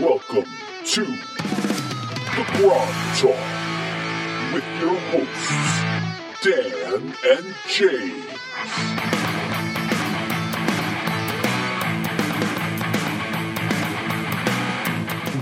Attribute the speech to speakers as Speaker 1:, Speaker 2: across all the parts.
Speaker 1: Welcome to The Broad Talk with your hosts, Dan and Jay.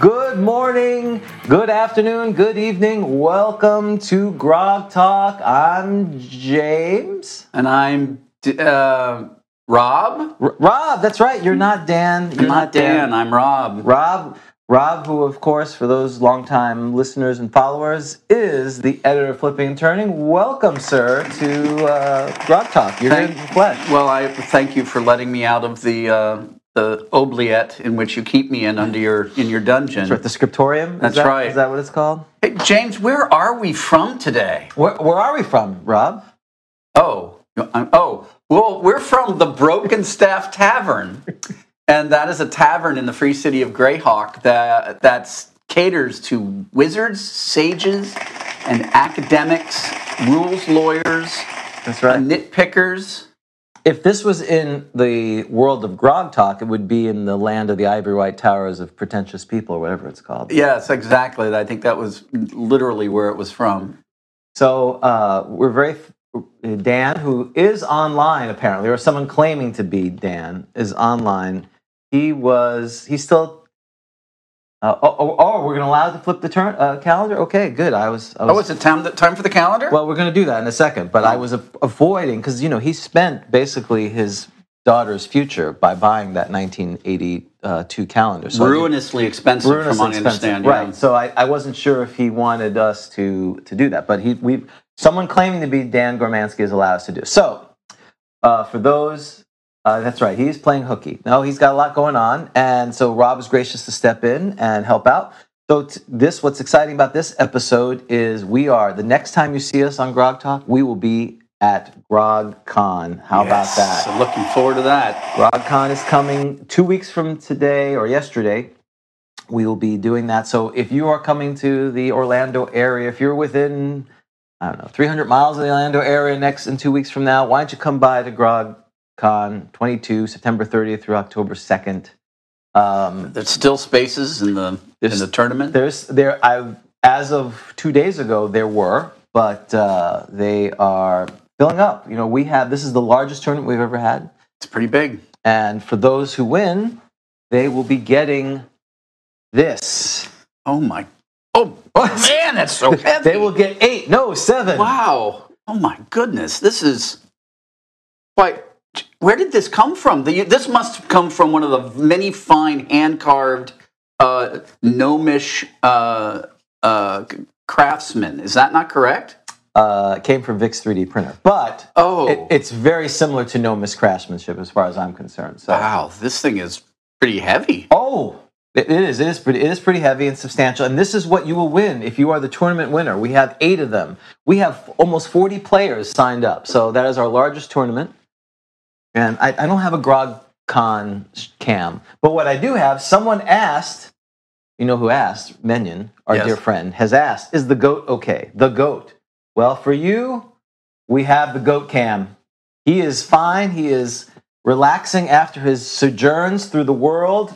Speaker 2: Good morning, good afternoon, good evening. Welcome to Grog Talk. I'm James.
Speaker 3: and I'm D- uh, Rob.
Speaker 2: R- Rob, that's right. You're not Dan. You're
Speaker 3: I'm not Dan. I'm Rob.
Speaker 2: Rob, Rob, who of course, for those longtime listeners and followers, is the editor of Flipping and Turning. Welcome, sir, to uh, Grog Talk. You're in
Speaker 3: Thank-
Speaker 2: the flesh.
Speaker 3: Well, I thank you for letting me out of the uh, the oubliette in which you keep me in under your in your dungeon.
Speaker 2: Right, the scriptorium. Is
Speaker 3: That's
Speaker 2: that-
Speaker 3: right.
Speaker 2: Is that what it's called?
Speaker 3: Hey, James, where are we from today?
Speaker 2: Where, where are we from, Rob?
Speaker 3: Oh, I'm, oh, well, we're from the Broken Staff Tavern, and that is a tavern in the free city of Greyhawk that that's caters to wizards, sages, and academics, rules lawyers,
Speaker 2: That's
Speaker 3: uh,
Speaker 2: right.
Speaker 3: nitpickers.
Speaker 2: If this was in the world of Grog Talk, it would be in the land of the ivory white towers of pretentious people, or whatever it's called.
Speaker 3: Yes, exactly. I think that was literally where it was from.
Speaker 2: So uh, we're very. Dan, who is online apparently, or someone claiming to be Dan, is online. He was. He's still. Uh, oh, oh, oh, we're going to allow it to flip the turn uh, calendar. Okay, good. I was. I was
Speaker 3: Oh, is it time time for the calendar?
Speaker 2: Well, we're going to do that in a second, but I was a- avoiding because you know he spent basically his daughter's future by buying that 1982 calendar. So I didn't-
Speaker 3: ruinously expensive,
Speaker 2: ruinous
Speaker 3: from what I
Speaker 2: expensive.
Speaker 3: understand. yeah.
Speaker 2: right? So I, I wasn't sure if he wanted us to to do that, but he we someone claiming to be Dan Gormansky has allowed us to do so. Uh, for those, uh, that's right. He's playing hooky. No, he's got a lot going on, and so Rob is gracious to step in and help out. So t- this, what's exciting about this episode is we are the next time you see us on Grog Talk, we will be at Grog Con. How
Speaker 3: Yes,
Speaker 2: about that?
Speaker 3: So looking forward to that.
Speaker 2: RodCon is coming two weeks from today or yesterday. We will be doing that. So if you are coming to the Orlando area, if you're within, I don't know, 300 miles of the Orlando area next in two weeks from now, why don't you come by to GrogCon 22, September 30th through October 2nd? Um,
Speaker 3: There's still spaces in the in
Speaker 2: There's-
Speaker 3: the tournament.
Speaker 2: there's there I as of two days ago there were, but uh, they are filling up. You know, we have this is the largest tournament we've ever had.
Speaker 3: it's pretty big.
Speaker 2: And for those who win, they will be getting this.
Speaker 3: Oh my! Oh man, that's so heavy.
Speaker 2: They will get eight, no, seven.
Speaker 3: Wow! Oh my goodness! This is quite. Where did this come from? The, this must have come from one of the many fine hand carved uh, gnomish uh, uh, craftsmen. Is that not correct?
Speaker 2: Uh, it came from Vic's 3D printer. But
Speaker 3: Oh,
Speaker 2: it, it's very similar to no miscraftsmanship as far as I'm concerned. So,
Speaker 3: wow! This thing is pretty heavy.
Speaker 2: oh, it it is. It is pretty. It is pretty heavy and substantial. And this is what you will win if you are the tournament winner. We have eight of them. We have almost 40 players signed up. So that is our largest tournament. And I, I don't have a grog con sh- cam, but what I do have, someone asked, you know who asked? Menion, our
Speaker 3: Yes.
Speaker 2: dear friend, has asked, is the goat okay? The goat. Well, for you, we have the goat cam. He is fine. He is relaxing after his sojourns through the world.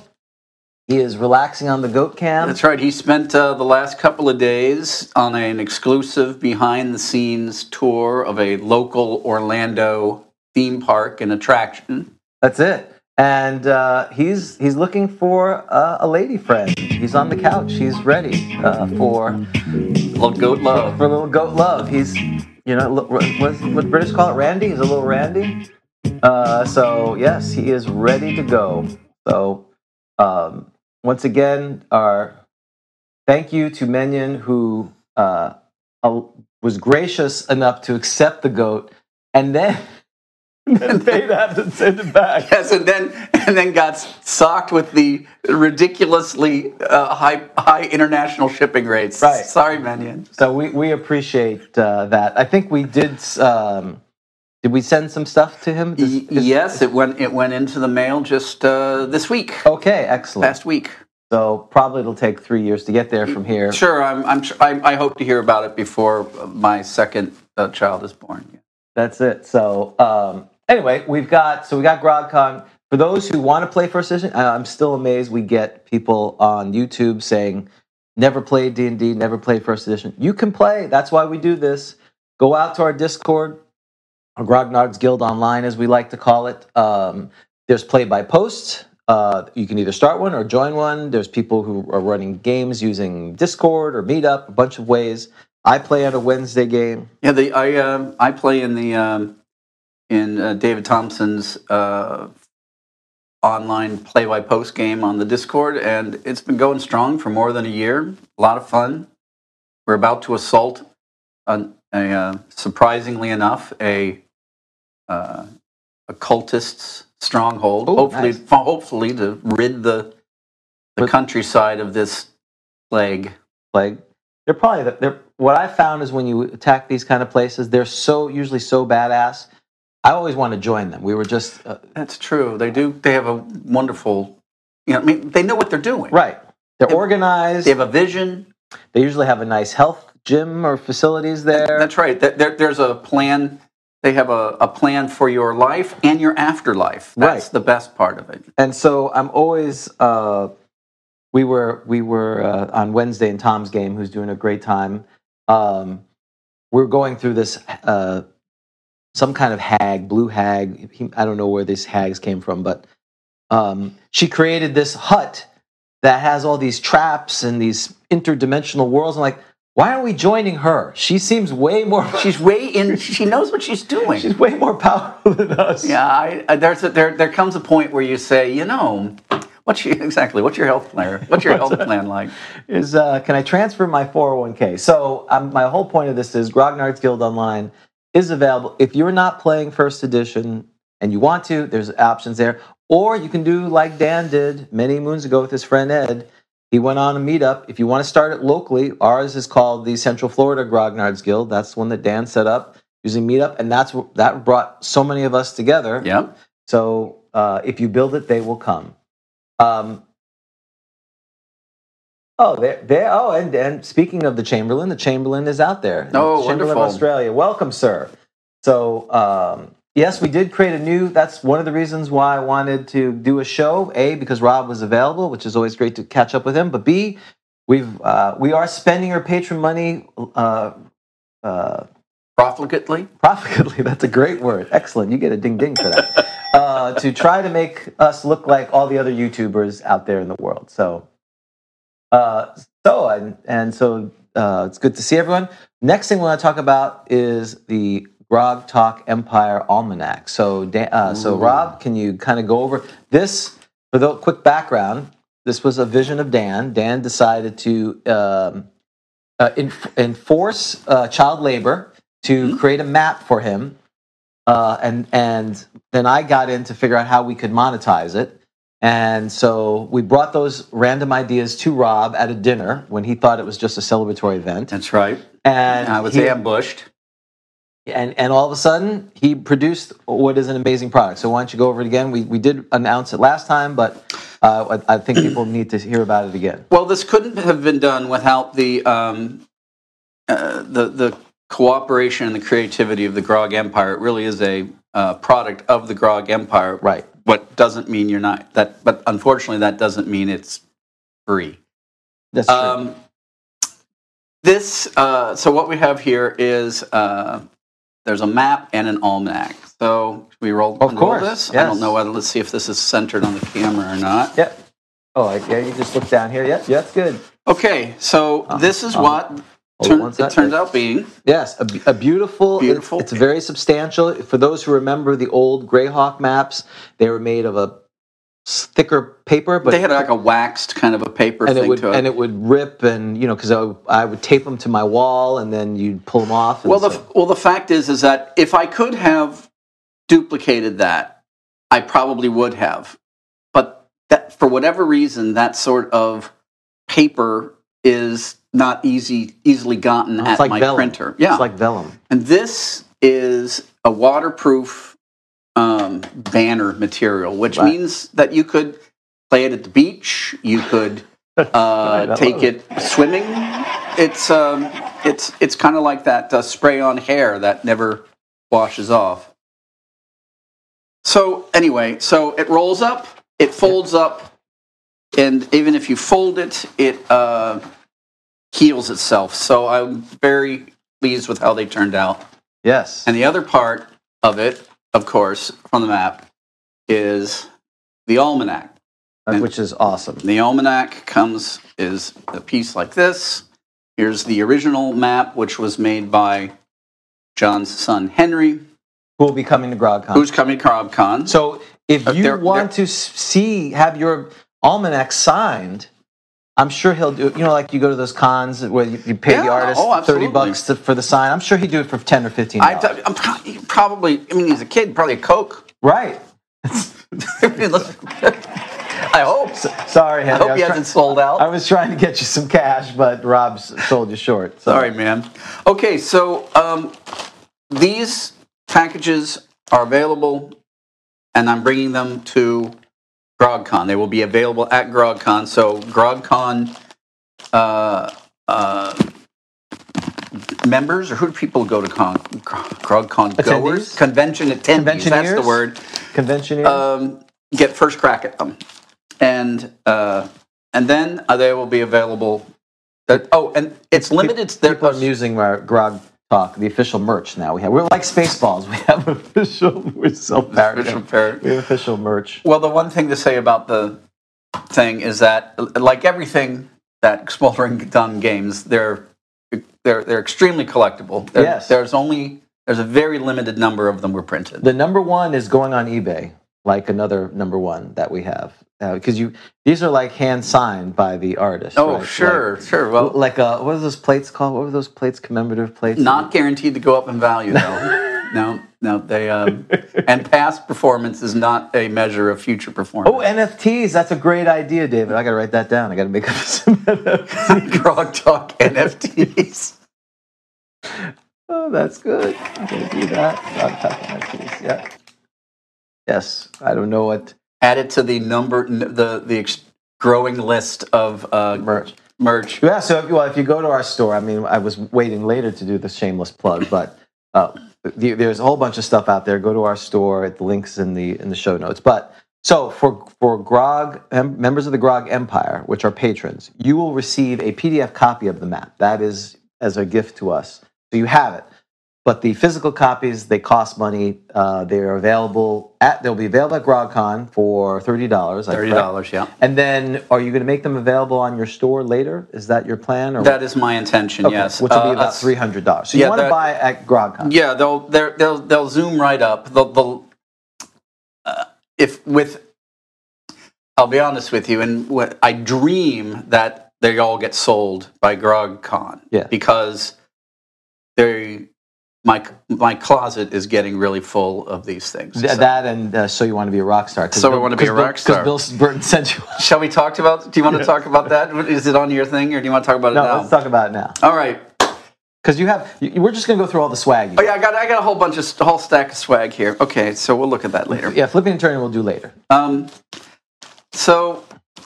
Speaker 2: He is relaxing on the goat cam.
Speaker 3: That's right. He spent uh, the last couple of days on an exclusive behind the scenes tour of a local Orlando theme park and attraction.
Speaker 2: That's it. and uh, he's he's looking for uh, a lady friend. He's on the couch. He's ready uh, for
Speaker 3: Little goat love.
Speaker 2: for a little goat love. He's you know li- what what- what British call it, Randy. He's a little Randy. Uh, so yes, he is ready to go. So um, once again, our thank you to Menyon who uh, al- was gracious enough to accept the goat and then and paid out to send it back.
Speaker 3: Yes, and then and then got socked with the ridiculously uh, high high international shipping rates.
Speaker 2: Right.
Speaker 3: Sorry, Menion.
Speaker 2: So we, we appreciate uh, that. I think we did. Um, did we send some stuff to him? Is-
Speaker 3: Y-
Speaker 2: is-
Speaker 3: yes, it went it went into the mail just uh, this week,
Speaker 2: Okay, excellent.
Speaker 3: last week.
Speaker 2: So probably it'll take three years to get there from here.
Speaker 3: Sure, I'm, I'm sure I, I hope to hear about it before my second uh, child is born.
Speaker 2: That's it. So um, anyway, we've got so we got GrogCon. For those who want to play first edition, I- I'm still amazed we get people on YouTube saying never played D and D, never played first edition. You can play. That's why we do this. Go out to our Discord, our Grognard's Guild Online, as we like to call it. Um, there's play by post. Uh, you can either start one or join one. There's people who are running games using Discord or Meetup, a bunch of ways. I play at a Wednesday game.
Speaker 3: Yeah, the I um I play in the um, in uh, David Thompson's uh, online play by post game on the Discord, and it's been going strong for more than a year. A lot of fun. We're about to assault an, a uh, surprisingly enough a uh, occultist's stronghold.
Speaker 2: Ooh,
Speaker 3: hopefully,
Speaker 2: Oh, nice.
Speaker 3: fo- hopefully to rid the the
Speaker 2: But-
Speaker 3: countryside of this plague.
Speaker 2: plague. They're probably the, they're what I found is when you attack these kind of places, they're so usually so badass. I always want to join them. We were just uh,
Speaker 3: That's true. They do. They have a wonderful. You know, I mean, they know what they're doing.
Speaker 2: right. They're
Speaker 3: They-
Speaker 2: organized.
Speaker 3: They
Speaker 2: They,
Speaker 3: have a vision.
Speaker 2: usually have a nice health gym or facilities there.
Speaker 3: That's right. That- there- there's a plan. They have a, a plan for your life and your afterlife. That's
Speaker 2: Right.
Speaker 3: the best part of it.
Speaker 2: And so I'm always. Uh, we were we were uh, on Wednesday in Tom's game, who's doing a great time. Um, we're going through this uh, some kind of hag, blue hag. He, I don't know where these hags came from, but um, she created this hut that has all these traps and these interdimensional worlds. I'm like, why aren't we joining her? She seems way more.
Speaker 3: She's way in. She knows what she's doing.
Speaker 2: She's way more powerful than us.
Speaker 3: yeah. I, I, there's a, there there comes a point where you say, you know, what's your exactly? What's your health plan? What's your health plan like?
Speaker 2: is uh, can I transfer my 401k? So um, my whole point of this is Grognard's Guild Online is available. If you're not playing First Edition and you want to, there's options there. Or you can do like Dan did many moons ago with his friend Ed. He went on a meetup. If you want to start it locally, ours is called the Central Florida Grognard's Guild. That's the one that Dan set up using Meetup, and that's wh- that brought so many of us together.
Speaker 3: Yeah.
Speaker 2: So uh, if you build it, they will come. Um, oh, they they oh, and and speaking of the Chamberlain, the Chamberlain is out there. The Chamberlain
Speaker 3: Oh,
Speaker 2: of
Speaker 3: wonderful.
Speaker 2: Australia, welcome, sir. So um, yes, we did create a new. That's one of the reasons why I wanted to do a show. A because Rob was available, which is always great to catch up with him. But B, we've uh, we are spending our patron money. Uh, uh,
Speaker 3: Profligately.
Speaker 2: profitably that's a great word excellent you get a ding ding for that uh, to try to make us look like all the other youtubers out there in the world so uh, so and, and so uh, it's good to see everyone next thing we want to talk about is the grog talk empire almanac so da- uh, so
Speaker 3: Ooh.
Speaker 2: rob can you kind of go over this for the quick background this was a vision of dan dan decided to um, uh, in, enforce uh, child labor to create a map for him, uh, and and then I got in to figure out how we could monetize it, and so we brought those random ideas to Rob at a dinner when he thought it was just a celebratory event,
Speaker 3: That's right.
Speaker 2: and
Speaker 3: I um, was
Speaker 2: he-
Speaker 3: ambushed.
Speaker 2: and and all of a sudden he produced what is an amazing product. So why don't you go over it again? We we did announce it last time, but uh, I, I think people need to hear about it again.
Speaker 3: Well, this couldn't have been done without the um, uh, the the cooperation and the creativity of the Grog Empire. It really is a uh, product of the Grog Empire.
Speaker 2: Right.
Speaker 3: What doesn't mean you're not that, but unfortunately, that doesn't mean it's free.
Speaker 2: That's true.
Speaker 3: Um, this uh, so what we have here is uh, There's a map and an almanac. So should we roll,
Speaker 2: Of
Speaker 3: unroll
Speaker 2: course,
Speaker 3: this. I
Speaker 2: yes.
Speaker 3: don't know whether. Let's see if this is centered on the camera or not.
Speaker 2: Yep. Oh, like, yeah, you just look down here. Yep, yeah, that's good.
Speaker 3: Okay, so this is
Speaker 2: oh.
Speaker 3: what
Speaker 2: Hold on
Speaker 3: turn,
Speaker 2: one
Speaker 3: it
Speaker 2: sec.
Speaker 3: turns out being.
Speaker 2: Yes, a, a beautiful. it's-
Speaker 3: Beautiful.
Speaker 2: It's, very substantial. For those who remember the old Greyhawk maps, they were made of a s- thicker paper, but
Speaker 3: they had like a waxed kind of a paper
Speaker 2: and
Speaker 3: thing
Speaker 2: it would
Speaker 3: to it.
Speaker 2: and it would rip, and you know, because I, would- I would tape them to my wall, and then you'd pull them off. and
Speaker 3: well, the
Speaker 2: so-
Speaker 3: well, the fact is, is that if I could have duplicated that, I probably would have. But that, for whatever reason, that sort of paper is not easy, easily gotten
Speaker 2: it's
Speaker 3: at
Speaker 2: like
Speaker 3: my
Speaker 2: vellum.
Speaker 3: printer. Yeah,
Speaker 2: it's like vellum.
Speaker 3: and this is a waterproof um, banner material, which
Speaker 2: Right.
Speaker 3: means that you could play it at the beach. You could uh,
Speaker 2: I
Speaker 3: take
Speaker 2: love
Speaker 3: it swimming. It's um, it's it's kind of like that uh, spray on hair that never washes off. So anyway, so it rolls up, it folds up, and even if you fold it, it uh, heals itself. So I'm very pleased with how they turned out.
Speaker 2: Yes,
Speaker 3: And the other part of it, of course, from the map is the almanac.
Speaker 2: uh, which is awesome.
Speaker 3: The almanac comes is a piece like this. Here's the original map, which was made by John's son Henry,
Speaker 2: Who will be coming to GrogCon?
Speaker 3: who's coming to CrobCon.
Speaker 2: So if
Speaker 3: Uh,
Speaker 2: you
Speaker 3: they're-
Speaker 2: want to s- see, have your almanac signed, I'm sure he'll do. it. You know, like you go to those cons where you, you pay the
Speaker 3: Yeah,
Speaker 2: artist
Speaker 3: oh,
Speaker 2: thirty
Speaker 3: absolutely.
Speaker 2: bucks to, for the sign. I'm sure he'd do it for ten or fifteen.
Speaker 3: I,
Speaker 2: dollars.
Speaker 3: am pro- probably, I mean, he's a kid, probably a Coke.
Speaker 2: right.
Speaker 3: I hope. so.
Speaker 2: Sorry,
Speaker 3: I
Speaker 2: Henry.
Speaker 3: hope he
Speaker 2: was try-
Speaker 3: hasn't sold out.
Speaker 2: I was trying to get you some cash, but Rob s- sold you short. So.
Speaker 3: Sorry, man. Okay, so um, these packages are available, and I'm bringing them to GrogCon. They will be available at GrogCon. So GrogCon uh, uh, members, or who do people go to con? GrogCon goers,
Speaker 2: Attendees?
Speaker 3: convention attendees. That's the
Speaker 2: Conventioneers?
Speaker 3: word
Speaker 2: Conventioneer.
Speaker 3: um, get first crack at them, and uh, and then uh, they will be available. that- oh, and it's limited. They're,
Speaker 2: People are using our Grog Talk, the official merch now. We have. We're like Spaceballs. We have official. We're so
Speaker 3: official
Speaker 2: paranoid.
Speaker 3: parrot.
Speaker 2: We have official merch.
Speaker 3: Well, the one thing to say about the thing is that, l- like everything that Smoldering Dumb games, they're they're they're extremely collectible. There-
Speaker 2: Yes.
Speaker 3: there's only there's a very limited number of them were printed.
Speaker 2: the number one is going on eBay, like another number one that we have, because you these are like hand signed by the artist.
Speaker 3: oh,
Speaker 2: right?
Speaker 3: sure, sure.
Speaker 2: Like,
Speaker 3: Well,
Speaker 2: like uh, what are those plates called? What were those plates? Commemorative plates?
Speaker 3: not guaranteed to go up in value though. no, no, they um, and past performance is not a measure of future performance.
Speaker 2: Oh, NFTs. That's a great idea, David. I got to write that down. I got to make up some NFTs.
Speaker 3: Grog Talk NFTs.
Speaker 2: Oh, that's good. I'm going to do that. I'm talking NFTs. Yeah. Yes. I don't know what
Speaker 3: Added to the number, n- the the ex- growing list of uh,
Speaker 2: merch.
Speaker 3: merch.
Speaker 2: Yeah, so if, well, if you go to our store, I mean, I was waiting later to do the shameless plug, but uh, the, there's a whole bunch of stuff out there. Go to our store; the links in the in the show notes. But so for for Grog mem- members of the Grog Empire, which are patrons, you will receive a PDF copy of the map. That is as a gift to us, so you have it. But the physical copies they cost money. Uh, they are available at they'll be available at GrogCon for thirty dollars.
Speaker 3: Thirty dollars, yeah.
Speaker 2: And then, are you going to make them available on your store later? Is that your plan? Or
Speaker 3: That is my intention.
Speaker 2: Okay,
Speaker 3: yes,
Speaker 2: which will
Speaker 3: Uh,
Speaker 2: be about
Speaker 3: uh,
Speaker 2: three hundred dollars. So you
Speaker 3: yeah,
Speaker 2: want to
Speaker 3: that-
Speaker 2: buy at GrogCon?
Speaker 3: Yeah, they'll they're- they'll they'll zoom right up. They'll, they'll uh, if with I'll be honest with you, and what I dream that they all get sold by GrogCon.
Speaker 2: Yeah.
Speaker 3: because they my my closet is getting really full of these things.
Speaker 2: Th-
Speaker 3: So-
Speaker 2: That and uh, so you want to be a rock star. 'cause
Speaker 3: So we
Speaker 2: Bill-
Speaker 3: wanna be
Speaker 2: 'cause
Speaker 3: a
Speaker 2: Bill-
Speaker 3: rock star.
Speaker 2: Bill Burton sent you.
Speaker 3: Shall we talk about? Do you want to talk about that? Is it on your thing, or do you want to talk about it
Speaker 2: No,
Speaker 3: now?
Speaker 2: let's talk about it now
Speaker 3: All right.
Speaker 2: because you have. You, we're just going to go through all the swag. you
Speaker 3: Oh yeah, I got I got a whole bunch of a whole stack of swag here. Okay, so we'll look at that later.
Speaker 2: got. yeah, flipping and turning we'll do later.
Speaker 3: Um, so,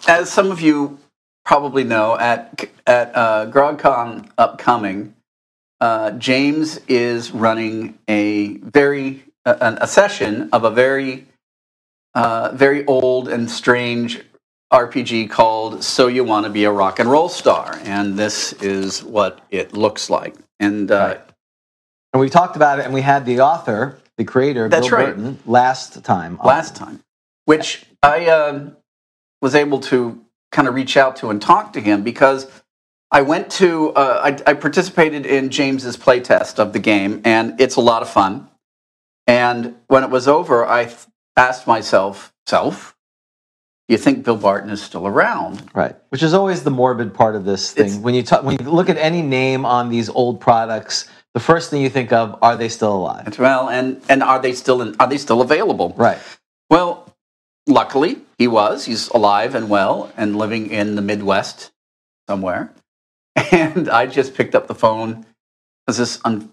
Speaker 3: as some of you probably know, at at uh, GrogCon upcoming, uh, James is running a very uh, an, a session of a very uh, very old and strange RPG called "So You Want to Be a Rock and Roll Star," and this is what it looks like. And uh,
Speaker 2: And we talked about it, and we had the author, the creator,
Speaker 3: That's
Speaker 2: Bill
Speaker 3: right.
Speaker 2: Burton, last time. on.
Speaker 3: last time, which I uh, was able to kind of reach out to and talk to him because I went to uh, I, I participated in James's playtest of the game, and it's a lot of fun. And when it was over, I th- asked myself, "Self, you think Bill Barton is still around?"
Speaker 2: Right, which is always the morbid part of this thing.
Speaker 3: It's-
Speaker 2: when you talk, when you look at any name on these old products, the first thing you think of are they still alive?
Speaker 3: And, well, and and are they still in, are they still available?
Speaker 2: Right.
Speaker 3: Well, luckily, he was. He's alive and well and living in the Midwest somewhere. And I just picked up the phone because this, un-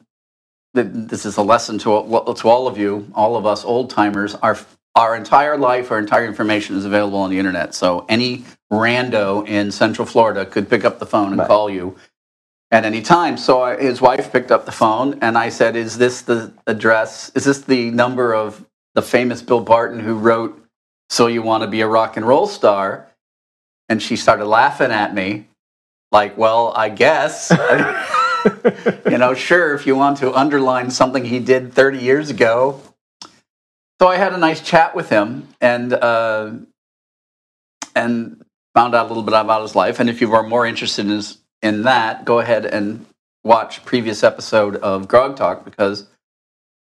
Speaker 3: th- this is a lesson to, all- to all of you, all of us old timers. Our, our entire life, our entire information is available on the internet. So any rando in Central Florida could pick up the phone and
Speaker 2: Right.
Speaker 3: call you at any time. So I, his wife picked up the phone and I said, Is this the address? Is this the number of the famous Bill Barton who wrote So You Want to Be a Rock and Roll Star? And she started laughing at me, like, Well, I guess. you know, sure, if you want to underline something he did 30 years ago. So I had a nice chat with him and, uh, and found out a little bit about his life. And if you are more interested in, his, in that, go ahead and watch previous episode of Grog Talk because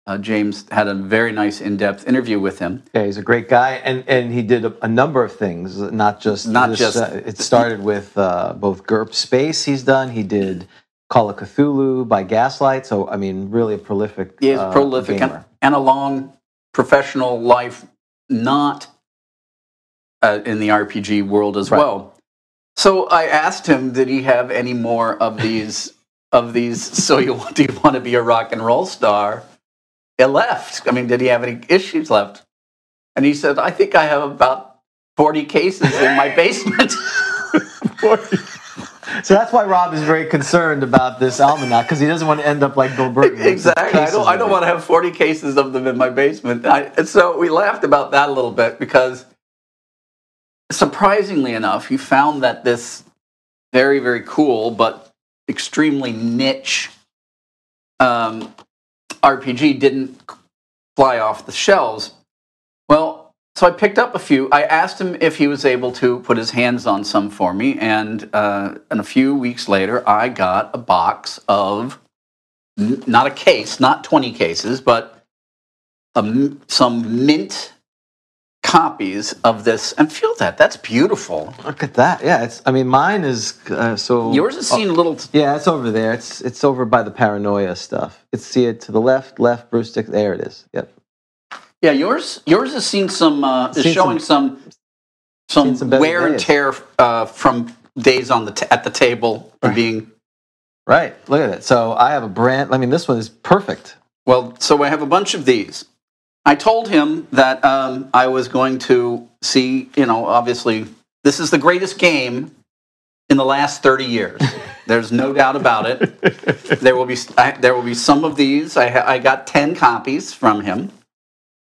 Speaker 3: uh, James had a very nice in-depth interview with him.
Speaker 2: Yeah, he's a great guy, and and he did a, a number of things, not just
Speaker 3: Not
Speaker 2: this,
Speaker 3: just-
Speaker 2: uh, it started with uh, both GURP Space. He's done. He did Call of Cthulhu by Gaslight. So I mean, really a prolific.
Speaker 3: He is
Speaker 2: uh,
Speaker 3: prolific and,
Speaker 2: gamer.
Speaker 3: and a long professional life, not uh, in the RPG world as
Speaker 2: Right.
Speaker 3: well. So I asked him, did he have any more of these? Of these, so you want, do you want to be a rock and roll star? It left. I mean, did he have any issues left? And he said, I think I have about forty cases in my basement.
Speaker 2: So that's why Rob is very concerned about this almanac because he doesn't want to end up like Bill Burton. with his
Speaker 3: Exactly. I
Speaker 2: cases
Speaker 3: don't, I don't
Speaker 2: of it.
Speaker 3: want to have 40 cases of them in my basement. I, and so we laughed about that a little bit because surprisingly enough, you found that this very, very cool but extremely niche um, RPG didn't fly off the shelves. Well, so I picked up a few. I asked him if he was able to put his hands on some for me, and uh, and a few weeks later, I got a box of n- not a case, not twenty cases, but a m some mint copies of this. And feel that that's beautiful.
Speaker 2: Look at that. Yeah, it's. I mean, mine is uh, so.
Speaker 3: Yours has seen a little.
Speaker 2: Yeah, it's over there. It's it's over by the paranoia stuff. It's see it to the left, left, Bruce Dick. There it is. Yep.
Speaker 3: Yeah, yours yours has seen some uh, is
Speaker 2: Seen
Speaker 3: showing some some,
Speaker 2: seen some better
Speaker 3: wear and
Speaker 2: days.
Speaker 3: tear uh, from days on the t- at the table and being
Speaker 2: Right. Look at it. So I have a brand. I mean, this one is perfect.
Speaker 3: well. So I have a bunch of these. I told him that um, I was going to see. You know, obviously, this is the greatest game in the last thirty years. There's no doubt about it. There will be I, there will be some of these. I, ha- I got ten copies from him.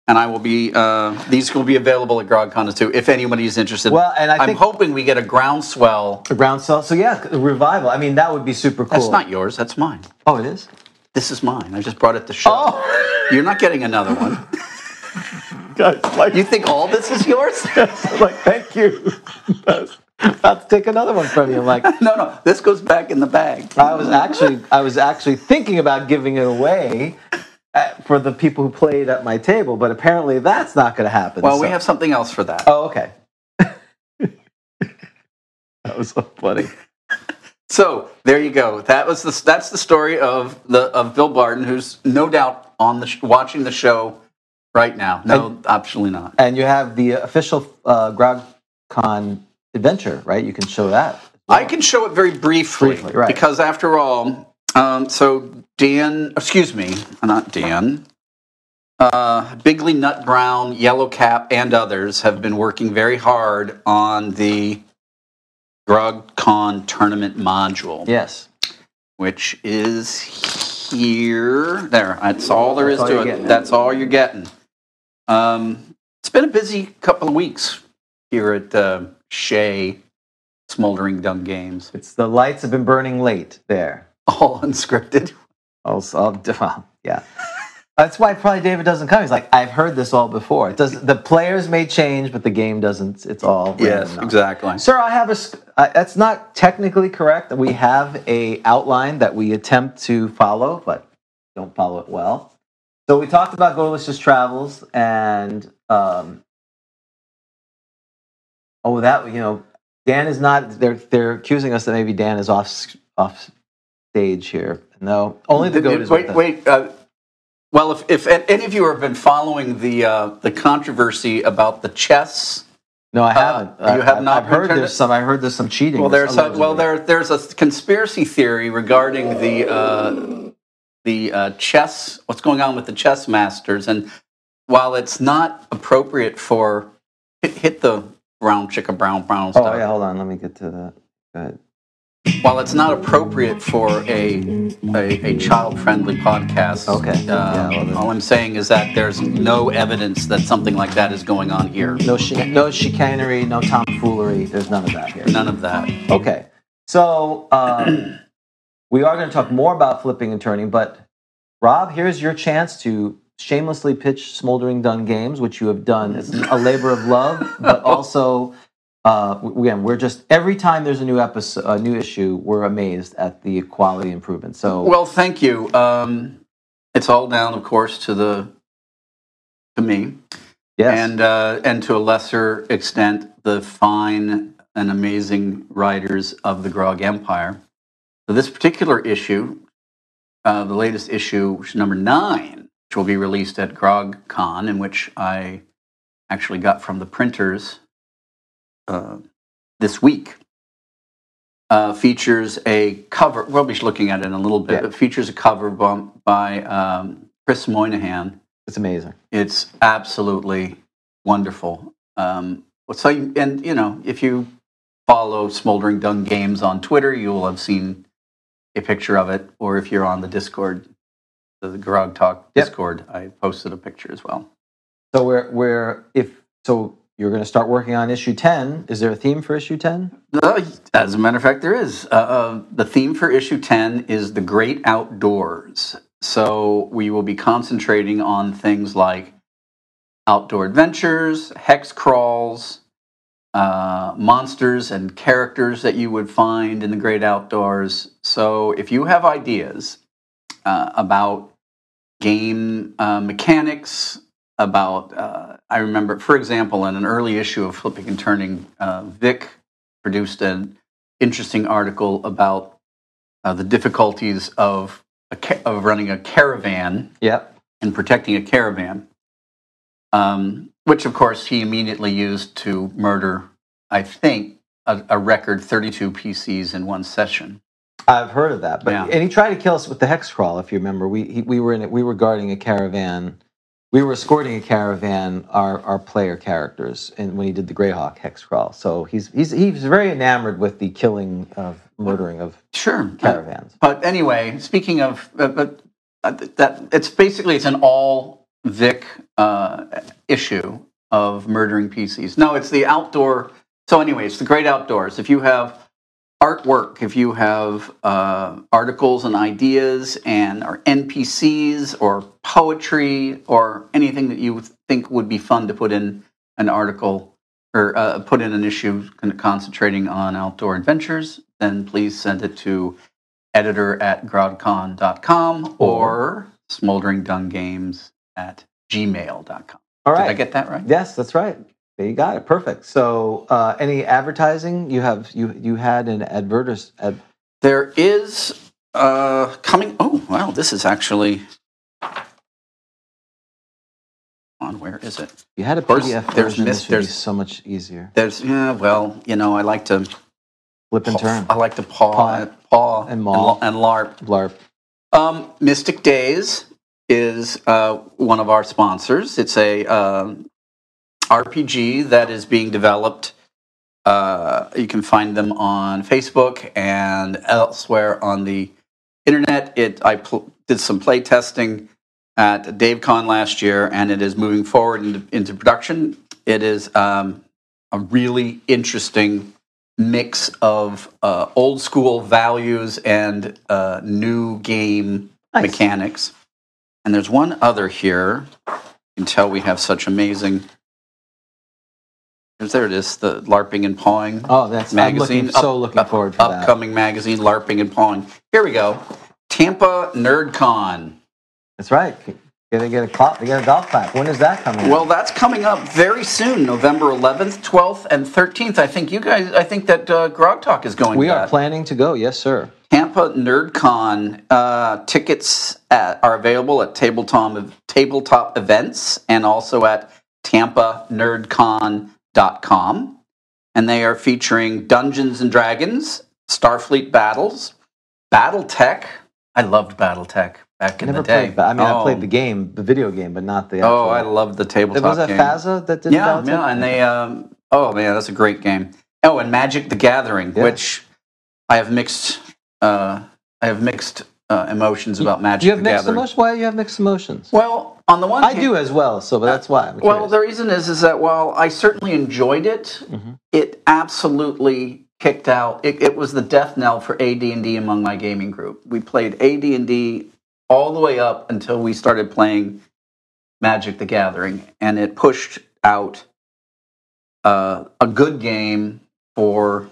Speaker 3: And I will be. Uh, these will be available at GrogCon too, if anybody is interested.
Speaker 2: Well, and I
Speaker 3: I'm
Speaker 2: think
Speaker 3: hoping we get a groundswell.
Speaker 2: the ground cell. So yeah, the revival. I mean, that would be super cool.
Speaker 3: That's not yours. That's mine.
Speaker 2: Oh, it is.
Speaker 3: This is mine. I just brought it to show.
Speaker 2: Oh.
Speaker 3: You're not getting another one.
Speaker 2: Guys, like,
Speaker 3: You think all this is yours?
Speaker 2: like, thank you. About to take another one from you. I'm like,
Speaker 3: no, no. This goes back in the bag.
Speaker 2: I was actually, I was actually thinking about giving it away uh for the people who played at my table, but apparently that's not going to happen.
Speaker 3: Well, we
Speaker 2: so-
Speaker 3: have something else for that.
Speaker 2: Oh, okay. that was so funny.
Speaker 3: So there you go. That was the that's the story of the of Bill Barton, who's no doubt on the sh- watching the show right now. No, absolutely not.
Speaker 2: And you have the official uh, GrogCon adventure, right? You can show that.
Speaker 3: I can show it very briefly,
Speaker 2: Briefly, right.
Speaker 3: because after all, um, so Dan, excuse me, not Dan, uh, Bigley Nut Brown, Yellow Cap, and others have been working very hard on the GrogCon tournament module,
Speaker 2: Yes.
Speaker 3: which is here. There, that's all there is
Speaker 2: That's all
Speaker 3: to
Speaker 2: you're
Speaker 3: it.
Speaker 2: getting.
Speaker 3: That's all you're getting. Um, it's been a busy couple of weeks here at uh, Shea Smoldering Dung Games
Speaker 2: It's the lights have been burning late there.
Speaker 3: all unscripted.
Speaker 2: Also, Yeah. That's why probably David doesn't come. He's like, I've heard this all before. It does the players may change, but the game doesn't. It's all
Speaker 3: Yes,
Speaker 2: random.
Speaker 3: exactly.
Speaker 2: Sir, I have a. sc- Uh, that's not technically correct. We have a outline that we attempt to follow, but don't follow it well. So we talked about Gorlicious Travels and um, oh, that you know, Dan is not. They're they're accusing us that maybe Dan is off s- off stage here. No, only the goat is. with
Speaker 3: Wait,
Speaker 2: us.
Speaker 3: wait. Uh, well, if, if a- any of you have been following the uh, the controversy about the chess,
Speaker 2: No, I haven't.
Speaker 3: uh, you have
Speaker 2: I,
Speaker 3: not
Speaker 2: I've heard
Speaker 3: returned
Speaker 2: there's
Speaker 3: it?
Speaker 2: some. I heard there's some cheating.
Speaker 3: well, there's a,
Speaker 2: allegedly.
Speaker 3: well there there's a conspiracy theory regarding the uh, the uh, chess. What's going on with the chess masters? And while it's not appropriate for hit, hit the brown chicka brown brown stuff.
Speaker 2: Oh yeah, hold on. Let me get to that. Go ahead.
Speaker 3: While it's not appropriate for a a, a child friendly podcast,
Speaker 2: Okay.
Speaker 3: uh,
Speaker 2: Yeah, well, then-
Speaker 3: all I'm saying is that there's no evidence that something like that is going on here.
Speaker 2: No, sh- no chicanery, no tomfoolery. There's none of that here.
Speaker 3: None of that.
Speaker 2: Okay, so um, we are going to talk more about flipping and turning, but Rob, here's your chance to shamelessly pitch Smoldering Dun Games, which you have done. It's a labor of love, but also. Uh, w- again, we're just every time there's a new episode, a new issue, we're amazed at the quality improvement. So,
Speaker 3: Well, thank you. Um, it's all down, of course, to the to me,
Speaker 2: yes,
Speaker 3: and uh, and to a lesser extent, the fine and amazing writers of the Grog Empire. So this particular issue, uh, the latest issue, which is number nine, which will be released at GrogCon, in which I actually got from the printers uh, this week, uh, features a cover. We'll be looking at it in a little bit.
Speaker 2: Yeah.
Speaker 3: But features a cover bump by um, Chris Moynihan.
Speaker 2: it's amazing.
Speaker 3: It's absolutely wonderful. Um, so, you- and you know, if you follow Smoldering Dung Games on Twitter, you will have seen a picture of it. Or if you're on the Discord, the Grog Talk
Speaker 2: Yep.
Speaker 3: Discord, I posted a picture as well.
Speaker 2: So we're we're if so you're going to start working on issue ten. Is there a theme for issue ten?
Speaker 3: Uh, As a matter of fact, there is. Uh, Uh, the theme for issue 10 is the great outdoors. So we will be concentrating on things like outdoor adventures, hex crawls, uh, monsters, and characters that you would find in the great outdoors. So if you have ideas uh, about game uh, mechanics, about, uh, I remember, for example, in an early issue of Flipping and Turning, uh, Vic produced an interesting article about uh, the difficulties of a ca- of running a caravan
Speaker 2: Yep.
Speaker 3: and protecting a caravan, um, which of course he immediately used to murder, I think, a, a record 32 PCs in one session.
Speaker 2: I've heard of that, but
Speaker 3: Yeah.
Speaker 2: and he tried to kill us with the hex crawl. If you remember, we he, we were in it. We were guarding a caravan. We were escorting a caravan. Our our player characters, and when he did the Greyhawk hex crawl, so he's he's he's very enamored with the killing of murdering of
Speaker 3: Sure.
Speaker 2: caravans.
Speaker 3: But anyway, speaking of, uh, but uh, that it's basically it's an all Vic uh, issue of murdering PCs. No, it's the outdoor. So anyway, it's the great outdoors. If you have artwork, if you have uh, articles and ideas and or NPCs or poetry or anything that you think would be fun to put in an article or uh, put in an issue con- concentrating on outdoor adventures, then please send it to editor at grodcon.com or smolderingdunggames at gmail.com.
Speaker 2: All right.
Speaker 3: Did I get that right?
Speaker 2: Yes, that's right. There you got it. Perfect. So, uh, any advertising you have? You you had an advertis- ad-
Speaker 3: There is uh, coming. Oh, wow, this is actually. On where is it?
Speaker 2: you had a
Speaker 3: course,
Speaker 2: PDF
Speaker 3: there's
Speaker 2: version.
Speaker 3: mis-
Speaker 2: This would be
Speaker 3: there's-
Speaker 2: so much easier.
Speaker 3: There's yeah. Well, you know, I like to
Speaker 2: Flip and turn.
Speaker 3: I like to paw,
Speaker 2: Paw.
Speaker 3: paw, paw
Speaker 2: And maul.
Speaker 3: and larp.
Speaker 2: Blarp.
Speaker 3: Um, Mystic Days is uh, one of our sponsors. It's a um RPG that is being developed. Uh, you can find them on Facebook and elsewhere on the internet. It I pl- did some play testing at DaveCon last year, and it is moving forward into, into production. It is um, a really interesting mix of uh, old school values and uh, new game
Speaker 2: Nice.
Speaker 3: mechanics. And there's one other here. You can tell we have such amazing. There it is, the LARPing and Pawing
Speaker 2: Oh, that's I'm
Speaker 3: magazine.
Speaker 2: looking, so
Speaker 3: Up-
Speaker 2: looking
Speaker 3: up-
Speaker 2: forward for that.
Speaker 3: Upcoming magazine, LARPing and Pawing. Here we go. Tampa NerdCon.
Speaker 2: That's right. Gotta get a clock. We got a golf clap. When is that coming?
Speaker 3: Well,
Speaker 2: out?
Speaker 3: that's coming up very soon, November 11th, 12th, and 13th. I think you guys, I think that uh, Grog Talk is going.
Speaker 2: we
Speaker 3: to
Speaker 2: are
Speaker 3: that.
Speaker 2: planning to go. Yes, sir.
Speaker 3: Tampa NerdCon uh, tickets at, are available at tabletop tabletop events and also at tampanerdcon.com. And they are featuring Dungeons and Dragons, Starfleet Battles, BattleTech. I loved BattleTech back in
Speaker 2: Never
Speaker 3: the day.
Speaker 2: played. But I mean,
Speaker 3: Oh.
Speaker 2: I played the game, the video game, but not the. Actual,
Speaker 3: Oh, I loved the
Speaker 2: There
Speaker 3: tabletop
Speaker 2: was a
Speaker 3: game.
Speaker 2: Faza that did.
Speaker 3: Yeah,
Speaker 2: that?
Speaker 3: yeah, and they. Um, oh man, that's a great game. Oh, and Magic: The Gathering,
Speaker 2: Yeah.
Speaker 3: which I have mixed. Uh, I have mixed uh, emotions about Magic:
Speaker 2: You have
Speaker 3: The
Speaker 2: mixed
Speaker 3: Gathering.
Speaker 2: emotions. Why do you have mixed emotions?
Speaker 3: Well, on the one,
Speaker 2: I
Speaker 3: hand-
Speaker 2: do as well. So, but that's why. I'm
Speaker 3: Well,
Speaker 2: curious.
Speaker 3: the reason is is that while I certainly enjoyed it,
Speaker 2: Mhm.
Speaker 3: it absolutely kicked out. It, it was the death knell for AD and D among my gaming group. We played AD and D all the way up until we started playing Magic: The Gathering, and it pushed out uh, a good game for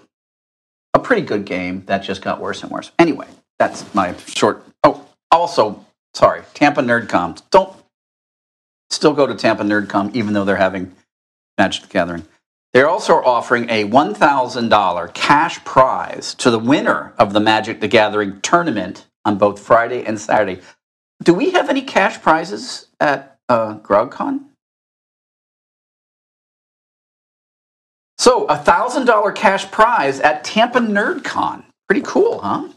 Speaker 3: a pretty good game that just got worse and worse. Anyway, that's my short. Oh, also, sorry, Tampa NerdCom. Don't still go to Tampa NerdCom even though they're having Magic: The Gathering. They're also offering a $1,000 cash prize to the winner of the Magic: The Gathering tournament on both Friday and Saturday. Do we have any cash prizes at uh, GrogCon? So, a $1,000 cash prize at Tampa NerdCon. Pretty cool, huh?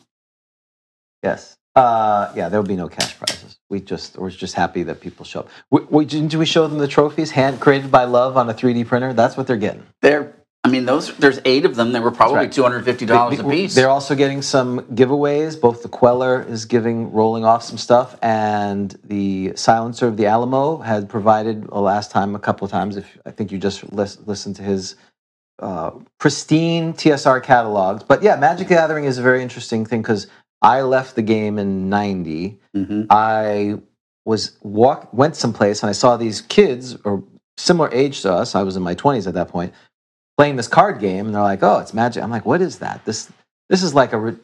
Speaker 2: yes. Uh, yeah, there will be no cash prizes. We just we're just happy that people show up. We, we, didn't we show them the trophies hand created by love on a 3D printer? That's what they're getting.
Speaker 3: They're, I mean, those. there's eight of them. They were probably
Speaker 2: right.
Speaker 3: $250
Speaker 2: They-
Speaker 3: a piece.
Speaker 2: They're also getting some giveaways. Both the Queller is giving rolling off some stuff, and the Silencer of the Alamo had provided uh, last time a couple of times. If I think you just lis- listened to his uh, pristine TSR catalogs, but yeah, Magic the Gathering is a very interesting thing because I left the game in '90.
Speaker 3: Mhm.
Speaker 2: I was walk went someplace and I saw these kids or similar age to us. I was in my twenties at that point, playing this card game, and they're like, "Oh, it's magic." I'm like, "What is that? This this is like a re-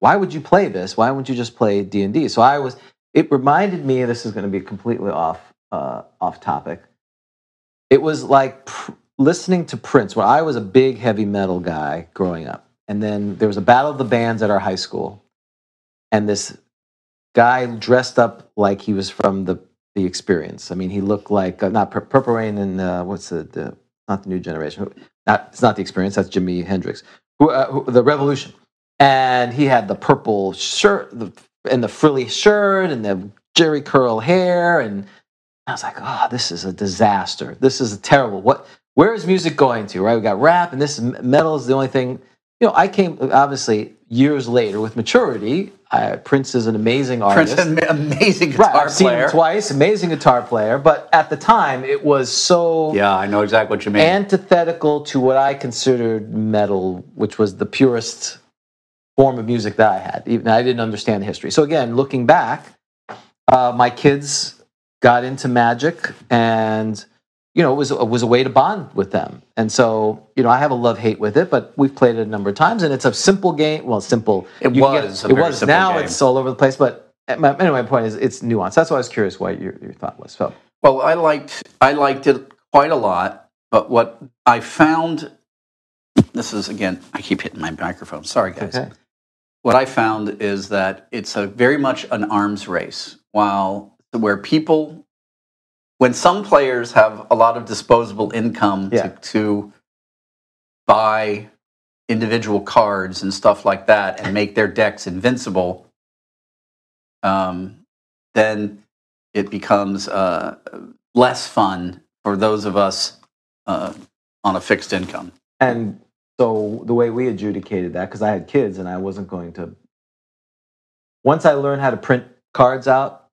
Speaker 2: why would you play this? Why wouldn't you just play D and D?" So I was. It reminded me. This is going to be completely off uh, off topic. It was like pr- listening to Prince, where I was a big heavy metal guy growing up, and then there was a battle of the bands at our high school, and this guy dressed up like he was from the the experience. I mean, he looked like uh, not Pur- Purple Rain and uh, what's the, the not the New Generation. Who- Not it's not the experience. That's Jimi Hendrix. Who, uh, who, the Revolution, and he had the purple shirt the, and the frilly shirt and the Jerry curl hair, and I was like, oh, this is a disaster. This is terrible. What? Where is music going to? Right? We got rap, and this metal is the only thing you know, I came obviously years later with maturity. I, Prince is an amazing
Speaker 3: Prince,
Speaker 2: artist.
Speaker 3: an amazing
Speaker 2: right,
Speaker 3: guitar
Speaker 2: I've seen
Speaker 3: player.
Speaker 2: him twice. Amazing guitar player, but at the time it was so
Speaker 3: Yeah, I know exactly what you mean.
Speaker 2: antithetical to what I considered metal, which was the purest form of music that I had. Even I didn't understand the history. So again, looking back, uh, my kids got into magic, and you know, it was it was a way to bond with them. And so, you know, I have a love hate with it, but we've played it a number of times, and it's a simple game. Well, simple.
Speaker 3: It
Speaker 2: you can
Speaker 3: was a
Speaker 2: it
Speaker 3: very
Speaker 2: was.
Speaker 3: simple
Speaker 2: Now
Speaker 3: game.
Speaker 2: it's all over the place, but. uh, My, anyway, my point is it's nuanced. That's why I was curious what your, your thought was. So,
Speaker 3: Well, I liked I liked it quite a lot, but what I found this is again, I keep hitting my microphone. Sorry guys.
Speaker 2: okay.
Speaker 3: What I found is that it's a very much an arms race while where people when some players have a lot of disposable income
Speaker 2: Yeah.
Speaker 3: to, to buy individual cards and stuff like that and make their decks invincible, um, then it becomes uh, less fun for those of us uh, on a fixed income.
Speaker 2: And so the way we adjudicated that, because I had kids and I wasn't going to. Once I learned how to print cards out,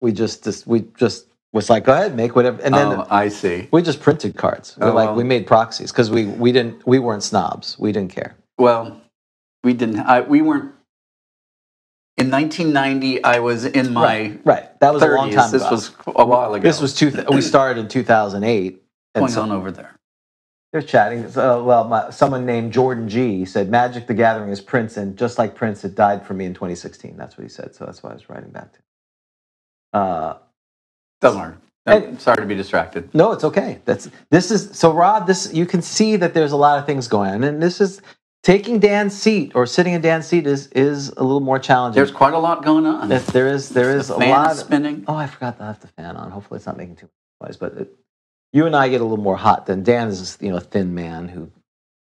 Speaker 2: we just, just we just was like, go ahead, make whatever, and then
Speaker 3: oh, I see.
Speaker 2: we just printed cards. We're
Speaker 3: Oh,
Speaker 2: like
Speaker 3: well.
Speaker 2: we made proxies because we we didn't we weren't snobs. We didn't care.
Speaker 3: Well, we didn't. I, we weren't. In 1990, I was in my
Speaker 2: right, right. That was a long
Speaker 3: 30s.
Speaker 2: time
Speaker 3: This
Speaker 2: ago.
Speaker 3: was a while ago.
Speaker 2: this was two. we started in 2008. And
Speaker 3: going
Speaker 2: so-
Speaker 3: on over there.
Speaker 2: They're chatting. So, uh, well, my, someone named Jordan G said, "Magic: The Gathering is Prince, and just like Prince, it died for me in 2016." That's what he said. So that's why I was writing back to. him. Uh,
Speaker 3: Doesn't matter.
Speaker 2: And-
Speaker 3: sorry to be distracted.
Speaker 2: no, it's okay. That's this is so Rod. This you can see that there's a lot of things going on, and this is taking Dan's seat or sitting in Dan's seat is is a little more challenging.
Speaker 3: There's quite a lot going on.
Speaker 2: That there is there is
Speaker 3: The
Speaker 2: a
Speaker 3: fan
Speaker 2: lot.
Speaker 3: is spinning.
Speaker 2: Oh, I forgot to have the fan on. Hopefully, it's not making too much noise. But it, you and I get a little more hot than Dan is, you know, a thin man who,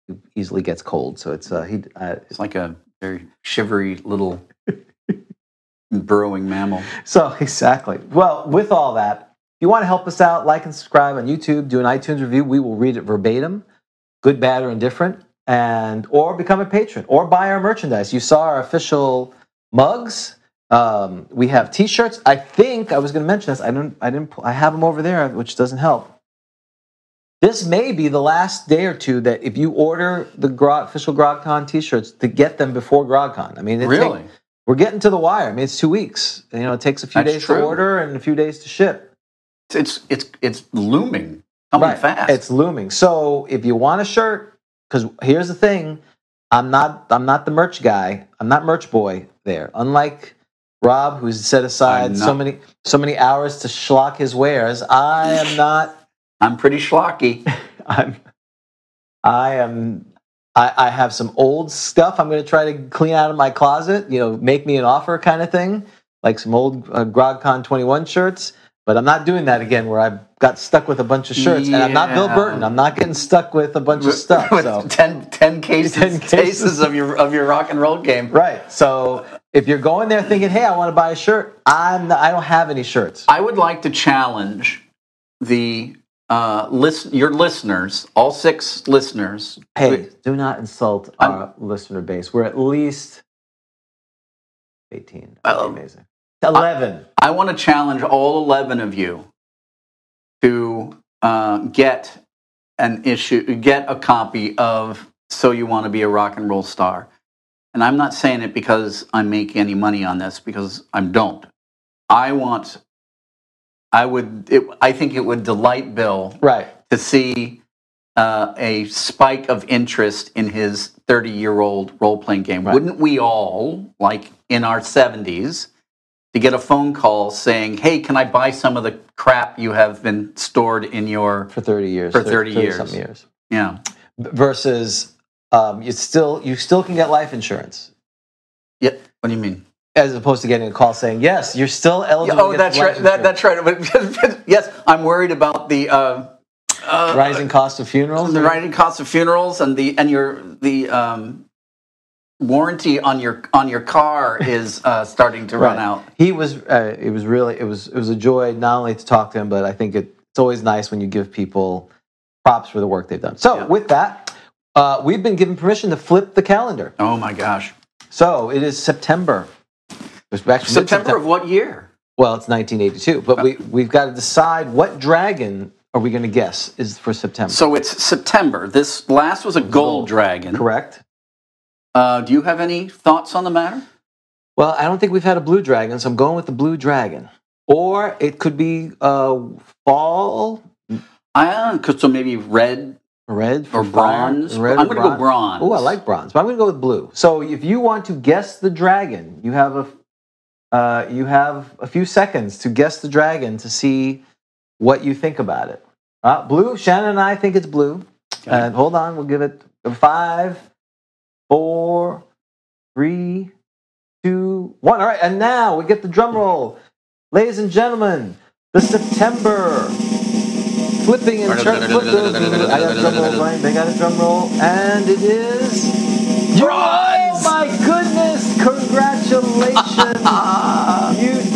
Speaker 2: who easily gets cold. So it's uh, he. Uh,
Speaker 3: It's like a very shivery little burrowing mammal.
Speaker 2: so exactly. Well, with all that, if you want to help us out, like and subscribe on YouTube, do an iTunes review. We will read it verbatim, good, bad, or indifferent, and or become a patron or buy our merchandise. You saw our official mugs. Um, we have T-shirts. I think I was going to mention this. I don't. I didn't. I have them over there, which doesn't help. This may be the last day or two that if you order the Grog, official GrogCon T-shirts to get them before GrogCon. I mean, it take-
Speaker 3: Really?
Speaker 2: we're getting to the wire. I mean, it's two weeks. You know, it takes a few
Speaker 3: That's
Speaker 2: days to
Speaker 3: true.
Speaker 2: order and a few days to ship.
Speaker 3: It's it's it's looming. Coming fast.
Speaker 2: It's looming. So if you want a shirt, because here's the thing, I'm not I'm not the merch guy. I'm not merch boy there. Unlike Rob, who's set aside
Speaker 3: I'm
Speaker 2: so
Speaker 3: not-
Speaker 2: many so many hours to schlock his wares, I am not.
Speaker 3: I'm pretty schlocky.
Speaker 2: I'm. I am. I, I have some old stuff. I'm going to try to clean out of my closet. You know, make me an offer kind of thing, like some old uh, GrogCon 21 shirts. But I'm not doing that again, where I got stuck with a bunch of shirts, and I'm not Bill
Speaker 3: Yeah.
Speaker 2: Burton. I'm not getting stuck with a bunch of stuff.
Speaker 3: With
Speaker 2: So
Speaker 3: 10, 10 cases,
Speaker 2: 10 cases.
Speaker 3: cases of your of your rock and roll game.
Speaker 2: right. So if you're going there thinking, "Hey, I want to buy a shirt," I'm. Not, I don't have any shirts.
Speaker 3: I would like to challenge the uh, list your listeners, all six listeners.
Speaker 2: Hey, do not insult
Speaker 3: I'm-
Speaker 2: our listener base. We're at least 18. That'd be
Speaker 3: Oh.
Speaker 2: amazing. 11.
Speaker 3: I want to challenge all eleven of you to uh, get an issue, get a copy of "So You Want to Be a Rock and Roll Star." And I'm not saying it because I make any money on this, because I don't. I want. I would. It, I think it would delight Bill
Speaker 2: right.
Speaker 3: to see uh, a spike of interest in his 30 year old role playing game.
Speaker 2: Right.
Speaker 3: Wouldn't we all, like in our 70s, to get a phone call saying, hey, can I buy some of the crap you have been stored in your.
Speaker 2: For 30 years.
Speaker 3: For 30 years.
Speaker 2: Some years.
Speaker 3: Yeah.
Speaker 2: V- Versus um, you still you still can get life insurance
Speaker 3: yeah. What do you mean?
Speaker 2: as opposed to getting a call saying, "Yes, you're still
Speaker 3: Yeah,
Speaker 2: eligible." to
Speaker 3: oh,
Speaker 2: get
Speaker 3: that's
Speaker 2: life
Speaker 3: right. That,
Speaker 2: insurance."
Speaker 3: that's right. But- yes, I'm worried about the. Uh, uh,
Speaker 2: rising cost of funerals.
Speaker 3: the rising cost of funerals and the and your the um, warranty on your on your car is uh, starting to run
Speaker 2: Right.
Speaker 3: out.
Speaker 2: He was. Uh, it was really. It was. It was a joy not only to talk to him, but I think it, it's always nice when you give people props for the work they've done. So
Speaker 3: Yeah.
Speaker 2: with that, uh, we've been given permission to flip the calendar.
Speaker 3: Oh my gosh.
Speaker 2: So it is September. It's actually
Speaker 3: September
Speaker 2: mid-September.
Speaker 3: of what year?
Speaker 2: Well, it's 1982, but we we've got to decide what dragon are we going to guess is for September.
Speaker 3: So it's September. This last was a gold dragon.
Speaker 2: Correct.
Speaker 3: Uh, do you have any thoughts on the matter?
Speaker 2: Well, I don't think we've had a blue dragon, so I'm going with the blue dragon. Or it could be uh, fall,
Speaker 3: I uh, 'cause- so maybe red
Speaker 2: red for
Speaker 3: or
Speaker 2: fire,
Speaker 3: bronze.
Speaker 2: red
Speaker 3: I'm
Speaker 2: or
Speaker 3: going to go bronze.
Speaker 2: Oh, I like bronze, but I'm going to go with blue. So if you want to guess the dragon, you have a uh, you have a few seconds to guess the dragon to see what you think about it. Uh, blue. Shannon and I think it's blue.
Speaker 3: Okay.
Speaker 2: And hold on, we'll give it five, four, three, two, one. All right, and now we get the drum roll, ladies and gentlemen. The September flipping and turning. I got a drum roll going. They got a drum roll, and it is Oh
Speaker 3: Bronze!
Speaker 2: my goodness! Congratulations!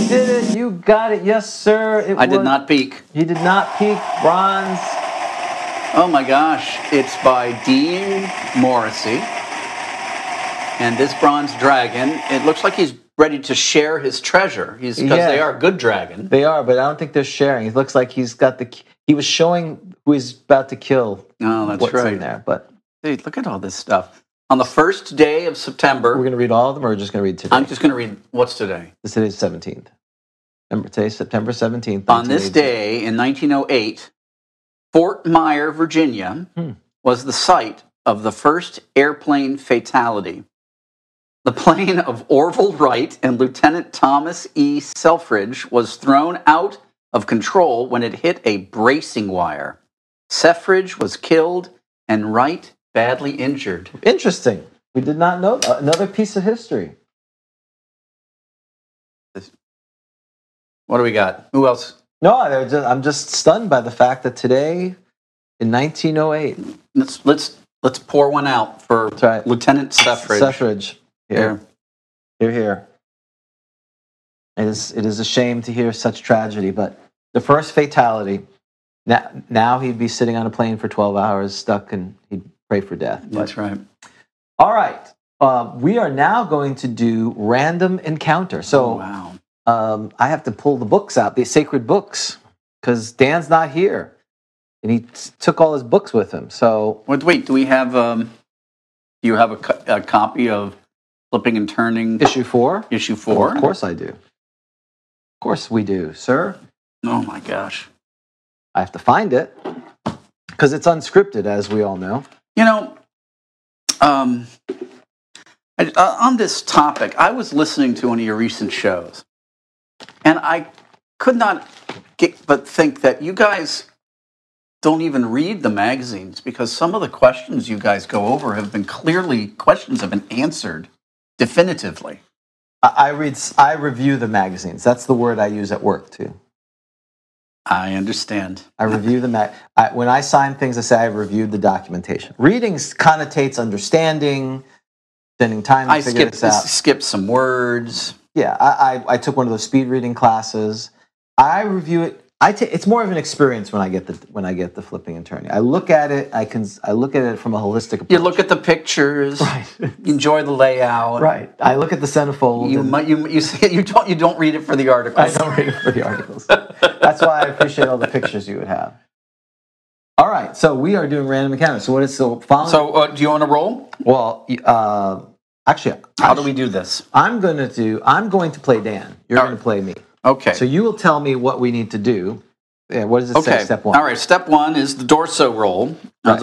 Speaker 2: you did it. You got it. Yes, sir. It
Speaker 3: I did
Speaker 2: was-
Speaker 3: not peek.
Speaker 2: You did not peak bronze.
Speaker 3: Oh my gosh. It's by Dean Morrissey. And this bronze dragon, it looks like he's ready to share his treasure. He's because
Speaker 2: Yeah.
Speaker 3: they are a good dragon.
Speaker 2: They are, but I don't think they're sharing. It looks like he's got the. He was showing who he's about to kill.
Speaker 3: Oh, that's
Speaker 2: what's
Speaker 3: right.
Speaker 2: in there, but
Speaker 3: Dude, look at all this stuff. on the first day of September.
Speaker 2: We're going to read all of them, or we're just going to read today.
Speaker 3: I'm just going to read what's today.
Speaker 2: Today's seventeenth. Today's September seventeenth.
Speaker 3: On this day in 1908, Fort Myer, Virginia,
Speaker 2: Hmm.
Speaker 3: was the site of the first airplane fatality. The plane of Orville Wright and Lieutenant Thomas E. Selfridge was thrown out of control when it hit a bracing wire. Selfridge was killed and Wright badly injured.
Speaker 2: Interesting. We did not know uh, another piece of history.
Speaker 3: What do we got? Who else?
Speaker 2: No, they're just, I'm just stunned by the fact that today, in 1908,
Speaker 3: Let's let's let's pour one out for
Speaker 2: that's right,
Speaker 3: Lieutenant Selfridge.
Speaker 2: suffrage.
Speaker 3: Here.
Speaker 2: Here, here, here. It is, it is a shame to hear such tragedy, but the first fatality. Now, now he'd be sitting on a plane for 12 hours, stuck, and he'd pray for death. But
Speaker 3: That's right.
Speaker 2: all right, uh, we are now going to do random encounter. So.
Speaker 3: Oh, wow.
Speaker 2: um, I have to pull the books out, the sacred books, because Dan's not here, and he t- took all his books with him. So
Speaker 3: Wait, wait do we have? Um, do you have a, co- a copy of Flipping and Turning
Speaker 2: issue four,
Speaker 3: issue four?
Speaker 2: Of course I do. Of course we do, sir.
Speaker 3: Oh my gosh!
Speaker 2: I have to find it because it's unscripted, as we all know.
Speaker 3: You know, um, I, uh, on this topic, I was listening to one of your recent shows, and I could not get but think that you guys don't even read the magazines because some of the questions you guys go over have been clearly questions have been answered definitively.
Speaker 2: I, I read, s- I review the magazines. That's the word I use at work too.
Speaker 3: I understand.
Speaker 2: I review the mag. I, when I sign things, I say I reviewed the documentation. Reading s- connotates understanding, spending time. To
Speaker 3: I
Speaker 2: figure
Speaker 3: skipped
Speaker 2: this out.
Speaker 3: skipped some words.
Speaker 2: Yeah, I, I, I took one of those speed reading classes. I review it. I ta- it's more of an experience when I get the when I get the flipping and turning. I look at it. I can I look at it from a holistic approach.
Speaker 3: You look at the pictures,
Speaker 2: right,
Speaker 3: enjoy the layout.
Speaker 2: right. I look at the centerfold.
Speaker 3: You
Speaker 2: and
Speaker 3: might you you say you don't you don't read it for the article.
Speaker 2: I don't read it for the articles. That's why I appreciate all the pictures you would have. All right, so we are doing random encounters. So what is so following?
Speaker 3: So uh, do you want to roll?
Speaker 2: well, y- uh, actually,
Speaker 3: How do we do this?
Speaker 2: I'm going to do. I'm going to play Dan. You're
Speaker 3: All
Speaker 2: going
Speaker 3: right.
Speaker 2: to play me.
Speaker 3: Okay.
Speaker 2: So you will tell me what we need to do. Yeah, what does it
Speaker 3: okay.
Speaker 2: say? Step one.
Speaker 3: All right. Step one is the dorso roll. That's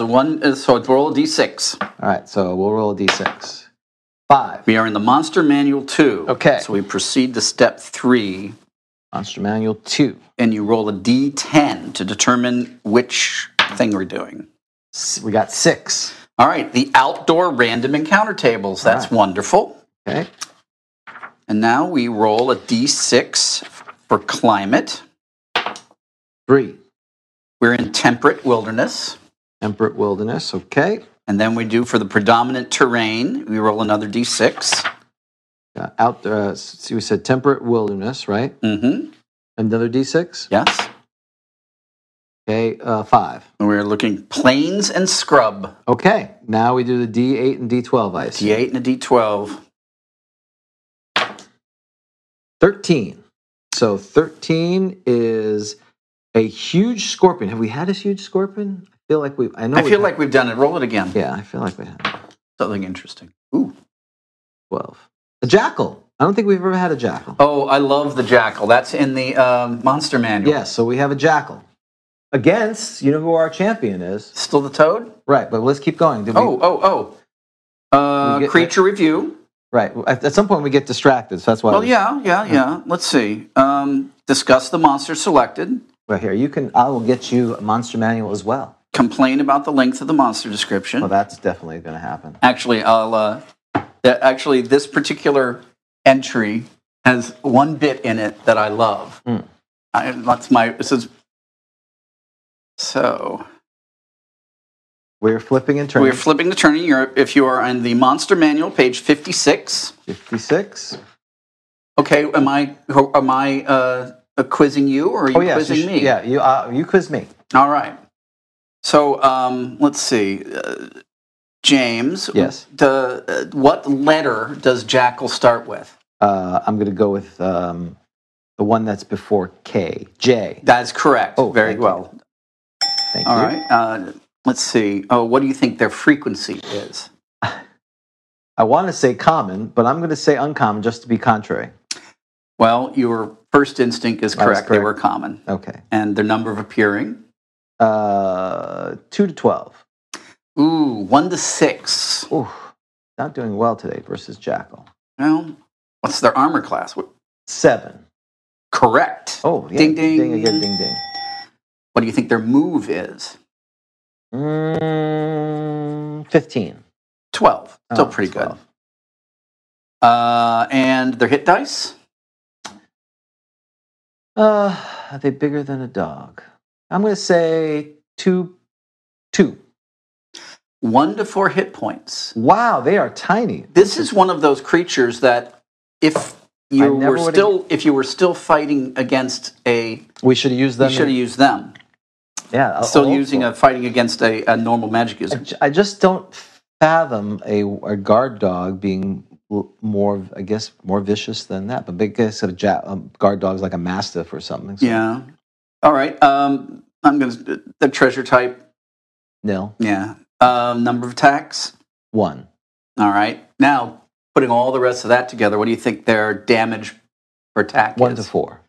Speaker 2: Right.
Speaker 3: a one. uh, So roll a d6.
Speaker 2: All right, so we'll roll a d6. Five.
Speaker 3: We are in the monster manual two.
Speaker 2: Okay.
Speaker 3: So we proceed to step three,
Speaker 2: Monster Manual two.
Speaker 3: and you roll a d10 to determine which thing we're doing.
Speaker 2: S- We got six.
Speaker 3: All right. The outdoor random encounter tables. That's
Speaker 2: right.
Speaker 3: wonderful.
Speaker 2: Okay.
Speaker 3: And now we roll a d6 for climate.
Speaker 2: Three.
Speaker 3: We're in temperate wilderness.
Speaker 2: Temperate Wilderness. Okay.
Speaker 3: And then we do for the predominant terrain, we roll another d6.
Speaker 2: Got out there. Uh, so we said Temperate Wilderness, right?
Speaker 3: Mm-hmm.
Speaker 2: Another d6.
Speaker 3: Yes.
Speaker 2: Okay. Uh, five.
Speaker 3: And we're looking plains and scrub.
Speaker 2: Okay. Now we do the d8 and d12 ice.
Speaker 3: D8 and a d12.
Speaker 2: Thirteen. So thirteen is a huge scorpion. Have we had a huge scorpion? I feel like we. I know.
Speaker 3: I
Speaker 2: we
Speaker 3: feel
Speaker 2: had-
Speaker 3: like we've done it. Roll it again.
Speaker 2: Yeah, I feel like we had
Speaker 3: Something interesting. Ooh.
Speaker 2: twelve. A jackal. I don't think we've ever had a jackal.
Speaker 3: Oh, I love the jackal. That's in the um, monster manual.
Speaker 2: Yes, so we have a jackal. Against, you know who our champion is.
Speaker 3: Still the toad?
Speaker 2: Right, but let's keep going. Did we,
Speaker 3: Oh, oh, oh.
Speaker 2: We
Speaker 3: Uh,
Speaker 2: get-
Speaker 3: creature review.
Speaker 2: Right, at, at some point we get distracted, so that's why.
Speaker 3: Well,
Speaker 2: we-
Speaker 3: yeah, yeah, yeah. Let's see. Um, discuss the monster selected.
Speaker 2: Right here, you can, I will get you a monster manual as well.
Speaker 3: complain about the length of the monster description.
Speaker 2: Well, that's definitely going to happen.
Speaker 3: actually, I'll, uh, that actually, this particular entry has one bit in it that I love.
Speaker 2: Hmm.
Speaker 3: I, that's my. This is so.
Speaker 2: We're flipping and turning.
Speaker 3: We're flipping the turning. You're, if you are on the monster manual, page fifty-six.
Speaker 2: 56.
Speaker 3: Okay, am I am I uh, quizzing you or are you
Speaker 2: Oh, yeah.
Speaker 3: quizzing
Speaker 2: you sh-
Speaker 3: me?
Speaker 2: Yeah, you, uh, you quiz me.
Speaker 3: All right. So um, let's see. Uh, James.
Speaker 2: Yes.
Speaker 3: The, uh, what letter does Jackal start with?
Speaker 2: Uh, I'm going to go with um, the one that's before K. J.
Speaker 3: That is correct.
Speaker 2: Oh,
Speaker 3: very
Speaker 2: thank you.
Speaker 3: well.
Speaker 2: Thank
Speaker 3: All
Speaker 2: you.
Speaker 3: right. Uh, let's see. Oh, what do you think their frequency is?
Speaker 2: I want to say common, but I'm going to say uncommon just to be contrary.
Speaker 3: Well, your first instinct is
Speaker 2: That was
Speaker 3: correct. They
Speaker 2: correct.
Speaker 3: were common.
Speaker 2: Okay.
Speaker 3: And their number of appearing.
Speaker 2: Uh, 2 to 12.
Speaker 3: Ooh, one to six.
Speaker 2: Ooh, not doing well today versus Jackal.
Speaker 3: Well, what's their armor class? Wh-
Speaker 2: 7.
Speaker 3: Correct.
Speaker 2: Oh, yeah.
Speaker 3: Ding, ding.
Speaker 2: Ding again, ding, ding.
Speaker 3: What do you think their move is?
Speaker 2: Mm, 15.
Speaker 3: 12. Still
Speaker 2: Oh,
Speaker 3: pretty
Speaker 2: 12.
Speaker 3: good. Uh, and their hit dice?
Speaker 2: Uh, are they bigger than a dog? I'm going to say 2 2.
Speaker 3: One to four hit points.
Speaker 2: Wow, they are tiny.
Speaker 3: This is one of those creatures that if you
Speaker 2: never
Speaker 3: were
Speaker 2: would've-
Speaker 3: still if you were still fighting against a
Speaker 2: We should have used
Speaker 3: you
Speaker 2: them.
Speaker 3: should have used them.
Speaker 2: yeah, a-
Speaker 3: Still
Speaker 2: old
Speaker 3: using
Speaker 2: school.
Speaker 3: a fighting against a, a normal magic
Speaker 2: I
Speaker 3: user.
Speaker 2: ju- I just don't fathom a, a guard dog being l- more, I guess, more vicious than that. But because of ja- um, guard dogs like a mastiff or something. so
Speaker 3: Yeah. All right. Um, I'm gonna the treasure type.
Speaker 2: Nil
Speaker 3: Yeah. Um, number of attacks.
Speaker 2: one.
Speaker 3: All right. Now putting all the rest of that together, what do you think their damage per attack
Speaker 2: One to
Speaker 3: is?
Speaker 2: four.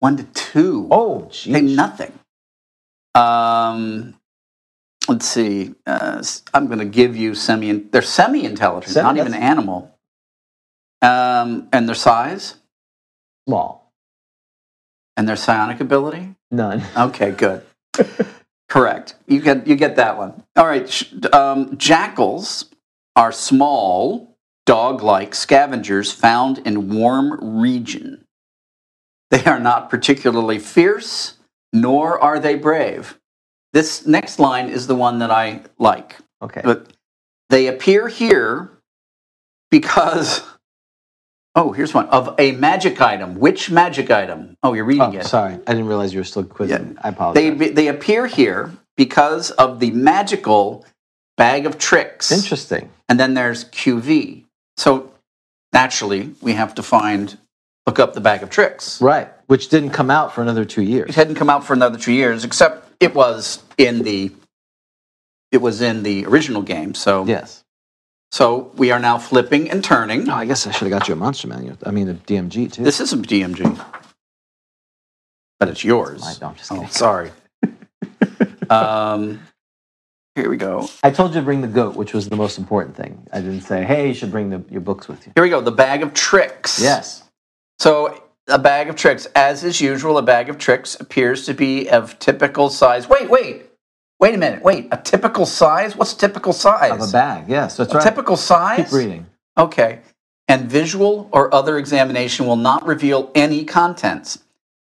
Speaker 3: One to two.
Speaker 2: Oh,
Speaker 3: Pay
Speaker 2: geez.
Speaker 3: nothing. Um, let's see. Uh, s- I'm going to give you semi. They're semi-intelligent,
Speaker 2: Semi-
Speaker 3: not even
Speaker 2: that's-
Speaker 3: animal. Um, and their size
Speaker 2: Small.
Speaker 3: and their psionic ability.
Speaker 2: None.
Speaker 3: Okay, good. Correct. You get you get that one. All right. sh- Um, jackals are small, dog-like scavengers found in warm region. They are not particularly fierce, nor are they brave. This next line is the one that I like.
Speaker 2: Okay.
Speaker 3: But they appear here because oh, here's one of a magic item. Which magic item? Oh, you're reading
Speaker 2: Oh,
Speaker 3: it.
Speaker 2: sorry. I didn't realize you were still quizzing. me. I
Speaker 3: They,
Speaker 2: apologize.
Speaker 3: they appear here because of the magical bag of tricks.
Speaker 2: Interesting.
Speaker 3: And then there's QV. So naturally, we have to find, look up the bag of tricks.
Speaker 2: Right. Which didn't come out for another two
Speaker 3: It
Speaker 2: years.
Speaker 3: hadn't come out for another two years, except it was in the it was in the original game. So
Speaker 2: Yes.
Speaker 3: so we are now flipping and turning.
Speaker 2: No, I guess I should have got you a Monster Manual. I mean, a DMG, too.
Speaker 3: This is a DMG, but it's yours.
Speaker 2: Mine. No, I'm just
Speaker 3: oh,
Speaker 2: kidding.
Speaker 3: sorry. um, here we go.
Speaker 2: I told you to bring the goat, which was the most important thing. I didn't say, hey, you should bring the, your books with you.
Speaker 3: Here we go. The bag of tricks.
Speaker 2: Yes.
Speaker 3: So a bag of tricks, as is usual, a bag of tricks appears to be of typical size. Wait, wait, wait a minute. Wait, a typical size? What's typical size?
Speaker 2: Of a bag. Yes, that's
Speaker 3: A
Speaker 2: right.
Speaker 3: Oh, Typical size.
Speaker 2: Keep reading.
Speaker 3: Okay. And visual or other examination will not reveal any contents.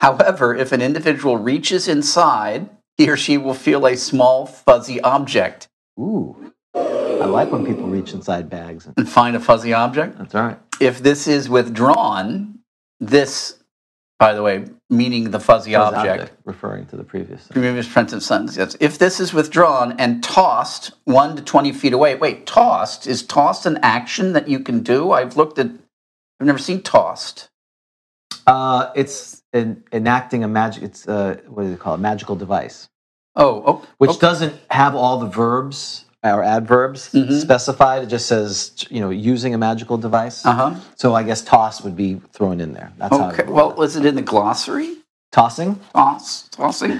Speaker 3: However, if an individual reaches inside, he or she will feel a small fuzzy object.
Speaker 2: Ooh. I like when people reach inside bags. And,
Speaker 3: And find a fuzzy object.
Speaker 2: that's all right.
Speaker 3: if this is withdrawn, this, by the way, meaning the fuzzy
Speaker 2: That was
Speaker 3: object,
Speaker 2: Referring to the previous thing.
Speaker 3: previous sentence sentence, yes. If this is withdrawn and tossed one to 20 feet away, wait, tossed, is tossed an action that you can do? I've looked at, I've never seen tossed.
Speaker 2: Uh, it's en- enacting a magic, it's, uh, what do they call it? Magical device,
Speaker 3: Oh, oh
Speaker 2: which
Speaker 3: okay.
Speaker 2: doesn't have all the verbs or adverbs
Speaker 3: Mhm.
Speaker 2: specified. It just says, you know, using a magical device.
Speaker 3: Uh-huh.
Speaker 2: So I guess toss would be thrown in there. That's how.
Speaker 3: Okay.
Speaker 2: it-
Speaker 3: Well, was it in the glossary?
Speaker 2: tossing?
Speaker 3: Toss, tossing?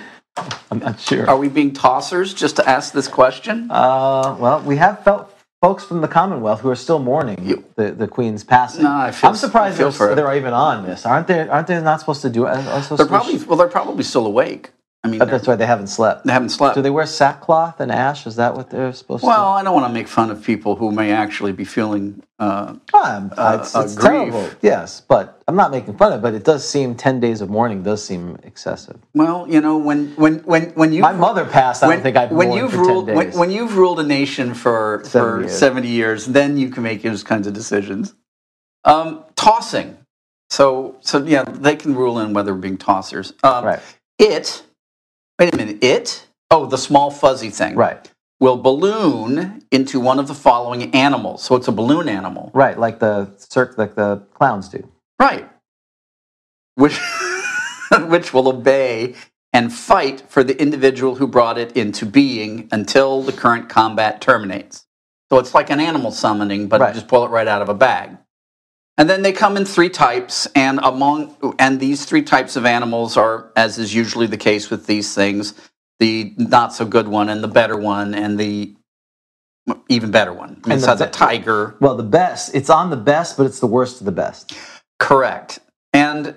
Speaker 2: I'm not sure.
Speaker 3: Are we being tossers just to ask this question?
Speaker 2: Uh, well, we have felt folks from the Commonwealth who are still mourning the, the Queen's passing.
Speaker 3: No, I feel-
Speaker 2: I'm surprised
Speaker 3: I feel
Speaker 2: they're,
Speaker 3: for
Speaker 2: they're even on this. Aren't they? Aren't they not supposed to do it? Are- are supposed to-
Speaker 3: They're probably, well, they're probably still awake. I mean,
Speaker 2: Oh, that's right. They haven't slept.
Speaker 3: they haven't slept.
Speaker 2: Do they wear sackcloth and ash? Is that what they're supposed
Speaker 3: Well, I don't want to make fun of people who may actually be feeling. Uh,
Speaker 2: to? Well, I'm- it's,
Speaker 3: uh,
Speaker 2: it's
Speaker 3: grief.
Speaker 2: terrible. Yes, but I'm not making fun of. it, But it does seem ten days of mourning does seem excessive.
Speaker 3: well, you know, when when when when you
Speaker 2: My mother passed. I
Speaker 3: when,
Speaker 2: don't think I've
Speaker 3: when
Speaker 2: mourned
Speaker 3: you've
Speaker 2: for
Speaker 3: ruled
Speaker 2: ten
Speaker 3: when,
Speaker 2: days.
Speaker 3: when you've ruled a nation for
Speaker 2: 70
Speaker 3: for
Speaker 2: years.
Speaker 3: seventy years, then you can make those kinds of decisions. Um, tossing, so so yeah, they can rule in whether being tossers. Um,
Speaker 2: right,
Speaker 3: It. Wait a minute. It. Oh, the small fuzzy thing.
Speaker 2: right,
Speaker 3: Will balloon into one of the following animals. So it's a balloon animal.
Speaker 2: right. Like the circ, like the clowns do.
Speaker 3: Right. Which, which will obey and fight for the individual who brought it into being until the current combat terminates. So it's like an animal summoning, but
Speaker 2: Right.
Speaker 3: just pull it right out of a bag. And then they come in three types, and among and these three types of animals are, as is usually the case with these things, the not so good one, and the better one, and the even better one.
Speaker 2: And
Speaker 3: And
Speaker 2: the
Speaker 3: so the
Speaker 2: be-
Speaker 3: tiger.
Speaker 2: Well, the best. It's on the best, but it's the worst of the best.
Speaker 3: Correct. And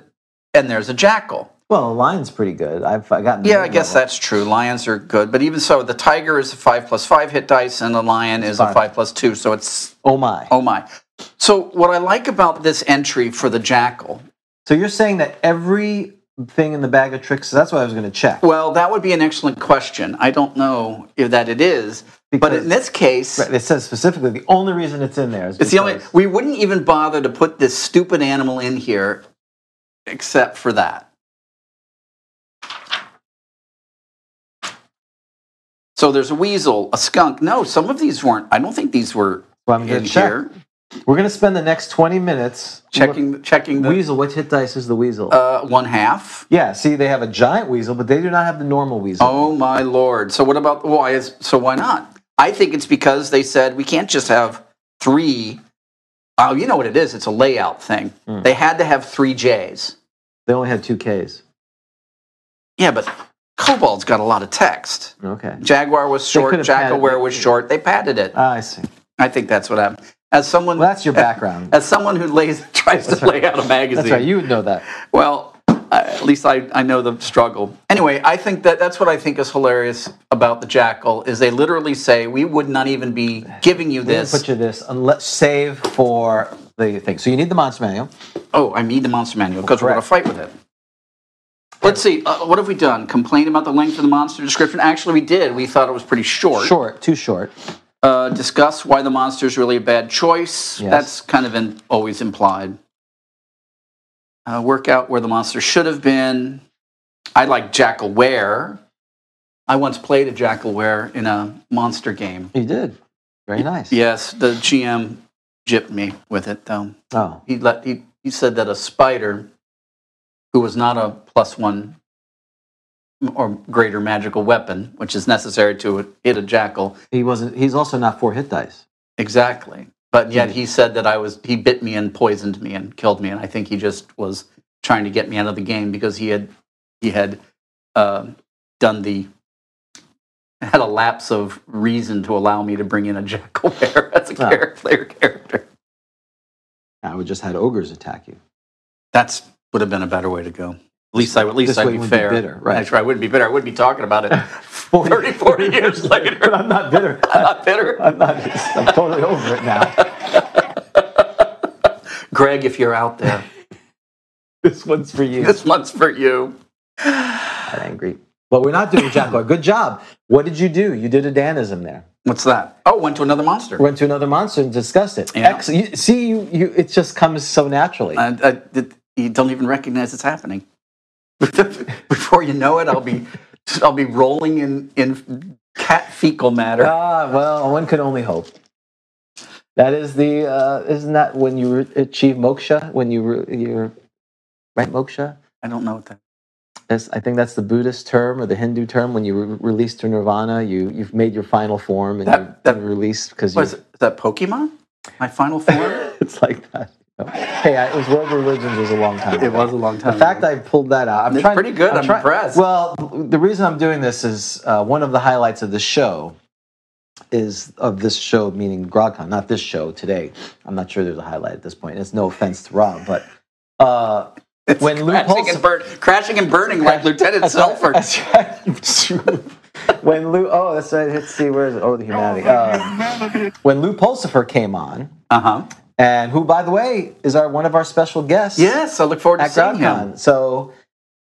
Speaker 3: and there's a jackal.
Speaker 2: Well, a lion's pretty good. I've gotten.
Speaker 3: Yeah, I guess that's true. Lions are good, but even so, the tiger is a five plus five hit dice, and the lion is a
Speaker 2: Five.
Speaker 3: five plus two. So it's
Speaker 2: Oh my!
Speaker 3: oh my. So what I like about this entry for the jackal,
Speaker 2: So you're saying that every thing in the bag of tricks. That's what I was going to check.
Speaker 3: well, that would be an excellent question. I don't know if that it is, but
Speaker 2: Because-
Speaker 3: in this case,
Speaker 2: Right, it says specifically the only reason it's in there is
Speaker 3: it's the only.
Speaker 2: because-
Speaker 3: We wouldn't even bother to put this stupid animal in here, except for that. So there's a weasel, a skunk. No, some of these weren't. I don't think these were
Speaker 2: So I'm going
Speaker 3: in
Speaker 2: to check.
Speaker 3: here.
Speaker 2: We're going to spend the next 20 minutes
Speaker 3: Checking, checking
Speaker 2: Look,
Speaker 3: the
Speaker 2: weasel. Which hit dice is the weasel?
Speaker 3: uh, one half.
Speaker 2: yeah, see, they have a giant weasel, but they do not have the normal weasel.
Speaker 3: Oh my lord! So what about why is so why not? I think it's because they said we can't just have three. Oh, you know what it is? It's a layout thing.
Speaker 2: Hmm.
Speaker 3: They had to have three J's.
Speaker 2: They only had two Ks.
Speaker 3: Yeah, but Cobalt's got a lot of text.
Speaker 2: Okay.
Speaker 3: Jaguar was short.
Speaker 2: could've padded
Speaker 3: Jackaware
Speaker 2: it.
Speaker 3: was short. They padded it.
Speaker 2: Ah, I see.
Speaker 3: I think that's what happened. As someone,
Speaker 2: Well, that's your background.
Speaker 3: as someone who lays tries to lay out a magazine.
Speaker 2: That's right. You would know that.
Speaker 3: Well, I, at least I, I know the struggle. Anyway, I think that that's what I think is hilarious about the jackal is they literally say we would not even be giving you
Speaker 2: We didn't
Speaker 3: this.
Speaker 2: put you this unless save for the thing. So you need the monster manual.
Speaker 3: oh, I need the monster manual because we're going to
Speaker 2: Correct.
Speaker 3: fight with it. Let's see. Uh, what have we done? Complain about the length of the monster description? Actually, we did. We thought it was pretty short.
Speaker 2: Short, too short.
Speaker 3: Uh, discuss why the monster is really a bad choice.
Speaker 2: Yes.
Speaker 3: That's kind of in, always implied. Uh, work out where the monster should have been. I like Jackal Ware. I once played a Jackal Ware in a monster game.
Speaker 2: You did. Very nice.
Speaker 3: Yes, the GM gypped me with it though.
Speaker 2: Oh.
Speaker 3: He let he, he said that a spider who was not a plus one or greater magical weapon, which is necessary to hit a jackal,
Speaker 2: He wasn't he's also not four hit dice.
Speaker 3: Exactly. But yet he said that I was he bit me and poisoned me and killed me, and I think he just was trying to get me out of the game because he had he had uh, done the had a lapse of reason to allow me to bring in a jackal bear as a
Speaker 2: Oh.
Speaker 3: character, player character.
Speaker 2: I would just had ogres attack you.
Speaker 3: That's would have been a better way to go. At least I at least
Speaker 2: This
Speaker 3: I'd
Speaker 2: way
Speaker 3: be
Speaker 2: you wouldn't be
Speaker 3: fair.
Speaker 2: bitter, right.
Speaker 3: That's I wouldn't be bitter. I wouldn't be talking about it
Speaker 2: 40,
Speaker 3: 30, 40 years
Speaker 2: But
Speaker 3: later.
Speaker 2: I'm not bitter.
Speaker 3: I'm not bitter.
Speaker 2: I'm not I'm totally over it now.
Speaker 3: Greg, if you're out there,
Speaker 2: This one's for you.
Speaker 3: this one's for you.
Speaker 2: I'm angry. But we're not doing Jaguar. Good job. What did you do? You did a Danism there.
Speaker 3: What's that? Oh, went to another monster.
Speaker 2: Went to another monster and discussed it.
Speaker 3: Yeah.
Speaker 2: Ex- you, see, you, you, it just comes so naturally.
Speaker 3: And I, did- you don't even recognize it's happening. Before you know it, I'll be I'll be rolling in in cat fecal matter.
Speaker 2: Ah, well, one can only hope. That is the uh, isn't that when you re- achieve moksha? When you re- you're right moksha?
Speaker 3: I don't know what that.
Speaker 2: That's, I think that's the Buddhist term or the Hindu term. When you re- release to nirvana, you you've made your final form and
Speaker 3: That-
Speaker 2: you
Speaker 3: that-
Speaker 2: you release because
Speaker 3: What is, it, is that Pokemon? My final form.
Speaker 2: it's like that. you know. Hey, I, it was world religions was a long time. ago.
Speaker 3: was a long time.
Speaker 2: The fact I pulled that out, I'm
Speaker 3: It's
Speaker 2: trying-
Speaker 3: pretty good. I'm
Speaker 2: try-
Speaker 3: impressed.
Speaker 2: Well, the reason I'm doing this is uh, one of the highlights of the show is of this show, meaning GrogCon, not this show today. I'm not sure there's a highlight at this point. It's no offense to Rob, but uh, when Lou
Speaker 3: crashing and,
Speaker 2: Paulson,
Speaker 3: burn, crashing and burning like Lieutenant Selford.
Speaker 2: That's right. when Lou, oh, that's right. Let's see, where is it? Oh, the humanity. Uh, when Lou Pulsifer came on,
Speaker 3: Uh huh.
Speaker 2: and who, by the way, is our one of our special guests
Speaker 3: Yes, I look forward to
Speaker 2: at
Speaker 3: seeing him.
Speaker 2: GrogCon. So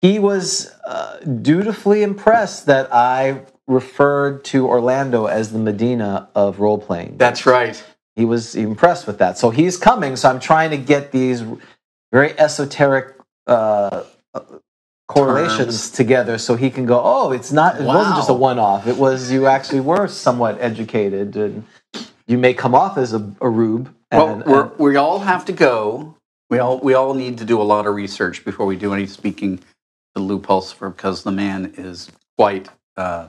Speaker 2: he was uh, dutifully impressed that I referred to Orlando as the Medina of role playing.
Speaker 3: That's right.
Speaker 2: He was impressed with that. So he's coming. So I'm trying to get these very esoteric uh, correlations
Speaker 3: Terms.
Speaker 2: together so he can go, oh, it's not, it wasn't just a
Speaker 3: Wow.
Speaker 2: one off. It was you actually were somewhat educated and you may come off as a, a rube.
Speaker 3: Well,
Speaker 2: and-
Speaker 3: we're, we all have to go. We all we all need to do a lot of research before we do any speaking to Lou Pulsifer because the man is quite uh,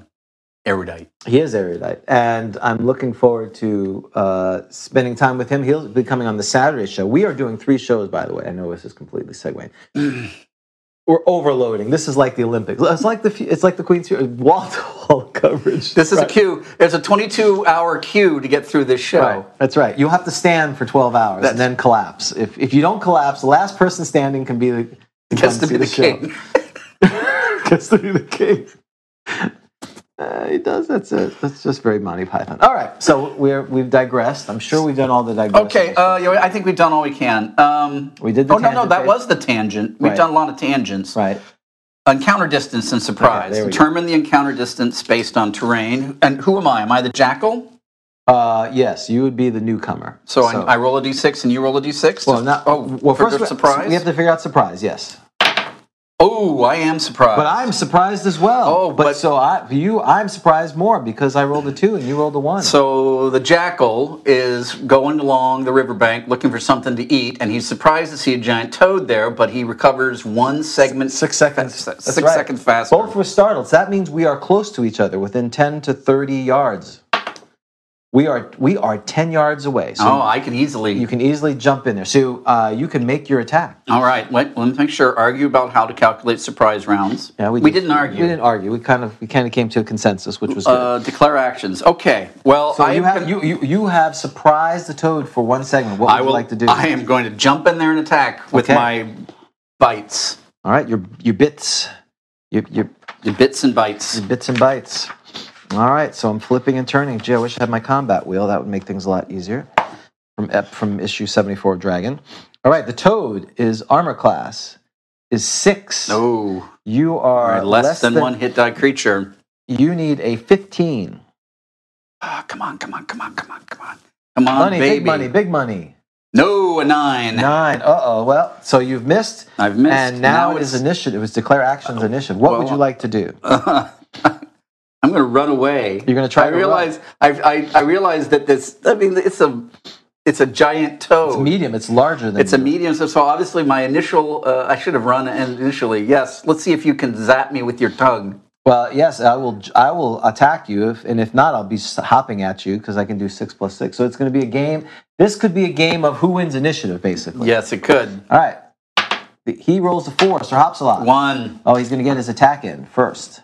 Speaker 3: erudite.
Speaker 2: He is erudite, and I'm looking forward to uh, spending time with him. He'll be coming on the Saturday show. We are doing three shows, by the way. I know this is completely segueing. We're overloading. This is like the Olympics. It's like the it's like the Queen's wall to wall coverage.
Speaker 3: This is
Speaker 2: Right.
Speaker 3: a queue. It's a 22 hour queue to get through this show.
Speaker 2: Right. That's right. You'll have to stand for 12 hours and then collapse. If, if you don't collapse, the last person standing can be the can
Speaker 3: Gets
Speaker 2: come
Speaker 3: to
Speaker 2: see
Speaker 3: be the,
Speaker 2: show.
Speaker 3: king.
Speaker 2: Gets to be the king. Uh, he does. That's it. That's just very Monty Python. All right. So we're we've digressed. I'm sure we've done all the digressing.
Speaker 3: Okay, uh, yeah, I think we've done all we can. Um,
Speaker 2: We did the
Speaker 3: oh no, no,
Speaker 2: tangent
Speaker 3: that
Speaker 2: phase.
Speaker 3: was the tangent. We've
Speaker 2: Right.
Speaker 3: done a lot of tangents.
Speaker 2: right.
Speaker 3: Encounter distance and surprise.
Speaker 2: Okay, there we go.
Speaker 3: Determine the encounter distance based on terrain. And who am I? Am I the jackal?
Speaker 2: Uh, yes, you would be the newcomer.
Speaker 3: So, I, I roll a d6 and you roll a d6.
Speaker 2: well,
Speaker 3: to-
Speaker 2: not,
Speaker 3: oh,
Speaker 2: well,
Speaker 3: for
Speaker 2: first
Speaker 3: good
Speaker 2: we-
Speaker 3: surprise.
Speaker 2: We have to figure out surprise. Yes,
Speaker 3: oh, I am surprised.
Speaker 2: but I'm surprised as well.
Speaker 3: Oh,
Speaker 2: but,
Speaker 3: but-
Speaker 2: so I, you, I'm surprised more because I rolled a two and you rolled a one.
Speaker 3: So the jackal is going along the riverbank looking for something to eat, and he's surprised to see a giant toad there, but he recovers one segment.
Speaker 2: Six seconds.
Speaker 3: Six
Speaker 2: That's
Speaker 3: seconds
Speaker 2: right.
Speaker 3: faster.
Speaker 2: Both were startled. So that means we are close to each other, within ten to thirty yards. We are we are ten yards away, so
Speaker 3: oh, I could easily.
Speaker 2: you can easily jump in there. So uh, you can make your attack.
Speaker 3: All right, let, let me make sure. Argue about how to calculate surprise rounds.
Speaker 2: Yeah, we, did-
Speaker 3: didn't argue.
Speaker 2: We didn't argue. We kind of we kind of came to a consensus, which was good.
Speaker 3: uh, declare actions. Okay. Well,
Speaker 2: so
Speaker 3: I
Speaker 2: you
Speaker 3: am
Speaker 2: have
Speaker 3: gonna-
Speaker 2: you, you you have surprised the toad for one segment. What would
Speaker 3: I
Speaker 2: you
Speaker 3: will
Speaker 2: like to do?
Speaker 3: I am going to jump in there and attack with
Speaker 2: Okay.
Speaker 3: my bites,
Speaker 2: All right, your your bits, your, your
Speaker 3: the bits and bites.
Speaker 2: bits and bytes. All right, so I'm flipping and turning. Gee, I wish I had my combat wheel. That would make things a lot easier. From ep- from issue 74 of Dragon. All right, the toad is armor class is six.
Speaker 3: Oh,
Speaker 2: You
Speaker 3: all
Speaker 2: are
Speaker 3: right, less, than, one hit die creature.
Speaker 2: You need a 15.
Speaker 3: Ah, come on, come on, come on, come on, come on, come on,
Speaker 2: Money,
Speaker 3: baby.
Speaker 2: big money, big money.
Speaker 3: No, a nine.
Speaker 2: Nine. Uh oh. Well, so you've missed.
Speaker 3: I've missed.
Speaker 2: And now, it
Speaker 3: it's- Oh.
Speaker 2: is initiative. It's declare actions initiative. What would
Speaker 3: well, uh,
Speaker 2: you like to do?
Speaker 3: I'm going to run away.
Speaker 2: You're gonna try
Speaker 3: I
Speaker 2: to
Speaker 3: realize. I, I I realize that this. I mean, it's a it's a giant toad.
Speaker 2: It's medium. It's larger than.
Speaker 3: It's a
Speaker 2: you.
Speaker 3: medium, so, so obviously my initial, uh, I should have run initially. Yes, let's see if you can zap me with your tongue.
Speaker 2: Well, yes, I will. I will attack you, if, and if not, I'll be s- hopping at you because I can do six plus six. So it's going to be a game. This could be a game of who wins initiative, basically.
Speaker 3: Yes, it could.
Speaker 2: All right. He rolls a four, Sir Hopsalot.
Speaker 3: One.
Speaker 2: Oh, he's going to get his attack in first.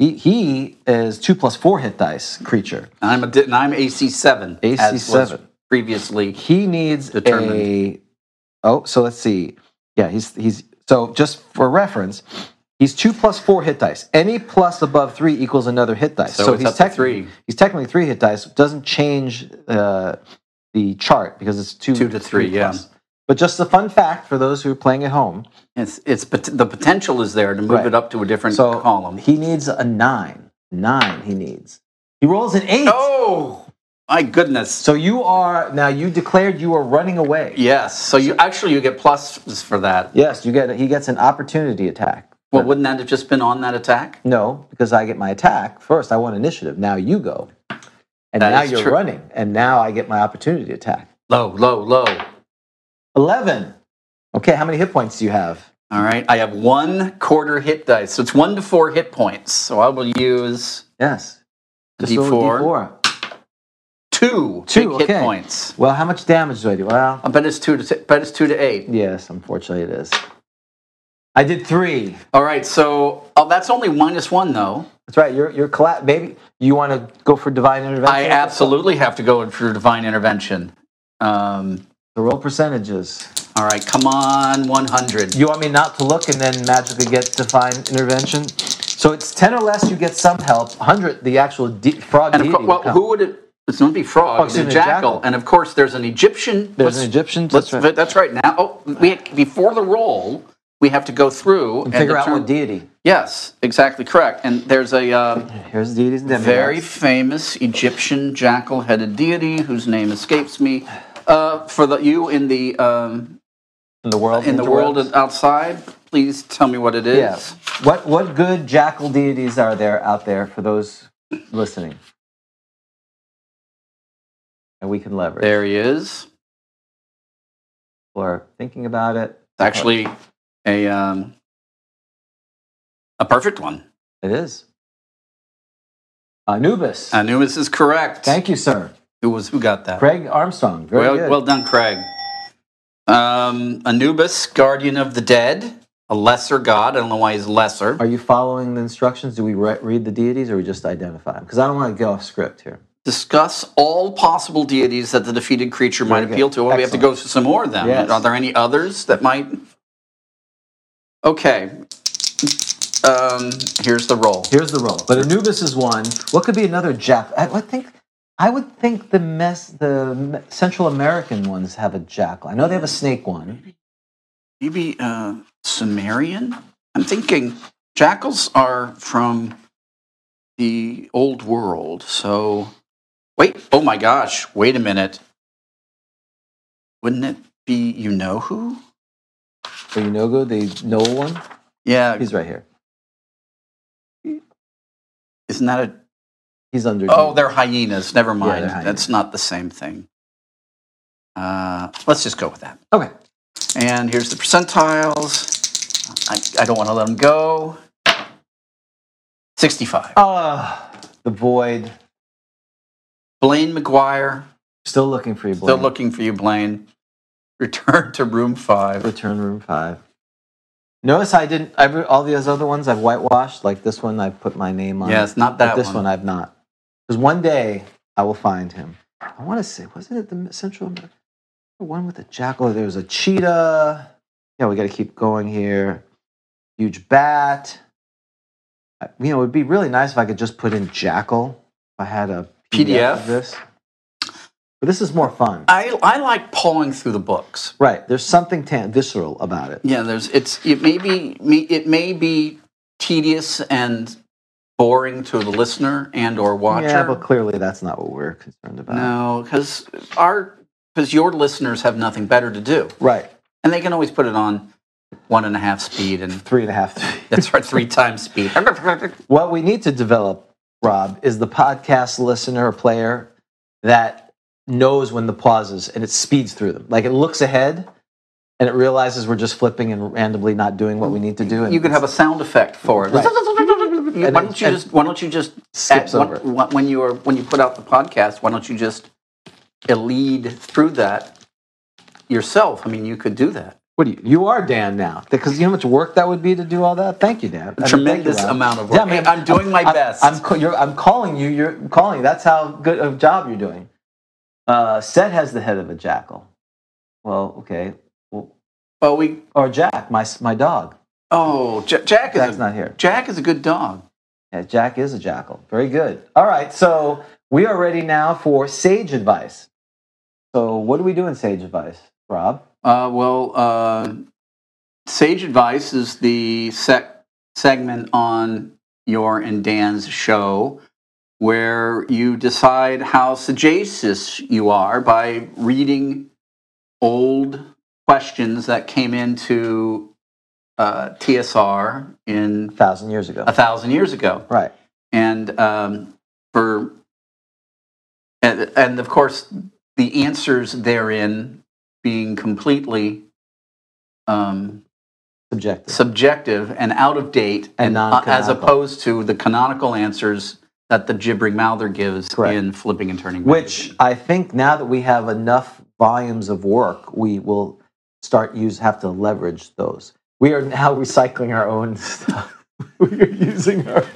Speaker 2: He, he is two plus four hit dice creature.
Speaker 3: I'm a, di- and I'm AC seven.
Speaker 2: AC
Speaker 3: as was
Speaker 2: seven.
Speaker 3: Previously,
Speaker 2: He needs
Speaker 3: Determined.
Speaker 2: a. Oh, so let's see. Yeah, he's he's. So just for reference, he's two plus four hit dice. Any plus above three equals another hit dice.
Speaker 3: So it's
Speaker 2: he's
Speaker 3: up to
Speaker 2: techni-
Speaker 3: three.
Speaker 2: He's technically three hit dice. Doesn't change uh, the chart because it's two
Speaker 3: Two to three, yeah.
Speaker 2: plus. But just a fun fact for those who are playing at home.
Speaker 3: it's it's pot- the potential is there to move
Speaker 2: Right.
Speaker 3: it up to a different
Speaker 2: So
Speaker 3: column.
Speaker 2: he needs a nine. Nine he needs. He rolls an eight.
Speaker 3: Oh my goodness!
Speaker 2: So you are now. You declared you are running away.
Speaker 3: Yes. So you actually you get pluses for that.
Speaker 2: Yes, you get. He gets an opportunity attack.
Speaker 3: Well, wouldn't that have just been on that attack?
Speaker 2: No, because I get my attack first. I want initiative. Now you go, and
Speaker 3: That
Speaker 2: now
Speaker 3: is
Speaker 2: you're
Speaker 3: true.
Speaker 2: running, and now I get my opportunity attack.
Speaker 3: Low, low, low.
Speaker 2: Eleven. Okay, how many hit points do you have?
Speaker 3: All right, I have one quarter hit dice, so it's one to four hit points. So I will use
Speaker 2: Yes, Just
Speaker 3: D4.
Speaker 2: over D4.
Speaker 3: two,
Speaker 2: Two,
Speaker 3: big
Speaker 2: okay.
Speaker 3: hit points.
Speaker 2: Well, how much damage do I do? Well,
Speaker 3: I bet it's two to si- bet it's two to eight.
Speaker 2: yes, unfortunately it is. I did three.
Speaker 3: All right, so oh, that's only minus one though.
Speaker 2: That's right. You're you're colla- maybe you want to go for divine intervention.
Speaker 3: I absolutely have to go in for divine intervention. Um,
Speaker 2: the roll percentages.
Speaker 3: all right, come on, one hundred.
Speaker 2: You want me not to look and then magically get divine intervention? So it's 10 or less, you get some help. 100, the actual de- frog
Speaker 3: And of
Speaker 2: deity
Speaker 3: course, well,
Speaker 2: will come.
Speaker 3: who would it? It's not be frog.
Speaker 2: Oh,
Speaker 3: it's
Speaker 2: excuse
Speaker 3: a
Speaker 2: me,
Speaker 3: jackal.
Speaker 2: jackal.
Speaker 3: and of course there's an Egyptian.
Speaker 2: There's
Speaker 3: let's-
Speaker 2: an Egyptian.
Speaker 3: Let's,
Speaker 2: That's right.
Speaker 3: that's right. Now, oh, we before the roll, we have to go through and,
Speaker 2: Figure out
Speaker 3: determine-
Speaker 2: what deity.
Speaker 3: Yes, exactly correct. And there's a uh,
Speaker 2: Here's deities and demigods.
Speaker 3: very famous Egyptian jackal-headed deity whose name escapes me. Uh, for the you in the um,
Speaker 2: in the world.
Speaker 3: in the world
Speaker 2: interwebs.
Speaker 3: outside, please tell me what it is.
Speaker 2: yeah. What what good jackal deities are there out there for those listening? And we can leverage
Speaker 3: There he is.
Speaker 2: or thinking about it.
Speaker 3: Actually, a um, a perfect one.
Speaker 2: It is. Anubis.
Speaker 3: Anubis is correct.
Speaker 2: Thank you, sir.
Speaker 3: Who was who got that?
Speaker 2: Craig Armstrong. Very
Speaker 3: well,
Speaker 2: good.
Speaker 3: well done, Craig. Um, Anubis, guardian of the dead, a lesser god. I don't know why he's lesser.
Speaker 2: Are you following the instructions? Do we re- read the deities or we just identify them? Because I don't want to go off script here.
Speaker 3: Discuss all possible deities that the defeated creature might
Speaker 2: good.
Speaker 3: appeal to. Well, we have to go
Speaker 2: Excellent.
Speaker 3: through some more of them.
Speaker 2: Yes.
Speaker 3: Are there any others that might? Okay. Um, here's the roll.
Speaker 2: Here's the roll. But Anubis is one. What could be another Jap? I would think. I would think the mess, the me- Central American ones have a jackal. I know they have a snake one.
Speaker 3: Maybe uh, Sumerian? I'm thinking jackals are from the old world. So, wait, oh my gosh, wait a minute. Wouldn't it be you know who?
Speaker 2: For Unogo, the Noel one.
Speaker 3: Yeah,
Speaker 2: He's right here.
Speaker 3: isn't that a.
Speaker 2: He's under.
Speaker 3: Oh, they're hyenas. Never mind.
Speaker 2: hyenas.
Speaker 3: That's not the same thing. Uh, let's just go with that.
Speaker 2: Okay.
Speaker 3: And here's the percentiles. I, I don't want to let them go. 65.
Speaker 2: Ah, the void.
Speaker 3: Blaine McGuire,
Speaker 2: Still looking for you, Blaine.
Speaker 3: Still looking for you, Blaine. Return to room five.
Speaker 2: Return room five. Notice I didn't. Every, all these other ones I've whitewashed. Like this one, I put my name on.
Speaker 3: Yes, not
Speaker 2: But
Speaker 3: that
Speaker 2: this
Speaker 3: one.
Speaker 2: one. I've not. Because one day I will find him. I want to say, wasn't it the Central America? The one with the jackal. There was a cheetah. Yeah, we got to keep going here. Huge bat. I- You know, it would be really nice if I could just put in jackal. If I had a PDF,
Speaker 3: PDF?
Speaker 2: of this. But this is more fun.
Speaker 3: I, I like pulling through the books.
Speaker 2: right. There's something tan- visceral about it.
Speaker 3: Yeah, there's it's it may be me it may be tedious and boring to the listener and or watcher.
Speaker 2: Yeah, but clearly that's not what we're concerned about.
Speaker 3: no, because our because your listeners have nothing better to do,
Speaker 2: Right.
Speaker 3: and they can always put it on one and a half speed, and
Speaker 2: Three and a half.
Speaker 3: that's our three times speed.
Speaker 2: What we need to develop, Rob, is the podcast listener or player that knows when the pauses and it speeds through them. Like it looks ahead and it realizes we're just flipping and randomly not doing what we need to do. And
Speaker 3: You could have a sound effect for it.
Speaker 2: Right.
Speaker 3: Why don't you
Speaker 2: and-
Speaker 3: just Why don't you just
Speaker 2: Skips
Speaker 3: add-
Speaker 2: over it.
Speaker 3: when, when you are when you put out the podcast? Why don't you just lead through that yourself? I mean, you could do that.
Speaker 2: What do you? You are Dan now because you know how much work that would be to do all that. Thank you, Dan. I mean, thank you,
Speaker 3: Tremendous
Speaker 2: Rob.
Speaker 3: amount of work.
Speaker 2: I mean,
Speaker 3: I'm doing my
Speaker 2: I'm-
Speaker 3: best.
Speaker 2: I'm, ca- you're, I'm calling you. You're I'm calling. you. That's how good a job you're doing. Uh, Set has the head of a jackal. Well, okay. Well,
Speaker 3: well, we
Speaker 2: or Jack, my my dog.
Speaker 3: oh J- Jack is
Speaker 2: Jack's
Speaker 3: a,
Speaker 2: not here.
Speaker 3: Jack is a good dog.
Speaker 2: Yeah, Jack is a jackal. Very good. All right, so we are ready now for sage advice. So, what do we do in sage advice, Rob?
Speaker 3: Uh, well, uh, Sage Advice is the sec- segment on your and Dan's show where you decide how sagacious you are by reading old questions that came into uh, TSR
Speaker 2: A
Speaker 3: in
Speaker 2: thousand years ago.
Speaker 3: a thousand years ago
Speaker 2: Right.
Speaker 3: and um, for and, and of course the answers therein being completely um,
Speaker 2: Subjective.
Speaker 3: subjective and out of date
Speaker 2: And
Speaker 3: uh, as
Speaker 2: non-canonical.
Speaker 3: opposed to the canonical answers that the gibbering mouther gives
Speaker 2: Correct.
Speaker 3: in flipping and turning
Speaker 2: Which I think now that we have enough volumes of work, we will start use have to leverage those. We are now recycling our own stuff. we are using our.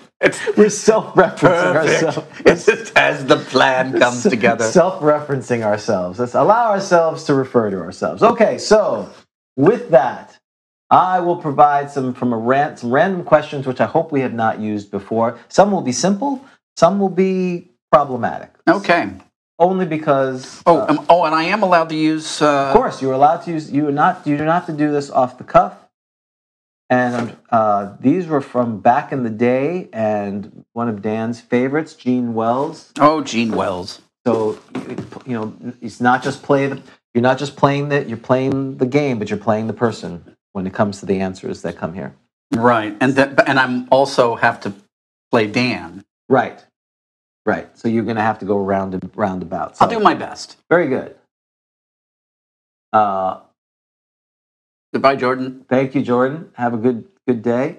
Speaker 2: we're self-referencing ourselves.
Speaker 3: it's just as the plan comes together
Speaker 2: Self-referencing ourselves. Let's allow ourselves to refer to ourselves. Okay, so with that, I will provide some from a rant, some random questions which I hope we have not used before. Some will be simple, some will be problematic.
Speaker 3: okay
Speaker 2: Only because
Speaker 3: oh um, oh and i am allowed to use uh,
Speaker 2: of course you're allowed to use you are not you do not have to do this off the cuff. And uh, these were from back in the day, and one of Dan's favorites, Gene Wells.
Speaker 3: oh gene wells
Speaker 2: So you know, it's not just play. The, you're not just playing the you're playing the game, but you're playing the person when it comes to the answers that come here.
Speaker 3: Right, and that, and I'm also have to play Dan.
Speaker 2: Right, right. So you're going to have to go round and roundabout. So,
Speaker 3: I'll do my best.
Speaker 2: very good. Uh,
Speaker 3: Goodbye, Jordan.
Speaker 2: thank you, Jordan. Have a good good day.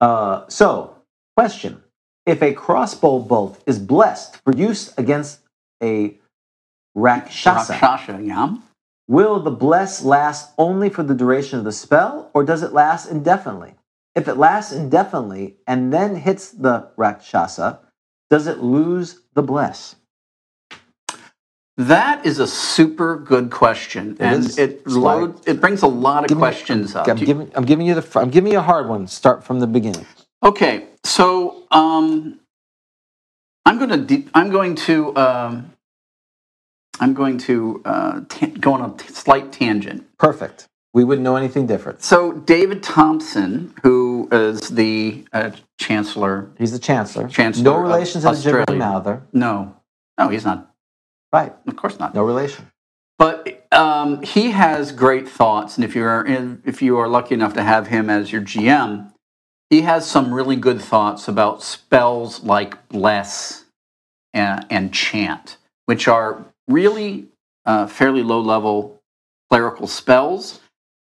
Speaker 2: Uh, so, question: if a crossbow bolt is blessed for use against a rakshasa,
Speaker 3: Rakshasa, yeah.
Speaker 2: will the bless last only for the duration of the spell, or does it last indefinitely? If it lasts indefinitely and then hits the rakshasa, does it lose the bless?
Speaker 3: That is a super good question, and
Speaker 2: is.
Speaker 3: it
Speaker 2: Slide.
Speaker 3: load, it brings a lot of
Speaker 2: Give me-
Speaker 3: questions up.
Speaker 2: I'm
Speaker 3: Do you-
Speaker 2: giving, I'm giving you the, fr- I'm giving you a hard one. Start from the beginning.
Speaker 3: Okay, so um, I'm going to de- I'm going to um, I'm going to uh, ta- go on a t- slight tangent.
Speaker 2: Perfect. We wouldn't know anything different.
Speaker 3: So David Thompson, who is the uh, chancellor,
Speaker 2: He's the chancellor.
Speaker 3: Chancellor
Speaker 2: no
Speaker 3: of
Speaker 2: relation to the
Speaker 3: Australia.
Speaker 2: gibbering mouther.
Speaker 3: no, no, he's not.
Speaker 2: Right.
Speaker 3: Of course not.
Speaker 2: No relation.
Speaker 3: But um, he has great thoughts, and if you are in, if you are lucky enough to have him as your GM, he has some really good thoughts about spells like bless and, and chant, which are really uh, fairly low level clerical spells.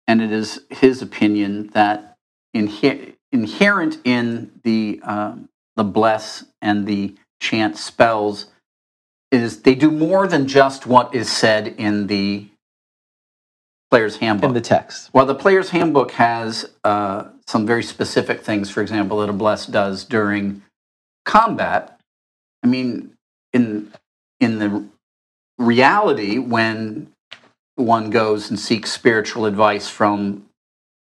Speaker 3: And it is his opinion that inhe- inherent in the um, the bless and the chant spells is they do more than just what is said in the player's handbook.
Speaker 2: In the text.
Speaker 3: Well, the player's handbook has uh, some very specific things, for example, that a bless does during combat. I mean, in in the reality, when one goes and seeks spiritual advice from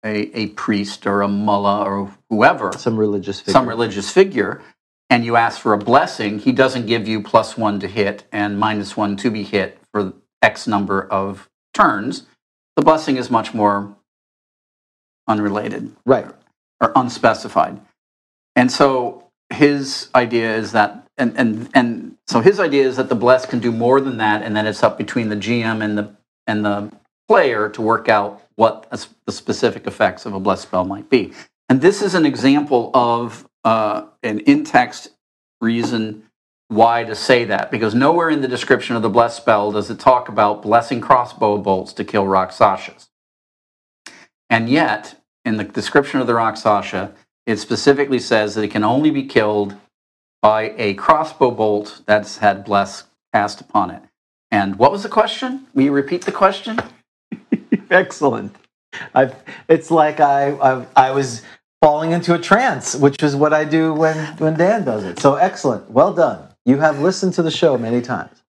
Speaker 3: a, a priest or a mullah or whoever,
Speaker 2: Some religious figure.
Speaker 3: some religious figure, and you ask for a blessing, he doesn't give you plus one to hit and minus one to be hit for X number of turns. The blessing is much more unrelated
Speaker 2: right.
Speaker 3: or unspecified. And so his idea is that, and, and, and so his idea is that the bless can do more than that, and then it's up between the GM and the, and the player to work out what a s- the specific effects of a bless spell might be. And this is an example of uh, an in text reason why to say that, because nowhere in the description of the bless spell does it talk about blessing crossbow bolts to kill Rakshasas. And yet, in the description of the Raksasha, it specifically says that it can only be killed by a crossbow bolt that's had bless cast upon it. And what was the question? Will you repeat the question?
Speaker 2: Excellent. I've, it's like I, I I was falling into a trance, which is what I do when when Dan does it. So excellent. Well done. You have listened to the show many times.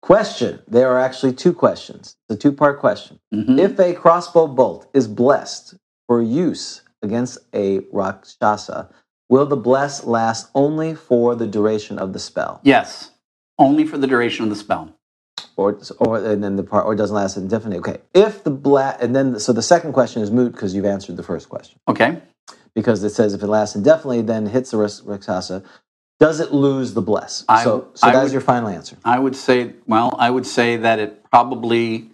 Speaker 2: Question. There are actually two questions. It's a two part question.
Speaker 3: Mhm.
Speaker 2: If a crossbow bolt is blessed for use against a rakshasa, will the bless last only for the duration of the spell,
Speaker 3: Yes, only for the duration of the spell.
Speaker 2: or or and then the part or it doesn't last indefinitely? Okay. If the bla and then so the second question is moot because you've answered the first question
Speaker 3: Okay.
Speaker 2: because it says if it lasts indefinitely, then hits the ras- rakshasa, does it lose the bless?
Speaker 3: I-
Speaker 2: so so
Speaker 3: I
Speaker 2: that is
Speaker 3: would-
Speaker 2: your final answer.
Speaker 3: I would say, well, I would say that it probably.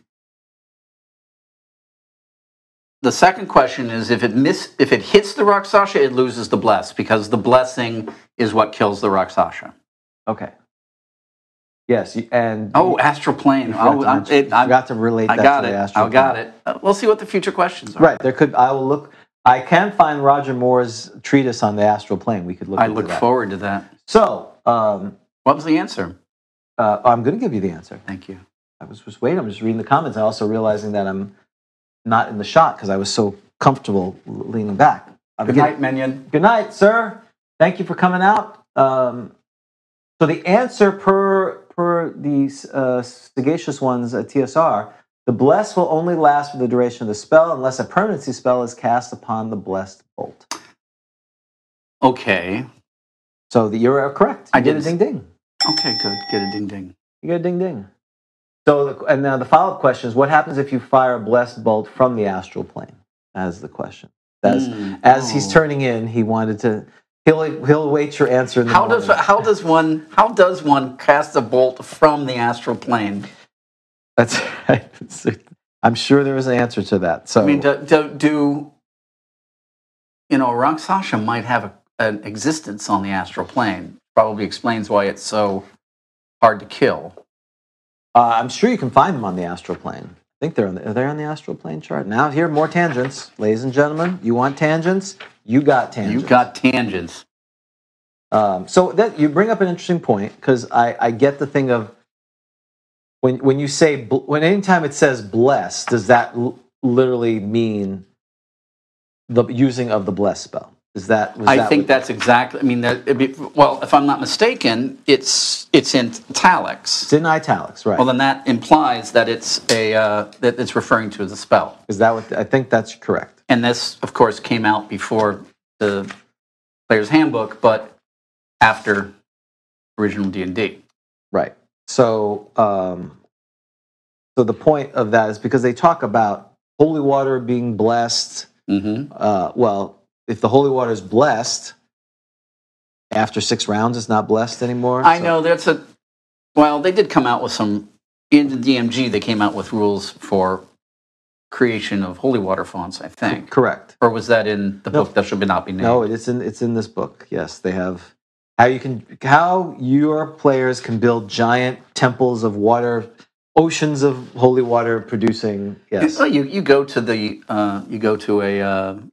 Speaker 3: The second question is if it miss if it hits the Raksasha, it loses the bless because the blessing is what kills the Raksasha.
Speaker 2: Okay. Yes, you- and
Speaker 3: Oh, astral plane.
Speaker 2: you forgot
Speaker 3: Oh,
Speaker 2: to
Speaker 3: I,
Speaker 2: mention-
Speaker 3: it,
Speaker 2: you
Speaker 3: I,
Speaker 2: forgot to relate.
Speaker 3: I
Speaker 2: that
Speaker 3: got
Speaker 2: to
Speaker 3: it.
Speaker 2: The
Speaker 3: I got it. Uh, we'll see what the future questions are.
Speaker 2: Right. There could I will look I can find Roger Moore's treatise on the astral plane. We could look
Speaker 3: I
Speaker 2: into
Speaker 3: look
Speaker 2: that.
Speaker 3: forward to that.
Speaker 2: So, um,
Speaker 3: What was the answer?
Speaker 2: uh, I'm going to give you the answer.
Speaker 3: Thank you.
Speaker 2: I was just waiting. I'm just reading the comments and also realizing that I'm not in the shot because I was so comfortable leaning back. I'm
Speaker 3: Good
Speaker 2: getting-
Speaker 3: night, Minion.
Speaker 2: Good night, sir. Thank you for coming out. Um, so the answer per per the uh, sagacious ones at TSR, the bless will only last for the duration of the spell unless a permanency spell is cast upon the blessed bolt.
Speaker 3: Okay.
Speaker 2: So the, you're correct.
Speaker 3: I
Speaker 2: You get a
Speaker 3: didn't
Speaker 2: ding ding.
Speaker 3: Okay, good. Get a ding ding.
Speaker 2: You get a ding ding. So the, and now the follow up question is: What happens if you fire a blessed bolt from the astral plane? That is the question. As
Speaker 3: Mm.
Speaker 2: as he's
Speaker 3: Oh.
Speaker 2: turning in, he wanted to. He'll he'll wait your answer. In the
Speaker 3: How does
Speaker 2: morning.
Speaker 3: how does one how does one cast a bolt from the astral plane?
Speaker 2: That's right. I'm sure there was an answer to that. So
Speaker 3: I mean, do, do, do you know Raksasha might have a, an existence on the astral plane? Probably explains why it's so hard to kill.
Speaker 2: uh, I'm sure you can find them on the astral plane. I think they're on the, are they on the astral plane chart. Now here, more tangents, ladies and gentlemen. You want tangents? You got tangents.
Speaker 3: You got tangents.
Speaker 2: Um, so that you bring up an interesting point because I, I get the thing of when when you say bl- when anytime it says blessed, does that l- literally mean the using of the blessed spell? Is that was
Speaker 3: I
Speaker 2: that
Speaker 3: think
Speaker 2: what-
Speaker 3: that's exactly. I mean, that, it'd be, well, if I'm not mistaken, it's it's in italics.
Speaker 2: it's in italics, right?
Speaker 3: Well, then that implies that it's a uh, that it's referring to as a spell.
Speaker 2: is that what I think that's correct?
Speaker 3: And this, of course, came out before the Player's Handbook, but after original D and D.
Speaker 2: Right. So, um, so the point of that is because they talk about holy water being blessed.
Speaker 3: Mm-hmm.
Speaker 2: Uh, well, if the holy water is blessed, after six rounds, it's not blessed anymore.
Speaker 3: I
Speaker 2: So-
Speaker 3: know that's a. Well, they did come out with some in the DMG. They came out with rules for creation of holy water fonts. I think,
Speaker 2: Correct.
Speaker 3: or was that in the
Speaker 2: No.
Speaker 3: book that should not be named?
Speaker 2: No, it's in it's in this book. Yes, they have how you can how your players can build giant temples of water, oceans of holy water producing. Yes,
Speaker 3: Oh, you you go to the uh, you go to a uh,
Speaker 2: Hmm.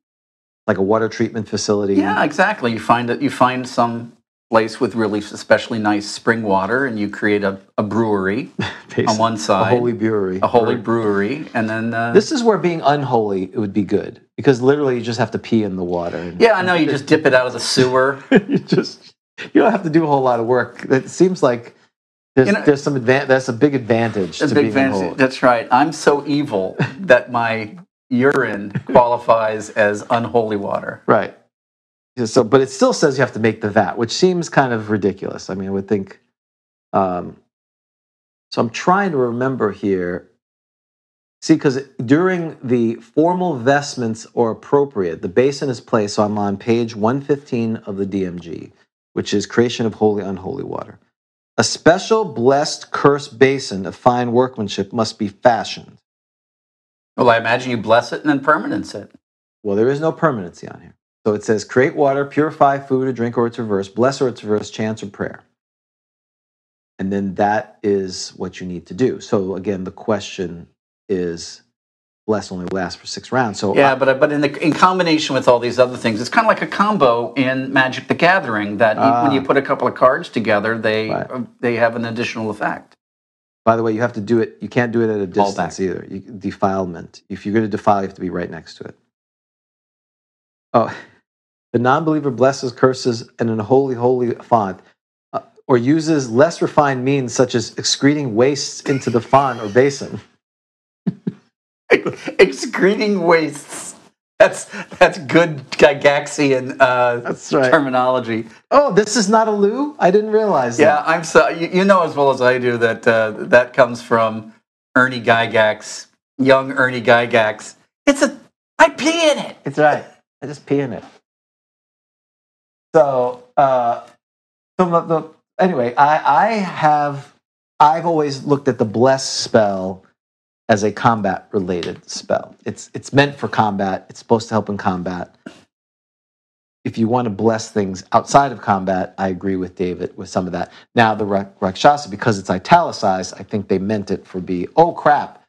Speaker 2: like a water treatment facility.
Speaker 3: yeah exactly you find that you find some place with really especially nice spring water and you create a, a brewery
Speaker 2: based-
Speaker 3: on one
Speaker 2: a
Speaker 3: side
Speaker 2: holy brewery.
Speaker 3: a holy brewery and then uh,
Speaker 2: This is where being unholy it would be good because literally you just have to pee in the water. and-
Speaker 3: yeah I know you just dip it out of the sewer
Speaker 2: you just you don't have to do a whole lot of work. It seems like there's,
Speaker 3: You know-
Speaker 2: there's some advan That's a big advantage
Speaker 3: That's
Speaker 2: to
Speaker 3: big
Speaker 2: being
Speaker 3: fantasy.
Speaker 2: unholy.
Speaker 3: that's right I'm so evil that my urine qualifies as unholy water
Speaker 2: Right. Yeah, So, but it still says you have to make the vat, which seems kind of ridiculous. I mean, I would think. Um, so I'm trying to remember here. See, because during the formal vestments or appropriate, the basin is placed. So I'm on page 115 of the DMG, which is creation of holy unholy water. A special blessed cursed basin of fine workmanship must be fashioned.
Speaker 3: well I imagine you bless it and then permanence it
Speaker 2: Well, there is no permanency on here. So it says create water, purify food or drink or its reverse, bless or its reverse, chants or prayer. And then that is what you need to do. So again, the question is bless only lasts for six rounds. So
Speaker 3: Yeah, but but in the, in combination with all these other things, it's kind of like a combo in Magic: The Gathering that you, when
Speaker 2: Ah.
Speaker 3: you put a couple of cards together, they
Speaker 2: Right.
Speaker 3: uh, they have an additional effect.
Speaker 2: by the way, you have to do it. You can't do it at a
Speaker 3: Fall back.
Speaker 2: distance either. You, defilement. If you're going to defile, you have to be right next to it. Oh, the non-believer blesses, curses, and in a holy, holy font, uh, or uses less refined means such as excreting wastes into the font or basin.
Speaker 3: Excreting wastes. That's that's good Gygaxian uh,
Speaker 2: That's right.
Speaker 3: terminology.
Speaker 2: Oh, this is not a loo. I didn't realize
Speaker 3: Yeah,
Speaker 2: that.
Speaker 3: I'm so you, you know as well as I do that uh, that comes from Ernie Gygax, young Ernie Gygax. It's a I pee in it.
Speaker 2: It's right. I just pee in it. So, uh, so the, the, anyway, I, I have, I've always looked at the bless spell as a combat related spell. It's, it's meant for combat. It's supposed to help in combat. If you want to bless things outside of combat, I agree with David with some of that. Now, the Ra- Rakshasa, because it's italicized, I think they meant it for be, oh crap,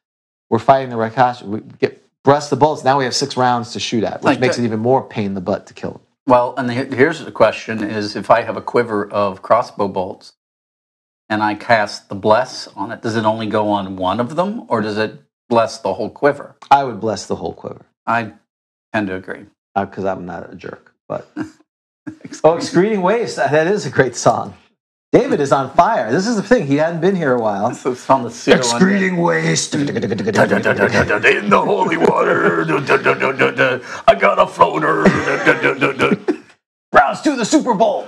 Speaker 2: we're fighting the Rakshasa. We get, Brush the bolts. Now we have six rounds to shoot at, which
Speaker 3: Like
Speaker 2: makes
Speaker 3: the-
Speaker 2: it even more pain in the butt to kill him.
Speaker 3: Well, and the, here's the question: Is if I have a quiver of crossbow bolts, and I cast the bless on it, does it only go on one of them, or does it bless the whole quiver?
Speaker 2: I would bless the whole quiver
Speaker 3: I tend to agree.
Speaker 2: because I'm not a jerk. But oh, excreting waste. That is a great song. David is on fire. This is the thing. He hadn't been here a while.
Speaker 3: So it's on the pseudo-
Speaker 2: waste.
Speaker 3: in the holy water. I got a floater.
Speaker 2: Browse to the Super Bowl.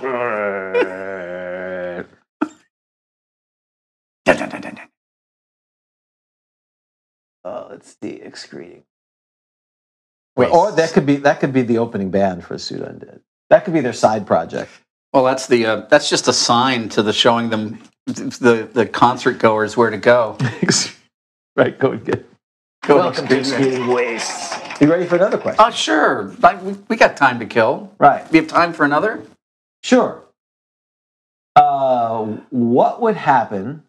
Speaker 2: Oh, let's see. Excreting.
Speaker 3: Wait,
Speaker 2: Or that could be that could be the opening band for Pseudo Undead. That could be their side project.
Speaker 3: Well, that's the uh, that's just a sign to the showing them the the concert goers where to go.
Speaker 2: right, go and get.
Speaker 3: Go to
Speaker 2: Welcome to
Speaker 3: Experience.
Speaker 2: Excreting Waste. You ready for another question?
Speaker 3: Uh, sure. Like, we, we got time to kill.
Speaker 2: Right.
Speaker 3: We have time for another?
Speaker 2: Sure. Uh, what would happen?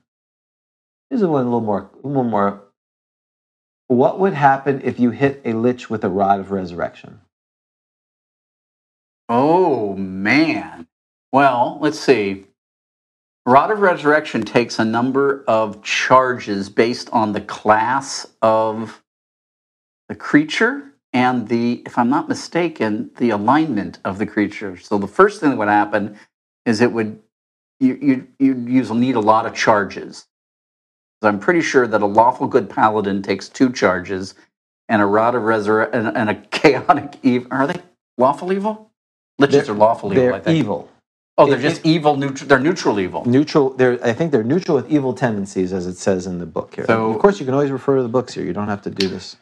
Speaker 2: Here's one a little more, one more. What would happen if you hit a lich with a rod of resurrection?
Speaker 3: Oh, man. Well, let's see. Rod of Resurrection takes a number of charges based on the class of the creature and the, if I'm not mistaken, the alignment of the creature. So the first thing that would happen is it would you you you'd use need a lot of charges. 'Cause I'm pretty sure that a lawful good paladin takes two charges, and a rod of resurrection and, and a chaotic evil. Are they lawful evil? Liches
Speaker 2: They're-
Speaker 3: are lawful evil. I
Speaker 2: They're
Speaker 3: think.
Speaker 2: evil.
Speaker 3: Oh, they're
Speaker 2: If-
Speaker 3: just evil. Neutral, they're neutral evil.
Speaker 2: Neutral. They're, I think they're neutral with evil tendencies, as it says in the book here.
Speaker 3: So-
Speaker 2: of course, you can always refer to the books here. You don't have to do this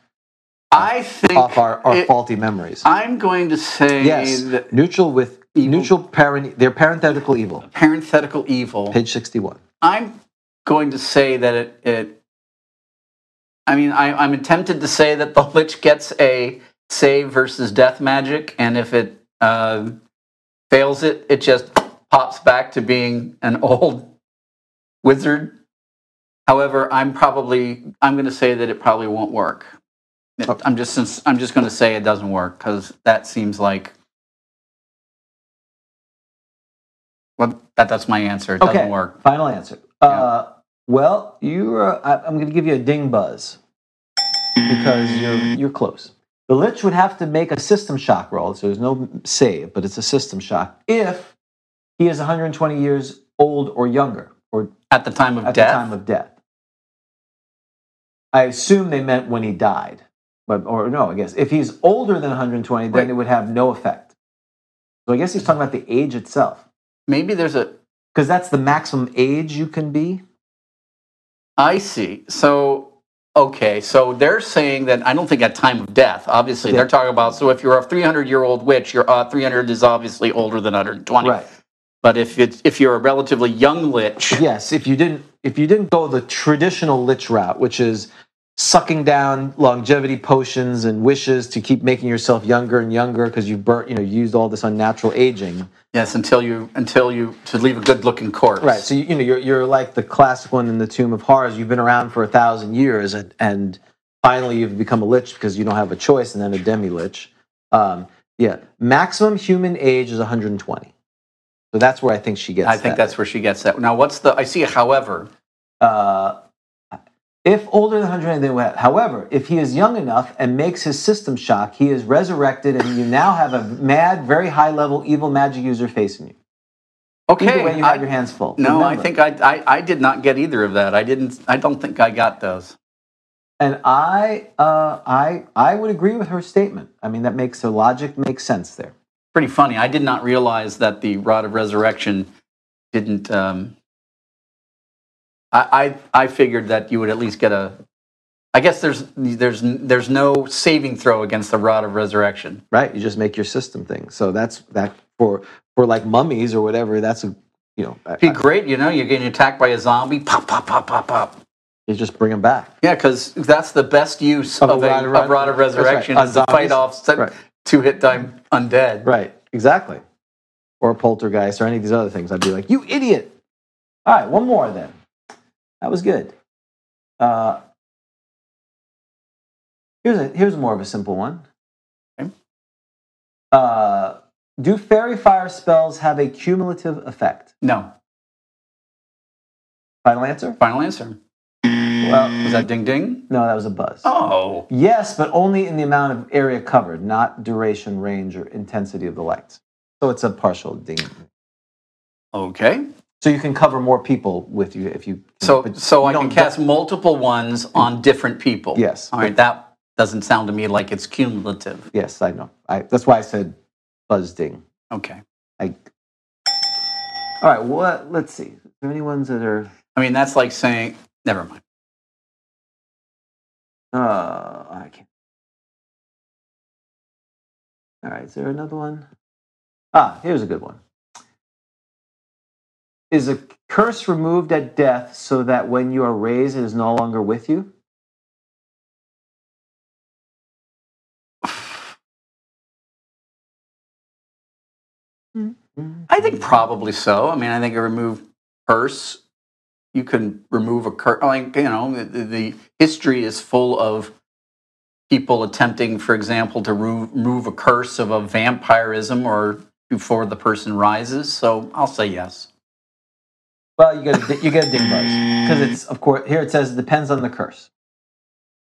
Speaker 3: I think
Speaker 2: off our, our
Speaker 3: it-
Speaker 2: faulty memories.
Speaker 3: I'm going to say
Speaker 2: yes,
Speaker 3: that
Speaker 2: neutral with
Speaker 3: Evil.
Speaker 2: neutral parent. They're parenthetical evil.
Speaker 3: parenthetical evil.
Speaker 2: Page sixty-one.
Speaker 3: I'm going to say that it. it I mean, I, I'm tempted to say that the Lich gets a save versus death magic, and if it uh, fails it, it just pops back to being an old wizard. However, I'm probably I'm going to say that it probably won't work. It-
Speaker 2: Okay.
Speaker 3: I'm just since I'm just going to say it doesn't work because that seems like. Well, that, that's my answer. It doesn't
Speaker 2: Okay.
Speaker 3: work.
Speaker 2: Final answer. Uh, well, you are. I, I'm going to give you a ding buzz because you're you're close. The lich would have to make a system shock roll, so there's no save, but it's a system shock if he is 120 years old or younger, or
Speaker 3: At the time of
Speaker 2: at
Speaker 3: death?
Speaker 2: the time of death. I assume they meant when he died, but or no, I guess if he's older than 120, then
Speaker 3: Right.
Speaker 2: it would have no effect. So I guess he's talking about the age itself,
Speaker 3: Maybe there's a.
Speaker 2: because that's the maximum age you can be.
Speaker 3: I see. So, okay. So they're saying that I don't think at time of death, obviously.
Speaker 2: Yeah.
Speaker 3: They're talking about, so if you're a 300 year old witch, your uh, 300 is obviously older than 120.
Speaker 2: Right.
Speaker 3: But if, it's, if you're a relatively young lich,
Speaker 2: Yes, if you didn't if you didn't go the traditional lich route, which is sucking down longevity potions and wishes to keep making yourself younger and younger because you've burnt, you know, used all this unnatural aging.
Speaker 3: yes, until you, until you, to leave a good looking corpse.
Speaker 2: Right. So you, you know you're you're like the classic one in the Tomb of Horrors. You've been around for a thousand years, and and finally you've become a lich because you don't have a choice, and then a demi lich. Um, yeah, maximum human age is 120. So that's where I think she gets.
Speaker 3: I think
Speaker 2: that.
Speaker 3: that's where she gets that. Now, what's the, I see a however.
Speaker 2: uh, if older than 120, they will have. However, if he is young enough and makes his system shock, he is resurrected, and you now have a mad, very high level evil magic user facing you.
Speaker 3: Okay.
Speaker 2: Either way, you
Speaker 3: I-
Speaker 2: have your hands full.
Speaker 3: no, I
Speaker 2: Remember.
Speaker 3: think I, I, I did not get either of that. I didn't, I don't think I got those.
Speaker 2: And I, uh, I, I would agree with her statement. I mean, that makes her logic makes sense there.
Speaker 3: pretty funny. I did not realize that the rod of resurrection didn't. Um, I, I I figured that you would at least get a. I guess there's there's there's no saving throw against the rod of resurrection.
Speaker 2: right you just make your system thing so that's that for for like mummies or whatever that's a you know I,
Speaker 3: Be great, you know. You're getting attacked by a zombie. Pop pop pop pop pop.
Speaker 2: you just bring them back
Speaker 3: Yeah, because that's the best use
Speaker 2: Of
Speaker 3: of,
Speaker 2: a
Speaker 3: a,
Speaker 2: rod of
Speaker 3: of rod of
Speaker 2: res- that's right.
Speaker 3: resurrection
Speaker 2: On
Speaker 3: is to
Speaker 2: zombies?
Speaker 3: fight off
Speaker 2: Right.
Speaker 3: two hit time undead.
Speaker 2: right exactly or a poltergeist or any of these other things i'd be like you idiot all right one more then that was good uh here's a here's more of a simple one
Speaker 3: Okay.
Speaker 2: uh do fairy fire spells have a cumulative effect
Speaker 3: No.
Speaker 2: final answer
Speaker 3: Final answer.
Speaker 2: well
Speaker 3: Was that ding ding?
Speaker 2: no that was a buzz
Speaker 3: Oh.
Speaker 2: Yes, but only in the amount of area covered, not duration, range, or intensity of the lights. So it's a partial ding.
Speaker 3: Okay.
Speaker 2: So you can cover more people with you if you.
Speaker 3: So,
Speaker 2: but
Speaker 3: so
Speaker 2: you
Speaker 3: I can
Speaker 2: don't-
Speaker 3: cast multiple ones on different people.
Speaker 2: Yes.
Speaker 3: All right. That doesn't sound to me like it's cumulative.
Speaker 2: Yes, I know. I, that's why I said buzz ding.
Speaker 3: Okay.
Speaker 2: I, all right. What? Let's see. Is there any ones that are?
Speaker 3: I mean, that's like saying, never mind.
Speaker 2: Uh, I can't. All right. Is there another one? Ah, here's a good one. Is a curse removed at death so that when you are raised, it is no longer with you? Hmm.
Speaker 3: I think probably so. I mean, I think a remove curse, you can remove a curse. Like, you know, the, the- the history is full of people attempting, for example, to remo- remove a curse of a vampirism or before the person rises. So I'll say yes.
Speaker 2: Well, you get a, di- you get a ding buzz because it's of course here it says it depends on the curse.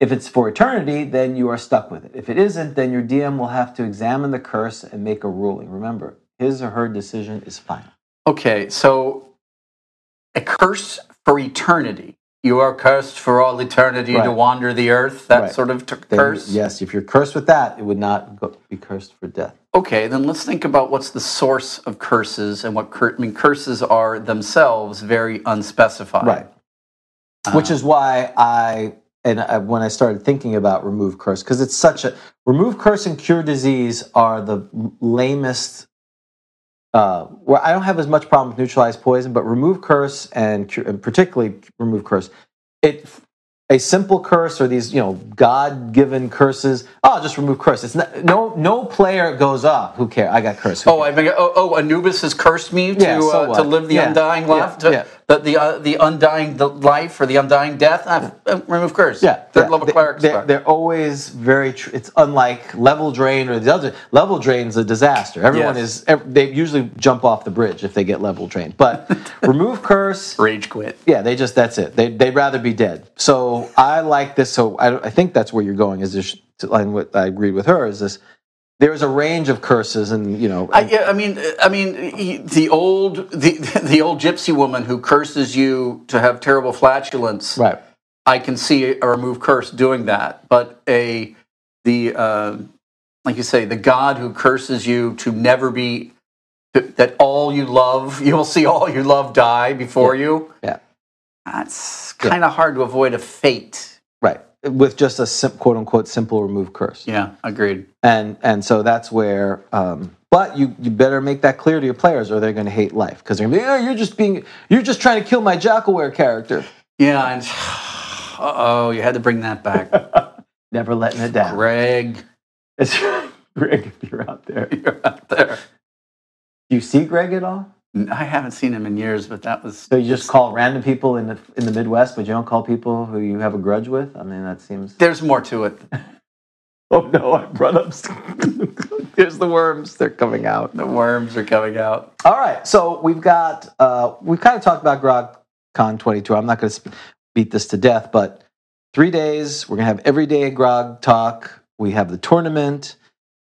Speaker 2: If it's for eternity, then you are stuck with it. If it isn't, then your DM will have to examine the curse and make a ruling. Remember, his or her decision is final.
Speaker 3: Okay, so a curse for eternity. You are cursed for all eternity to
Speaker 2: Right.
Speaker 3: wander the earth. That
Speaker 2: Right.
Speaker 3: sort of t-
Speaker 2: Then,
Speaker 3: curse.
Speaker 2: Yes, if you're cursed with that, it would not go, be cursed for death.
Speaker 3: Okay, then let's think about what's the source of curses and what cur- I mean. Curses are themselves very unspecified.
Speaker 2: Right. Which is why I and I, when I started thinking about remove curse because it's such a remove curse and cure disease are the lamest. Uh, where I don't have as much problem with neutralized poison, but remove curse and, cure, and particularly remove curse, it a simple curse or these you know God given curses. Oh, just remove curse. It's not, no no player goes up. Who cares? I got curse. Who
Speaker 3: Oh, I mean, oh, oh, Anubis has cursed me to
Speaker 2: Yeah, so
Speaker 3: uh, to
Speaker 2: what?
Speaker 3: live the
Speaker 2: Yeah,
Speaker 3: undying
Speaker 2: yeah,
Speaker 3: life,
Speaker 2: yeah.
Speaker 3: to, the the, uh, the undying the life or the undying death. Ah, uh, remove curse.
Speaker 2: Yeah,
Speaker 3: third
Speaker 2: yeah.
Speaker 3: level
Speaker 2: They-
Speaker 3: clerics.
Speaker 2: They're, they're always very. Tr- it's unlike level drain or the other. Level drain's a disaster. Everyone
Speaker 3: Yes.
Speaker 2: is. ev- They usually jump off the bridge if they get level drained. But remove curse.
Speaker 3: Rage quit.
Speaker 2: Yeah, they just that's it. They they'd rather be dead. So I like this. So I, I think that's where you're going. Is this? And what I agreed with her is this. There's a range of curses, and you know,
Speaker 3: I, yeah, I mean, uh, I mean, y- the old the the old gypsy woman who curses you to have terrible flatulence.
Speaker 2: right.
Speaker 3: I can see a remove curse doing that, but a the uh, like you say, the God who curses you to never be that all you love, you will see all you love die before you.
Speaker 2: Yeah.
Speaker 3: that's kind of hard to avoid a fate.
Speaker 2: Right, with just a sim- quote unquote simple remove curse.
Speaker 3: Yeah, agreed.
Speaker 2: and and so that's where um, but you, you better make that clear to your players or they're going to hate life because they're going to be oh, you're just being you're just trying to kill my jackalware character
Speaker 3: Yeah, and uh oh, you had to bring that back,
Speaker 2: never letting it down
Speaker 3: Greg.
Speaker 2: it's greg if you're out there do
Speaker 3: You're out there.
Speaker 2: you see greg at all
Speaker 3: I haven't seen him in years, but that was
Speaker 2: so you just call random people in the in the midwest but you don't call people who you have a grudge with i mean that seems
Speaker 3: there's more to it.
Speaker 2: oh no i brought up there's the worms they're coming out
Speaker 3: The worms are coming out.
Speaker 2: All right, so we've got uh, we've kind of talked about GrogCon 22. I'm not going to sp- beat this to death, but three days we're going to have every day Grog talk. We have the tournament.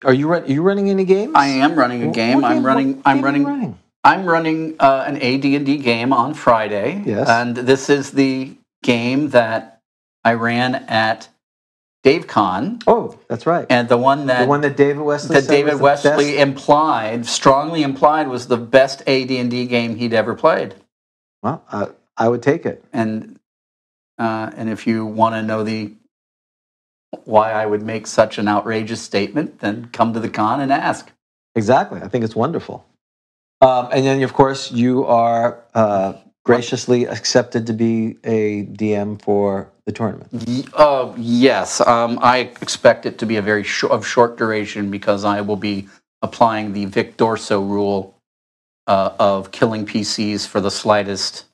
Speaker 2: Are you run- are you running any games?
Speaker 3: I am running a
Speaker 2: What
Speaker 3: game. I'm
Speaker 2: what
Speaker 3: running.
Speaker 2: game
Speaker 3: I'm
Speaker 2: are you
Speaker 3: running. I'm running uh, an AD&D game on Friday.
Speaker 2: Yes.
Speaker 3: And this is the game that I ran at DaveCon,
Speaker 2: Oh, that's right.
Speaker 3: and the one that
Speaker 2: the one that David Wesley
Speaker 3: that
Speaker 2: said was
Speaker 3: David
Speaker 2: the
Speaker 3: Wesley
Speaker 2: best-
Speaker 3: implied, strongly implied, was the best AD&D game he'd ever played.
Speaker 2: Well, uh, I would take it.
Speaker 3: And uh, and if you want to know the why I would make such an outrageous statement, then come to the con and ask.
Speaker 2: Exactly. I think it's wonderful. Um, and then, of course, you are uh, graciously accepted to be a DM for the tournament.
Speaker 3: Y- Uh, yes, um, I expect it to be a very shor- of short duration because I will be applying the Vic Dorso rule uh, of killing PCs for the slightest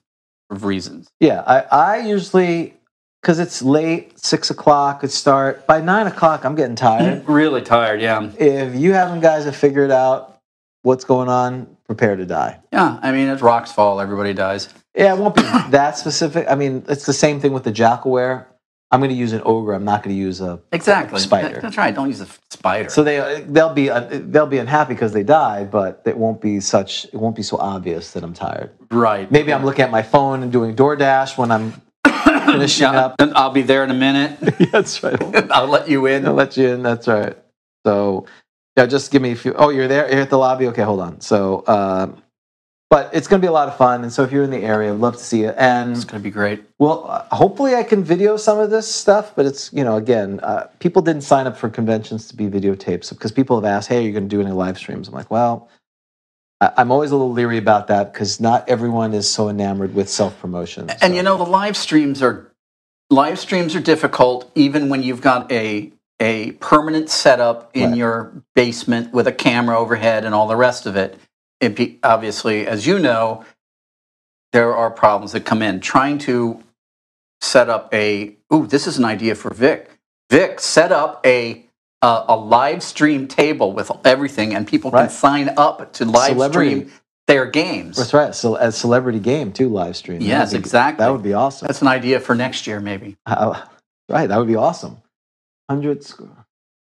Speaker 3: of reasons.
Speaker 2: Yeah, I, I usually because it's late, six o'clock. It start by nine o'clock. I'm getting tired.
Speaker 3: Really tired, yeah,
Speaker 2: if you haven't guys have figured out what's going on, prepare to die.
Speaker 3: yeah. I mean, it's rocks fall, everybody dies.
Speaker 2: Yeah, it won't be that specific. I mean, it's the same thing with the jackalware. I'm going to use an ogre. I'm not going to use a.
Speaker 3: Exactly,
Speaker 2: Spider.
Speaker 3: That's right. Don't use the f- spider.
Speaker 2: So they they'll be they'll be unhappy because they died, but it won't be such. It won't be so obvious that I'm tired.
Speaker 3: right.
Speaker 2: Maybe I'm looking at my phone and doing DoorDash when I'm finishing
Speaker 3: Yeah,
Speaker 2: up.
Speaker 3: and I'll be there in a minute.
Speaker 2: That's right.
Speaker 3: I'll let you in.
Speaker 2: I'll let you in. That's right. So, yeah, just give me a few. Oh, you're there. You're at the lobby. Okay, hold on. So, um, but it's going to be a lot of fun. And so, if you're in the area, I'd love to see you.
Speaker 3: It's
Speaker 2: And
Speaker 3: gonna be great.
Speaker 2: well, uh, hopefully, I can video some of this stuff. But it's you know, again, uh, people didn't sign up for conventions to be videotapes because people have asked, "Hey, are you going to do any live streams?" I'm like, well. I- I'm always a little leery about that because not everyone is so enamored with self promotion.
Speaker 3: And you know the live streams are live streams are difficult even when you've got a a permanent setup in
Speaker 2: Right.
Speaker 3: your basement with a camera overhead and all the rest of it. It be, obviously, as you know, there are problems that come in trying to set up a ooh, this is an idea for Vic. Vic, set up a a, a live stream table with everything, and people can
Speaker 2: Right.
Speaker 3: sign up to live
Speaker 2: Celebrity.
Speaker 3: stream their games.
Speaker 2: That's right. So as celebrity game too, live stream. That
Speaker 3: Yes,
Speaker 2: would be-
Speaker 3: exactly.
Speaker 2: That would be awesome.
Speaker 3: That's an idea for next year, maybe.
Speaker 2: Uh, right, that would be awesome. Hundred. sc-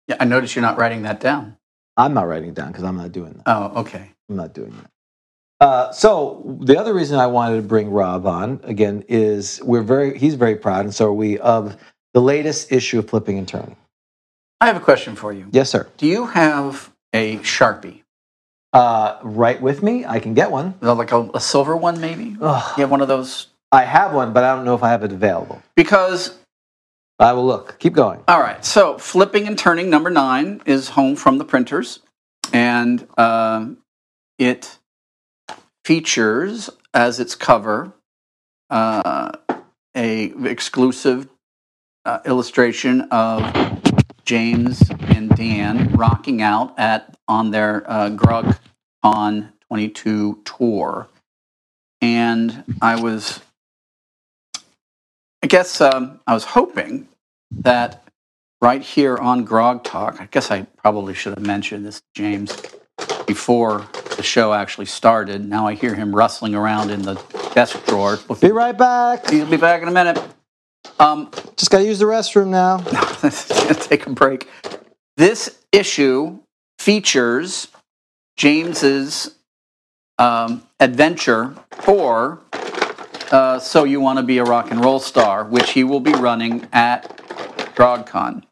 Speaker 3: Yeah, I notice you're not writing that down.
Speaker 2: I'm not writing it down because I'm not doing that.
Speaker 3: Oh, okay.
Speaker 2: I'm not doing that. Uh, so the other reason I wanted to bring Rob on again is we're very he's very proud, and so are we of the latest issue of Flipping and Turning.
Speaker 3: I have a question for you.
Speaker 2: Yes, sir.
Speaker 3: Do you have a Sharpie?
Speaker 2: Uh, right with me, I can get one.
Speaker 3: Like a, a silver one, maybe? You
Speaker 2: Ugh,
Speaker 3: have one of those?
Speaker 2: I have one, but I don't know if I have it available.
Speaker 3: Because
Speaker 2: I will look. Keep going.
Speaker 3: All right. So flipping and turning number nine is home from the printers, and um, it features as its cover uh, a exclusive uh, illustration of James and Dan rocking out at on their uh, Grug on 22 tour, and I was, I guess, um, I was hoping that right here on Grog Talk, I guess I probably should have mentioned this to James before the show actually started. Now I hear him rustling around in the desk drawer.
Speaker 2: Be right back.
Speaker 3: He'll be back in a minute. Um,
Speaker 2: Just gotta use the restroom now.
Speaker 3: take a break. This issue features James's um, adventure for uh, "So You Want to Be a Rock and Roll Star," which he will be running at DrogCon.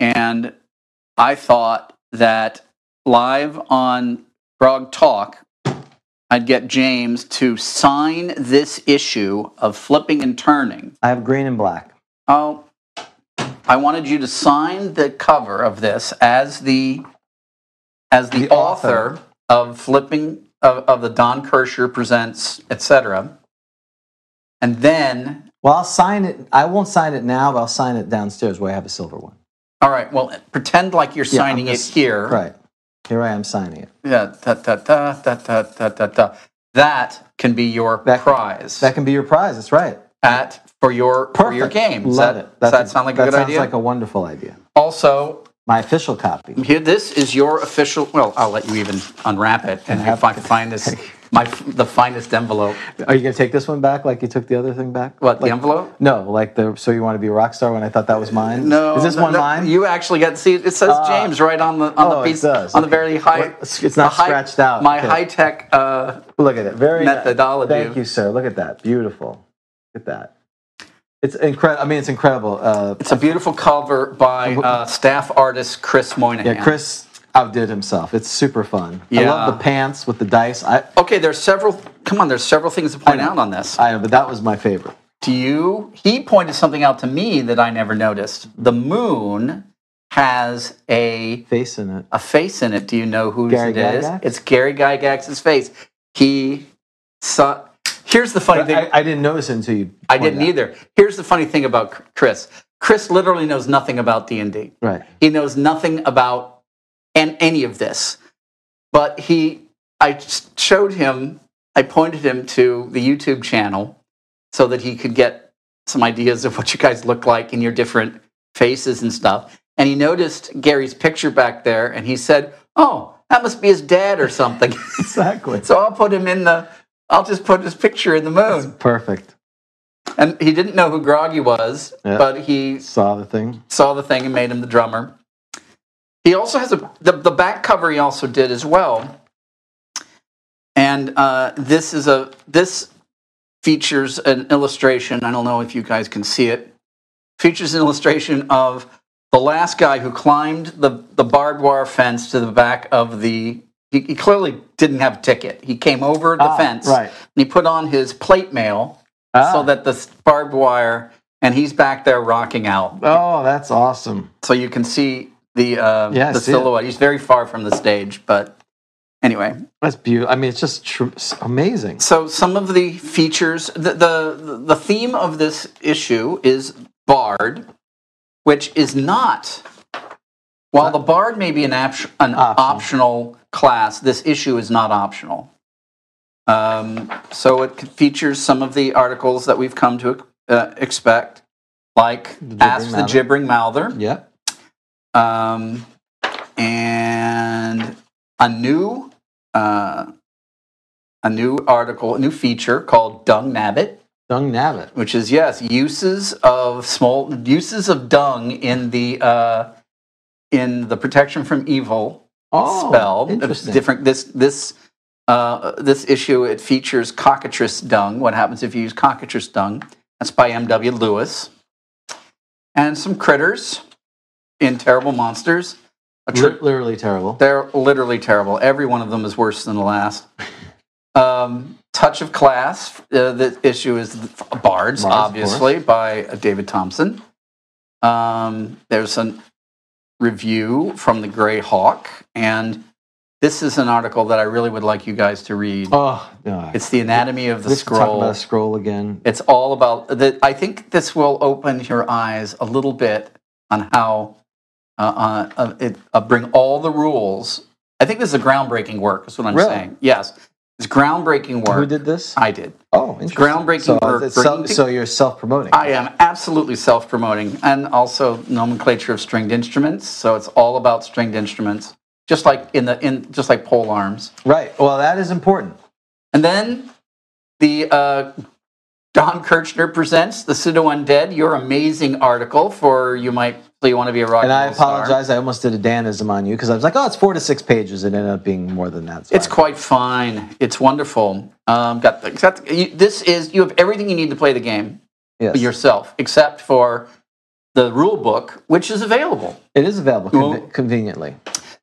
Speaker 3: And I thought that live on Grog Talk, I'd get James to sign this issue of Flipping and Turning.
Speaker 2: I have green and black.
Speaker 3: Oh, I wanted you to sign the cover of this as the as the,
Speaker 2: The
Speaker 3: author,
Speaker 2: author.
Speaker 3: of flipping of, of the Don Kirscher presents etc. And then,
Speaker 2: Well, I'll sign it. I won't sign it now, but I'll sign it downstairs where I have a silver one.
Speaker 3: all right, well, pretend like you're
Speaker 2: Yeah, I'm
Speaker 3: signing
Speaker 2: just-
Speaker 3: it here.
Speaker 2: Right. Here I am signing it.
Speaker 3: Yeah, da, da, da, da, da, da, da, da. That can be your
Speaker 2: That-
Speaker 3: prize
Speaker 2: That can be your prize. That's right.
Speaker 3: at for your for your game. Does
Speaker 2: Love it.
Speaker 3: that, Does
Speaker 2: That's
Speaker 3: that sound like a
Speaker 2: that
Speaker 3: good
Speaker 2: sounds
Speaker 3: idea?
Speaker 2: like a wonderful idea.
Speaker 3: also,
Speaker 2: My official copy.
Speaker 3: Here, this is your official. Well, I'll let you even unwrap it, and if I can find this, my the finest envelope.
Speaker 2: Are you going to take this one back like you took the other thing back?
Speaker 3: What
Speaker 2: Like-
Speaker 3: the envelope?
Speaker 2: No, like the So You Want to Be a Rock Star when I thought that was mine? Is this
Speaker 3: no,
Speaker 2: one
Speaker 3: no,
Speaker 2: mine?
Speaker 3: You actually got see. It says James right on the on
Speaker 2: Uh, oh,
Speaker 3: the
Speaker 2: it
Speaker 3: piece
Speaker 2: does.
Speaker 3: on the
Speaker 2: Okay.
Speaker 3: very high.
Speaker 2: Well, it's- it's not
Speaker 3: the high-
Speaker 2: scratched out.
Speaker 3: My
Speaker 2: Okay.
Speaker 3: high tech. Uh,
Speaker 2: Look at it. Very nice.
Speaker 3: Methodology.
Speaker 2: Thank you, sir. Look at that. Beautiful. Look at that. It's incredible. I mean, it's incredible. Uh,
Speaker 3: it's a beautiful cover by uh, staff artist Chris Moynihan.
Speaker 2: yeah, Chris outdid himself. It's super fun. I
Speaker 3: Yeah.
Speaker 2: love the pants with the dice. I,
Speaker 3: Okay, there's several. Come on, there's several things to point out on this.
Speaker 2: I know, but that was my favorite.
Speaker 3: Do you? He pointed something out to me that I never noticed. The moon has a
Speaker 2: Face in it.
Speaker 3: a face in it. Do you know whose
Speaker 2: Gary
Speaker 3: it is?
Speaker 2: Gygax?
Speaker 3: It's Gary Gygax's face. He saw. Here's the funny thing.
Speaker 2: I,
Speaker 3: I,
Speaker 2: I didn't notice it until you.
Speaker 3: didn't
Speaker 2: pointed
Speaker 3: either. Here's the funny thing about Chr- Chris. Chris literally knows nothing about D and D.
Speaker 2: out. Right.
Speaker 3: He knows nothing about and any of this. But he, I s- showed him. I pointed him to the YouTube channel so that he could get some ideas of what you guys look like in your different faces and stuff. And he noticed Gary's picture back there, and he said, "Oh, that must be his dad or something."
Speaker 2: Exactly.
Speaker 3: so I'll put him in the. I'll just put his picture in the moon.
Speaker 2: Perfect.
Speaker 3: And he didn't know who Groggy was,
Speaker 2: Yeah.
Speaker 3: but he
Speaker 2: Saw the thing.
Speaker 3: saw the thing and made him the drummer. He also has a the, the back cover he also did as well. And uh, this is a this features an illustration. I don't know if you guys can see it. Features an illustration of the last guy who climbed the, the barbed wire fence to the back of the. He, he clearly didn't have a ticket. He came over the
Speaker 2: Ah,
Speaker 3: fence
Speaker 2: right.
Speaker 3: and he put on his plate mail
Speaker 2: Ah.
Speaker 3: so that the barbed wire. And he's back there rocking out
Speaker 2: Oh, that's awesome.
Speaker 3: so you can see the uh,
Speaker 2: Yeah, I
Speaker 3: the
Speaker 2: see it.
Speaker 3: silhouette. He's very far from the stage, but anyway.
Speaker 2: That's beautiful. I mean, it's just tr- s- amazing.
Speaker 3: So some of the features, the the the theme of this issue is bard, which is not. While the bard may be an, opt- an
Speaker 2: Optional.
Speaker 3: optional class, this issue is not optional. Um, so it features some of the articles that we've come to uh, expect, like
Speaker 2: Gibbering
Speaker 3: Ask the
Speaker 2: Mouther.
Speaker 3: Gibbering Mouther.
Speaker 2: Yeah.
Speaker 3: Um, and a new uh, a new article, a new feature called Dung Nabbit,
Speaker 2: Dung Nabbit.
Speaker 3: which is yes, uses of small uses of dung in the uh, in the protection from evil
Speaker 2: Oh,
Speaker 3: spell. It's
Speaker 2: Interesting.
Speaker 3: different. This this uh, this issue it features cockatrice dung. What happens if you use cockatrice dung? That's by M. W. Lewis. And some critters in terrible monsters. A tri-
Speaker 2: Lit- literally terrible.
Speaker 3: they're literally terrible. Every one of them is worse than the last. Um, Touch of Class. Uh, the issue is Bards,
Speaker 2: Bards, of
Speaker 3: obviously, by uh, David Thompson. Um, there's a review from the Grey Hawk, and this is an article that I really would like you guys to read.
Speaker 2: Oh, no.
Speaker 3: It's the anatomy of the
Speaker 2: Let's Talk
Speaker 3: scroll.
Speaker 2: about a scroll again.
Speaker 3: It's all about the, I think this will open your eyes a little bit on how uh, uh, uh, it uh, bring all the rules. I think this is a groundbreaking work. Is what I'm
Speaker 2: Really?
Speaker 3: saying. Yes, it's groundbreaking work.
Speaker 2: Who did this?
Speaker 3: I did.
Speaker 2: oh, interesting.
Speaker 3: groundbreaking
Speaker 2: so,
Speaker 3: work,
Speaker 2: it's self-
Speaker 3: bringing
Speaker 2: so you're self-promoting.
Speaker 3: I am absolutely self-promoting, and also nomenclature of stringed instruments. So it's all about stringed instruments, just like in the in just like pole arms.
Speaker 2: right. Well, that is important.
Speaker 3: And then the uh, Don Kirchner presents the pseudo undead. Your amazing article for you might you want to be a rock
Speaker 2: And I
Speaker 3: and roll star.
Speaker 2: apologize. I almost did a Danism on you because I was like, oh, it's four to six pages. It ended up being more than that. So
Speaker 3: It's
Speaker 2: I-
Speaker 3: quite fine. It's wonderful. Um, got the, got the- you, this is you have everything you need to play the game
Speaker 2: yes.
Speaker 3: yourself, except for the rule book, which is available.
Speaker 2: It is available
Speaker 3: Well-
Speaker 2: conve- conveniently.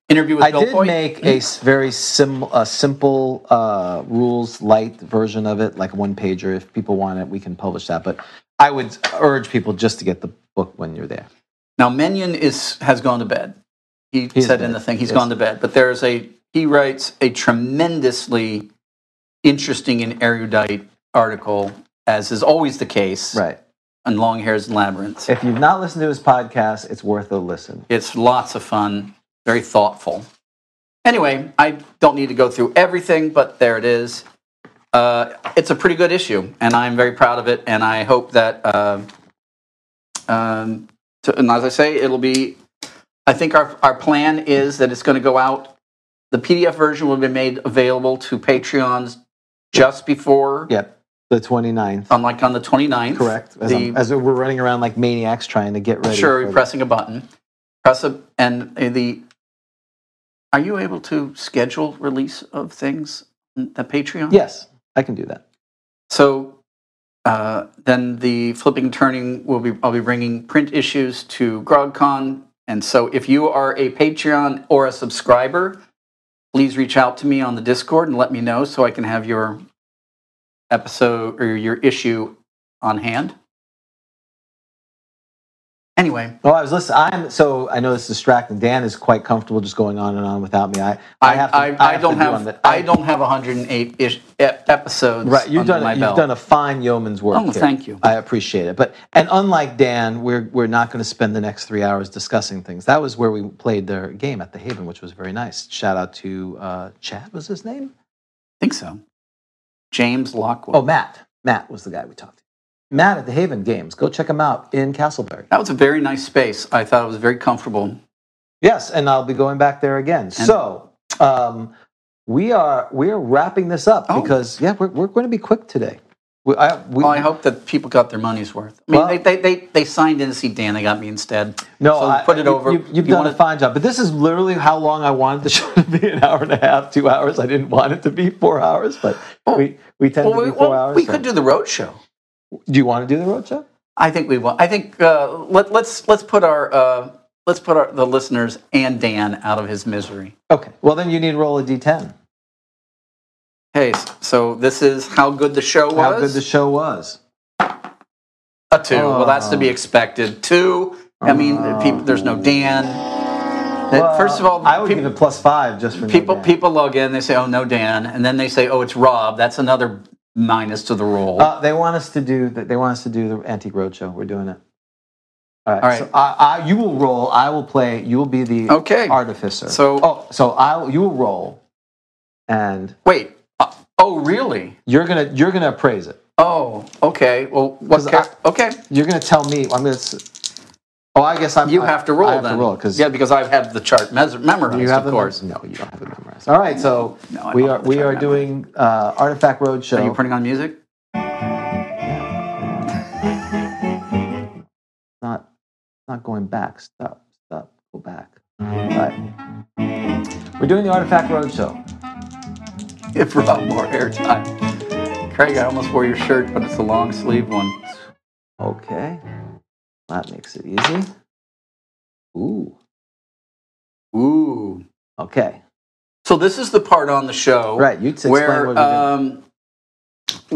Speaker 3: Interview with
Speaker 2: I
Speaker 3: Bill
Speaker 2: did
Speaker 3: Poyet.
Speaker 2: make a s- very sim- a simple uh, rules light version of it, like a one pager. If people want it, we can publish that. But I would urge people just to get the book when you're there.
Speaker 3: Now Menion is has gone to bed. He
Speaker 2: He's
Speaker 3: said in
Speaker 2: dead,
Speaker 3: the thing he's
Speaker 2: yes.
Speaker 3: gone to bed. But there's a he writes a tremendously interesting and erudite article, as is always the case
Speaker 2: Right.
Speaker 3: on Long Hairs and Labyrinths.
Speaker 2: If you've not listened to his podcast, it's worth a listen.
Speaker 3: It's lots of fun, very thoughtful. Anyway, I don't need to go through everything, but there it is. Uh, it's a pretty good issue, and I'm very proud of it. And I hope that, uh, um, to, and as I say, it'll be. I think our our plan is that it's going to go out. The PDF version will be made available to Patreons just before,
Speaker 2: Yep. The 29th.
Speaker 3: on like on the 29th.
Speaker 2: Correct. As,
Speaker 3: The-
Speaker 2: I'm- as we're running around like maniacs trying to get ready.
Speaker 3: Sure,
Speaker 2: for-
Speaker 3: pressing a button. Press a and the. Are you able to schedule release of things on the Patreon?
Speaker 2: Yes, I can do that.
Speaker 3: So uh, then the flipping turning will be. I'll be bringing print issues to GrogCon, and so if you are a Patreon or a subscriber, please reach out to me on the Discord and let me know so I can have your episode or your issue on hand. Anyway,
Speaker 2: Oh, I was listening. I'm so I know this is distracting. Dan is quite comfortable just going on and on without me. I I have to,
Speaker 3: I, I,
Speaker 2: have
Speaker 3: don't
Speaker 2: to do on
Speaker 3: have
Speaker 2: the-
Speaker 3: I don't have 108 ish e- episodes.
Speaker 2: Right, you've
Speaker 3: under
Speaker 2: done
Speaker 3: my
Speaker 2: you've
Speaker 3: belt.
Speaker 2: done a fine yeoman's work.
Speaker 3: Oh,
Speaker 2: here.
Speaker 3: thank you.
Speaker 2: I appreciate it. But and unlike Dan, we're we're not going to spend the next three hours discussing things. That was where we played their game at the Haven, which was very nice. Shout out to uh, Chad was his name.
Speaker 3: think so. James Lockwood.
Speaker 2: Oh, Matt. Matt was the guy we talked to. Matt at the Haven Games. Go check him out in Castleberry.
Speaker 3: that was a very nice space. I thought it was very comfortable.
Speaker 2: Yes, and I'll be going back there again. so um, we are we are wrapping this up
Speaker 3: Oh.
Speaker 2: because yeah, we're, we're going to be quick today. We, I, we,
Speaker 3: Well, I hope that people got their money's worth. I mean,
Speaker 2: Well-
Speaker 3: they, they, they, they signed in to see Dan. They got me instead.
Speaker 2: no,
Speaker 3: so
Speaker 2: I-
Speaker 3: put it
Speaker 2: you-
Speaker 3: over.
Speaker 2: You, have
Speaker 3: You
Speaker 2: done
Speaker 3: wanna-
Speaker 2: a fine job, but this is literally how long I wanted the show to be—an hour and a half, two hours. I didn't want it to be four hours, but we we tend
Speaker 3: Oh, Well,
Speaker 2: to
Speaker 3: we,
Speaker 2: be four
Speaker 3: well,
Speaker 2: hours.
Speaker 3: we
Speaker 2: so-
Speaker 3: could do the road show.
Speaker 2: Do you want to do the road show?
Speaker 3: I think we will. I think uh, let, let's let's put our uh, let's put our, the listeners and Dan out of his misery.
Speaker 2: Okay. Well, then you need to roll a d10.
Speaker 3: Hey, so this is how good the show was.
Speaker 2: How good the show was.
Speaker 3: A two. Well, that's to be expected. Two. I mean,
Speaker 2: Oh.
Speaker 3: people, there's no Dan. That-
Speaker 2: Well,
Speaker 3: First of all,
Speaker 2: I would
Speaker 3: people,
Speaker 2: give it plus five just for no
Speaker 3: people,
Speaker 2: Dan.
Speaker 3: people log in, they say, oh, no Dan. And then they say, oh, it's Rob. That's another minus to the roll.
Speaker 2: Uh, they want us to do. They want us to do the antique roadshow. We're doing it. All right.
Speaker 3: All right.
Speaker 2: So I, I, you will roll. I will play. You will be the
Speaker 3: Okay.
Speaker 2: artificer.
Speaker 3: So-
Speaker 2: oh, so I you will roll, and
Speaker 3: Wait. Uh, oh, really?
Speaker 2: you're gonna you're gonna appraise it.
Speaker 3: Oh, okay. Well,
Speaker 2: 'Cause
Speaker 3: what?
Speaker 2: I-
Speaker 3: Char- okay.
Speaker 2: You're gonna tell me. I'm gonna. s- Oh, I guess I'm.
Speaker 3: You
Speaker 2: I-
Speaker 3: have to roll
Speaker 2: I have
Speaker 3: then.
Speaker 2: to roll because
Speaker 3: yeah, because I have the chart mes- memorized,
Speaker 2: you have
Speaker 3: of
Speaker 2: it
Speaker 3: course.
Speaker 2: No, you don't have it memorized. All right, so
Speaker 3: No, I
Speaker 2: we
Speaker 3: don't
Speaker 2: are
Speaker 3: have the
Speaker 2: we
Speaker 3: chart
Speaker 2: are doing uh, Artifact Roadshow.
Speaker 3: Are you putting on music?
Speaker 2: not not going back. Stop, stop, go back. All right. We're doing the Artifact Roadshow.
Speaker 3: It brought more airtime. Craig, I almost wore your shirt, but it's a long sleeve one.
Speaker 2: Okay, that makes it easy. Ooh.
Speaker 3: Ooh.
Speaker 2: Okay.
Speaker 3: So this is the part on the show
Speaker 2: Right. You explain
Speaker 3: where
Speaker 2: what we're doing.
Speaker 3: um,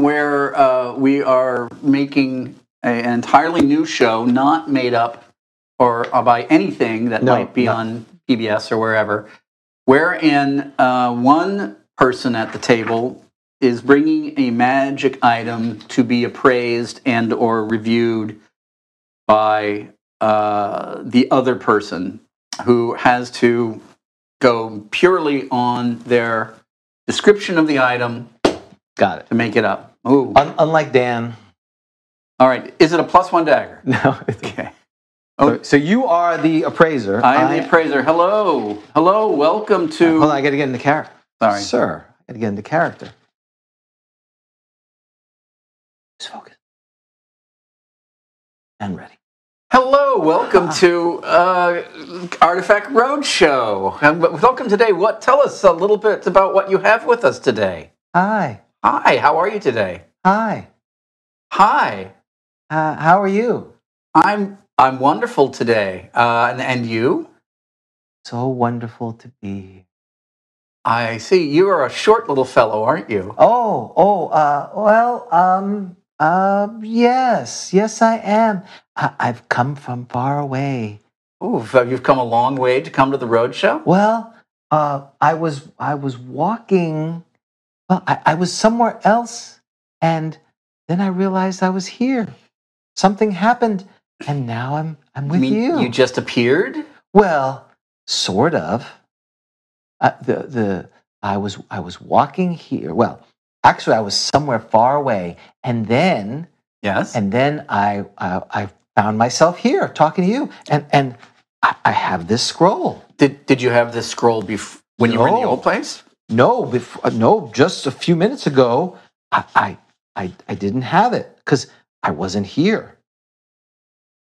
Speaker 3: where uh, we are making a, an entirely new show, not made up or uh, by anything that
Speaker 2: No,
Speaker 3: might be
Speaker 2: no.
Speaker 3: on PBS or wherever. Wherein uh, one person at the table is bringing a magic item to be appraised and or reviewed by uh, the other person who has to go purely on their description of the item
Speaker 2: Got it.
Speaker 3: to make it up. Ooh.
Speaker 2: Un- unlike Dan.
Speaker 3: All right. Is it a plus one dagger?
Speaker 2: No.
Speaker 3: Okay.
Speaker 2: So, so you are the appraiser.
Speaker 3: I am the appraiser. Hello. Hello. Welcome to.
Speaker 2: Uh, Hold on, I got to get into character.
Speaker 3: Sorry.
Speaker 2: Sir, I got to get into character. Just focus. And ready.
Speaker 3: Hello. Welcome
Speaker 2: Ah.
Speaker 3: to uh, Artifact Roadshow. And w- welcome today. What? Tell us a little bit about what you have with us today.
Speaker 2: Hi.
Speaker 3: Hi. How are you today?
Speaker 2: Hi.
Speaker 3: Hi.
Speaker 2: Uh, how are you?
Speaker 3: I'm I'm wonderful today. Uh, and, and you?
Speaker 2: So wonderful to be here.
Speaker 3: I see. You are a short little fellow, aren't you?
Speaker 2: Oh, oh, uh, well, um, uh, yes, yes, I am. I- I've come from far away.
Speaker 3: Ooh, you've come a long way to come to the roadshow.
Speaker 2: Well, uh, I was I was walking. Well, I, I was somewhere else, and then I realized I was here. Something happened, and now I'm I'm with
Speaker 3: mean
Speaker 2: you.
Speaker 3: You just appeared.
Speaker 2: well, sort of. Uh, the the I was I was walking here. Well, actually, I was somewhere far away, and then
Speaker 3: Yes.
Speaker 2: and then I I, I found myself here talking to you, and and I, I have this scroll.
Speaker 3: did did you have this scroll before when you were in the
Speaker 2: No.
Speaker 3: old place?
Speaker 2: No, before, uh, no, just a few minutes ago, I, I, I, I didn't have it because I wasn't here.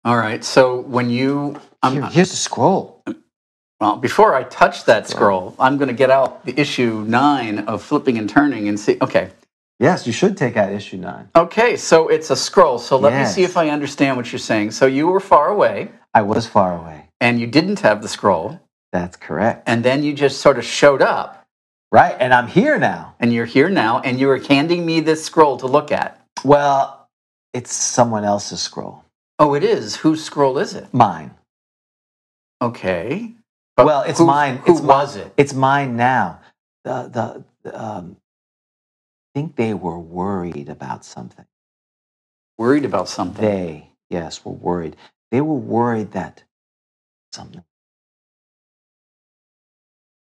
Speaker 3: All right. So when you
Speaker 2: Here-
Speaker 3: um,
Speaker 2: here's the scroll.
Speaker 3: well, before I touch that scroll, I'm going to get out the issue nine of flipping and turning and see. Okay.
Speaker 2: Yes, you should take out issue nine.
Speaker 3: Okay. So it's a scroll. So let
Speaker 2: Yes.
Speaker 3: me see if I understand what you're saying. So you were far away
Speaker 2: I was far away.
Speaker 3: and you didn't have the scroll,
Speaker 2: That's correct.
Speaker 3: and then you just sort of showed up,
Speaker 2: Right, and I'm here now.
Speaker 3: and you're here now, and you were handing me this scroll to look at.
Speaker 2: Well, it's someone else's scroll.
Speaker 3: Oh, it is. Whose scroll is it?
Speaker 2: Mine.
Speaker 3: Okay. But
Speaker 2: well, it's
Speaker 3: who-
Speaker 2: mine.
Speaker 3: Who
Speaker 2: it's mi-
Speaker 3: was it?
Speaker 2: It's mine now. The, the, the, um, I think they were worried about something.
Speaker 3: Worried about something.
Speaker 2: They, yes, were worried. They were worried that something.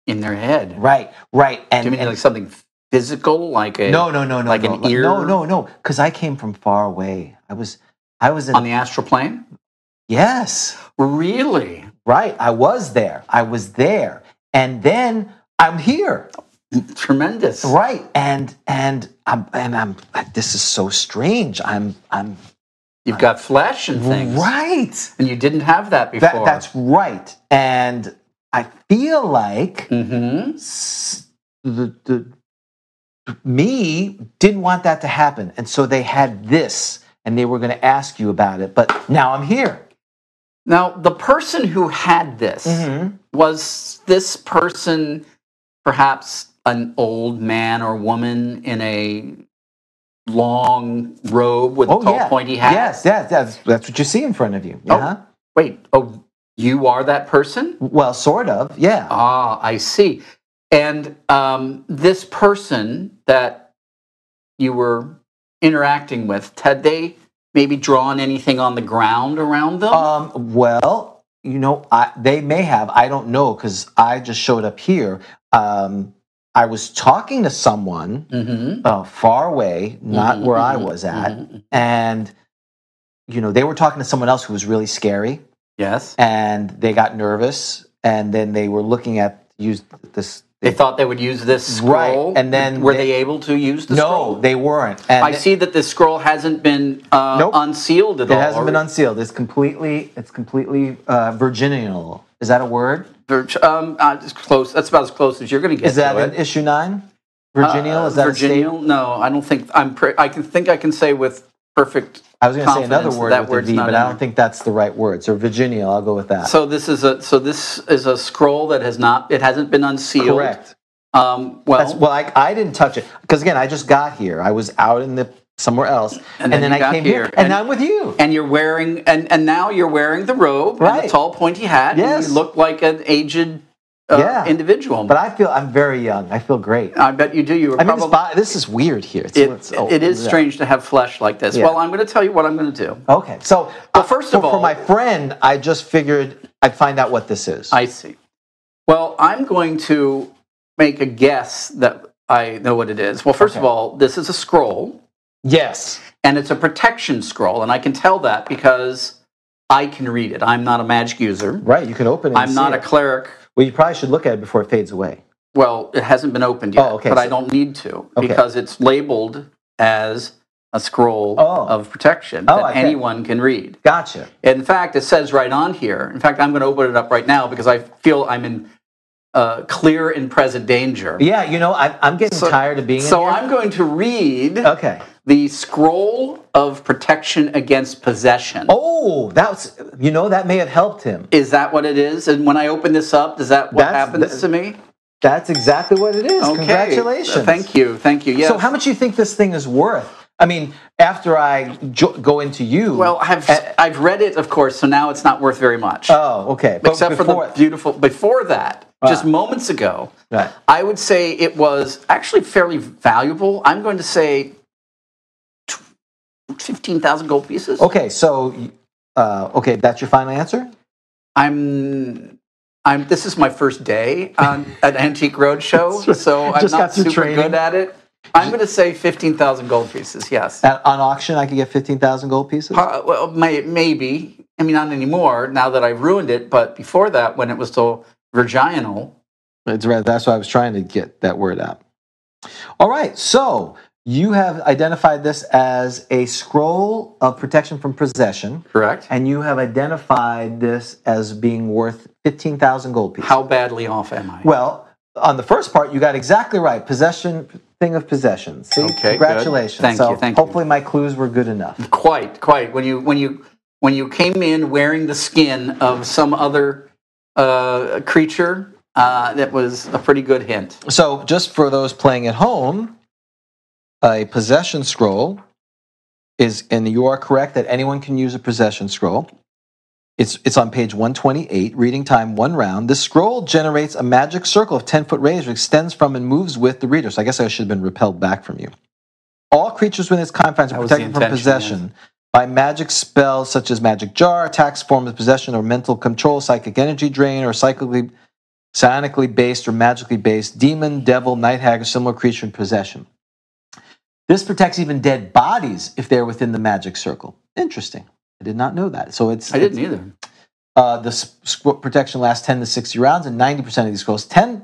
Speaker 3: in their head.
Speaker 2: Right, right. And,
Speaker 3: Do you mean
Speaker 2: and-
Speaker 3: like something physical, like a
Speaker 2: no, no, no, no,
Speaker 3: like
Speaker 2: no,
Speaker 3: an ear?
Speaker 2: No, no, no. Because I came from far away. I was, I was in.
Speaker 3: on the astral plane?
Speaker 2: yes,
Speaker 3: Really?
Speaker 2: right. I was there. I was there, and then I'm here.
Speaker 3: Tremendous.
Speaker 2: Right, and and I'm and I'm. This is so strange. I'm I'm
Speaker 3: You've got flesh and things,
Speaker 2: right.
Speaker 3: and you didn't have that before.
Speaker 2: That, that's right, and I feel like
Speaker 3: hmm
Speaker 2: s- the the me didn't want that to happen, and so they had this, and they were going to ask you about it. But now I'm here.
Speaker 3: Now, the person who had this
Speaker 2: Mm-hmm.
Speaker 3: was this person perhaps an old man or woman in a long robe with a tall pointy hat?
Speaker 2: Oh, Yes, yes, that's that's what you see in front of you.
Speaker 3: Oh.
Speaker 2: Yeah.
Speaker 3: Wait, oh, you are that person?
Speaker 2: Well, sort of. Yeah.
Speaker 3: Ah, I see. And um, this person that you were interacting with, had they maybe drawn anything on the ground around them?
Speaker 2: Um, well, you know, I, they may have. I don't know because I just showed up here. Um, I was talking to someone
Speaker 3: Mhm,
Speaker 2: uh, far away, not
Speaker 3: mhm,
Speaker 2: where I
Speaker 3: mhm,
Speaker 2: was at,
Speaker 3: mhm.
Speaker 2: and you know they were talking to someone else who was really scary.
Speaker 3: Yes.
Speaker 2: and they got nervous, and then they were looking at use this.
Speaker 3: They thought they would use this
Speaker 2: Right,
Speaker 3: scroll.
Speaker 2: and then
Speaker 3: were
Speaker 2: they-
Speaker 3: they, able to use the
Speaker 2: no,
Speaker 3: scroll?
Speaker 2: they weren't. And
Speaker 3: I see that this scroll hasn't been uh,
Speaker 2: Nope.
Speaker 3: unsealed at
Speaker 2: It
Speaker 3: all.
Speaker 2: hasn't been unsealed. It's completely. It's completely uh, virginal. Is that a word?
Speaker 3: unsealed. Um, uh, it's close. That's about as close as you're going to get.
Speaker 2: Is that
Speaker 3: to
Speaker 2: an
Speaker 3: it.
Speaker 2: issue nine? Virginial?
Speaker 3: Uh,
Speaker 2: is that a state?
Speaker 3: virginial? No, I don't think. I'm. Pre- I can think. I can say with perfect.
Speaker 2: I was going to say another
Speaker 3: confidence
Speaker 2: word
Speaker 3: that
Speaker 2: with
Speaker 3: word's
Speaker 2: a V,
Speaker 3: not
Speaker 2: but
Speaker 3: in
Speaker 2: I don't
Speaker 3: there.
Speaker 2: think that's the right word. So virginial, I'll go with that.
Speaker 3: So this is a. So this is a scroll that has not. It hasn't been unsealed.
Speaker 2: correct.
Speaker 3: Um, well,
Speaker 2: That's well, I, I didn't touch it because again, I just got here. I was out in the somewhere else, and,
Speaker 3: then
Speaker 2: then,
Speaker 3: you
Speaker 2: I
Speaker 3: got
Speaker 2: came here,
Speaker 3: here,
Speaker 2: and,
Speaker 3: and-
Speaker 2: now I'm with you.
Speaker 3: and you're wearing and and now you're wearing the robe and
Speaker 2: Right.
Speaker 3: the tall pointy hat. and
Speaker 2: Yes.
Speaker 3: you look like an aged uh,
Speaker 2: Yeah.
Speaker 3: individual.
Speaker 2: But I feel I'm very young. I feel great.
Speaker 3: I bet you do. You were
Speaker 2: I mean, this,
Speaker 3: probably.
Speaker 2: bo- this is weird here. It's,
Speaker 3: it,
Speaker 2: it's- oh,
Speaker 3: it is
Speaker 2: yeah.
Speaker 3: strange to have flesh like this.
Speaker 2: Yeah.
Speaker 3: Well, I'm going to tell you what I'm going to do.
Speaker 2: Okay, so
Speaker 3: Well, first
Speaker 2: for-
Speaker 3: of
Speaker 2: for
Speaker 3: all-
Speaker 2: my friend, I just figured I'd find out what this is.
Speaker 3: I see. Well, I'm going to make a guess that I know what it is. Well, first of
Speaker 2: Okay.
Speaker 3: all, this is a scroll,
Speaker 2: yes,
Speaker 3: and it's a protection scroll, and I can tell that because I can read it. I'm not a magic user.
Speaker 2: right. You can open it. and
Speaker 3: I'm not
Speaker 2: see
Speaker 3: a
Speaker 2: it.
Speaker 3: cleric.
Speaker 2: well, you probably should look at it before it fades away.
Speaker 3: Well, it hasn't been opened yet,
Speaker 2: Oh, okay,
Speaker 3: but I
Speaker 2: so-
Speaker 3: don't need to
Speaker 2: Okay.
Speaker 3: because it's labeled as a scroll
Speaker 2: Oh.
Speaker 3: of protection
Speaker 2: Oh,
Speaker 3: that
Speaker 2: okay.
Speaker 3: anyone can read.
Speaker 2: Gotcha.
Speaker 3: In fact, it says right on here. In fact, I'm going to open it up right now because I feel I'm in uh, clear and present danger.
Speaker 2: Yeah, you know, I, I'm getting tired of being. in
Speaker 3: So
Speaker 2: here. Uh.
Speaker 3: I'm going to read
Speaker 2: okay.
Speaker 3: the scroll of protection against possession.
Speaker 2: Oh, that's you know that may have helped him.
Speaker 3: Is that what it is? And when I open this up, does that what
Speaker 2: That's-
Speaker 3: happens
Speaker 2: that-
Speaker 3: to me?
Speaker 2: That's exactly what it is.
Speaker 3: Okay.
Speaker 2: Congratulations.
Speaker 3: Thank you. Thank you. Yes.
Speaker 2: So, how much do you think this thing is worth? I mean, after I jo- go into you.
Speaker 3: Well, I've
Speaker 2: Eh.
Speaker 3: I've read it, of course. So now it's not worth very much.
Speaker 2: oh, okay. But
Speaker 3: except for
Speaker 2: before- Uh.
Speaker 3: the beautiful before that just moments ago
Speaker 2: Right.
Speaker 3: i would say it was actually fairly valuable i'm going to say tw- 15000 gold pieces
Speaker 2: Okay, so uh, okay, that's your final answer.
Speaker 3: i'm I'm, this is my first day on an antique roadshow, so I'm
Speaker 2: Just got
Speaker 3: not
Speaker 2: through
Speaker 3: super
Speaker 2: training.
Speaker 3: good at it. I'm going to say fifteen thousand gold pieces. Yes,
Speaker 2: At, on auction, I could get fifteen thousand gold pieces.
Speaker 3: Uh, well, may, maybe. I mean, not anymore. Now that I've ruined it, but before that, when it was still virginal,
Speaker 2: It's right. That's why I was trying to get that word out. All right, so you have identified this as a scroll of protection from possession,
Speaker 3: correct?
Speaker 2: and you have identified this as being worth fifteen thousand gold pieces.
Speaker 3: How badly off am I?
Speaker 2: Well, on the first part, you got exactly right. Possession thing of possession. See?
Speaker 3: Okay, good.
Speaker 2: Congratulations.
Speaker 3: Thank
Speaker 2: so
Speaker 3: you, thank you.
Speaker 2: hopefully my clues were good enough.
Speaker 3: Quite, quite. When you when you when you came in wearing the skin of some other uh, creature, uh, that was a pretty good hint.
Speaker 2: So just for those playing at home, a possession scroll is and you are correct that anyone can use a possession scroll. It's, it's on page 128, reading time one round. This scroll generates a magic circle of 10 foot radius, which extends from and moves with the reader. So I guess I should have been repelled back from you. All creatures within its confines are
Speaker 3: That was the
Speaker 2: protected from
Speaker 3: intention, yes.
Speaker 2: possession by magic spells such as magic jar, attacks, form of possession, or mental control, psychic energy drain, or psychically, psionically based or magically based demon, devil, night hag, or similar creature in possession. This protects even dead bodies if they're within the magic circle. Interesting. I did not know that. So it's
Speaker 3: I didn't either.
Speaker 2: uh, the s- squ- protection lasts 10 to 60 rounds, and 90% of these scrolls, 10,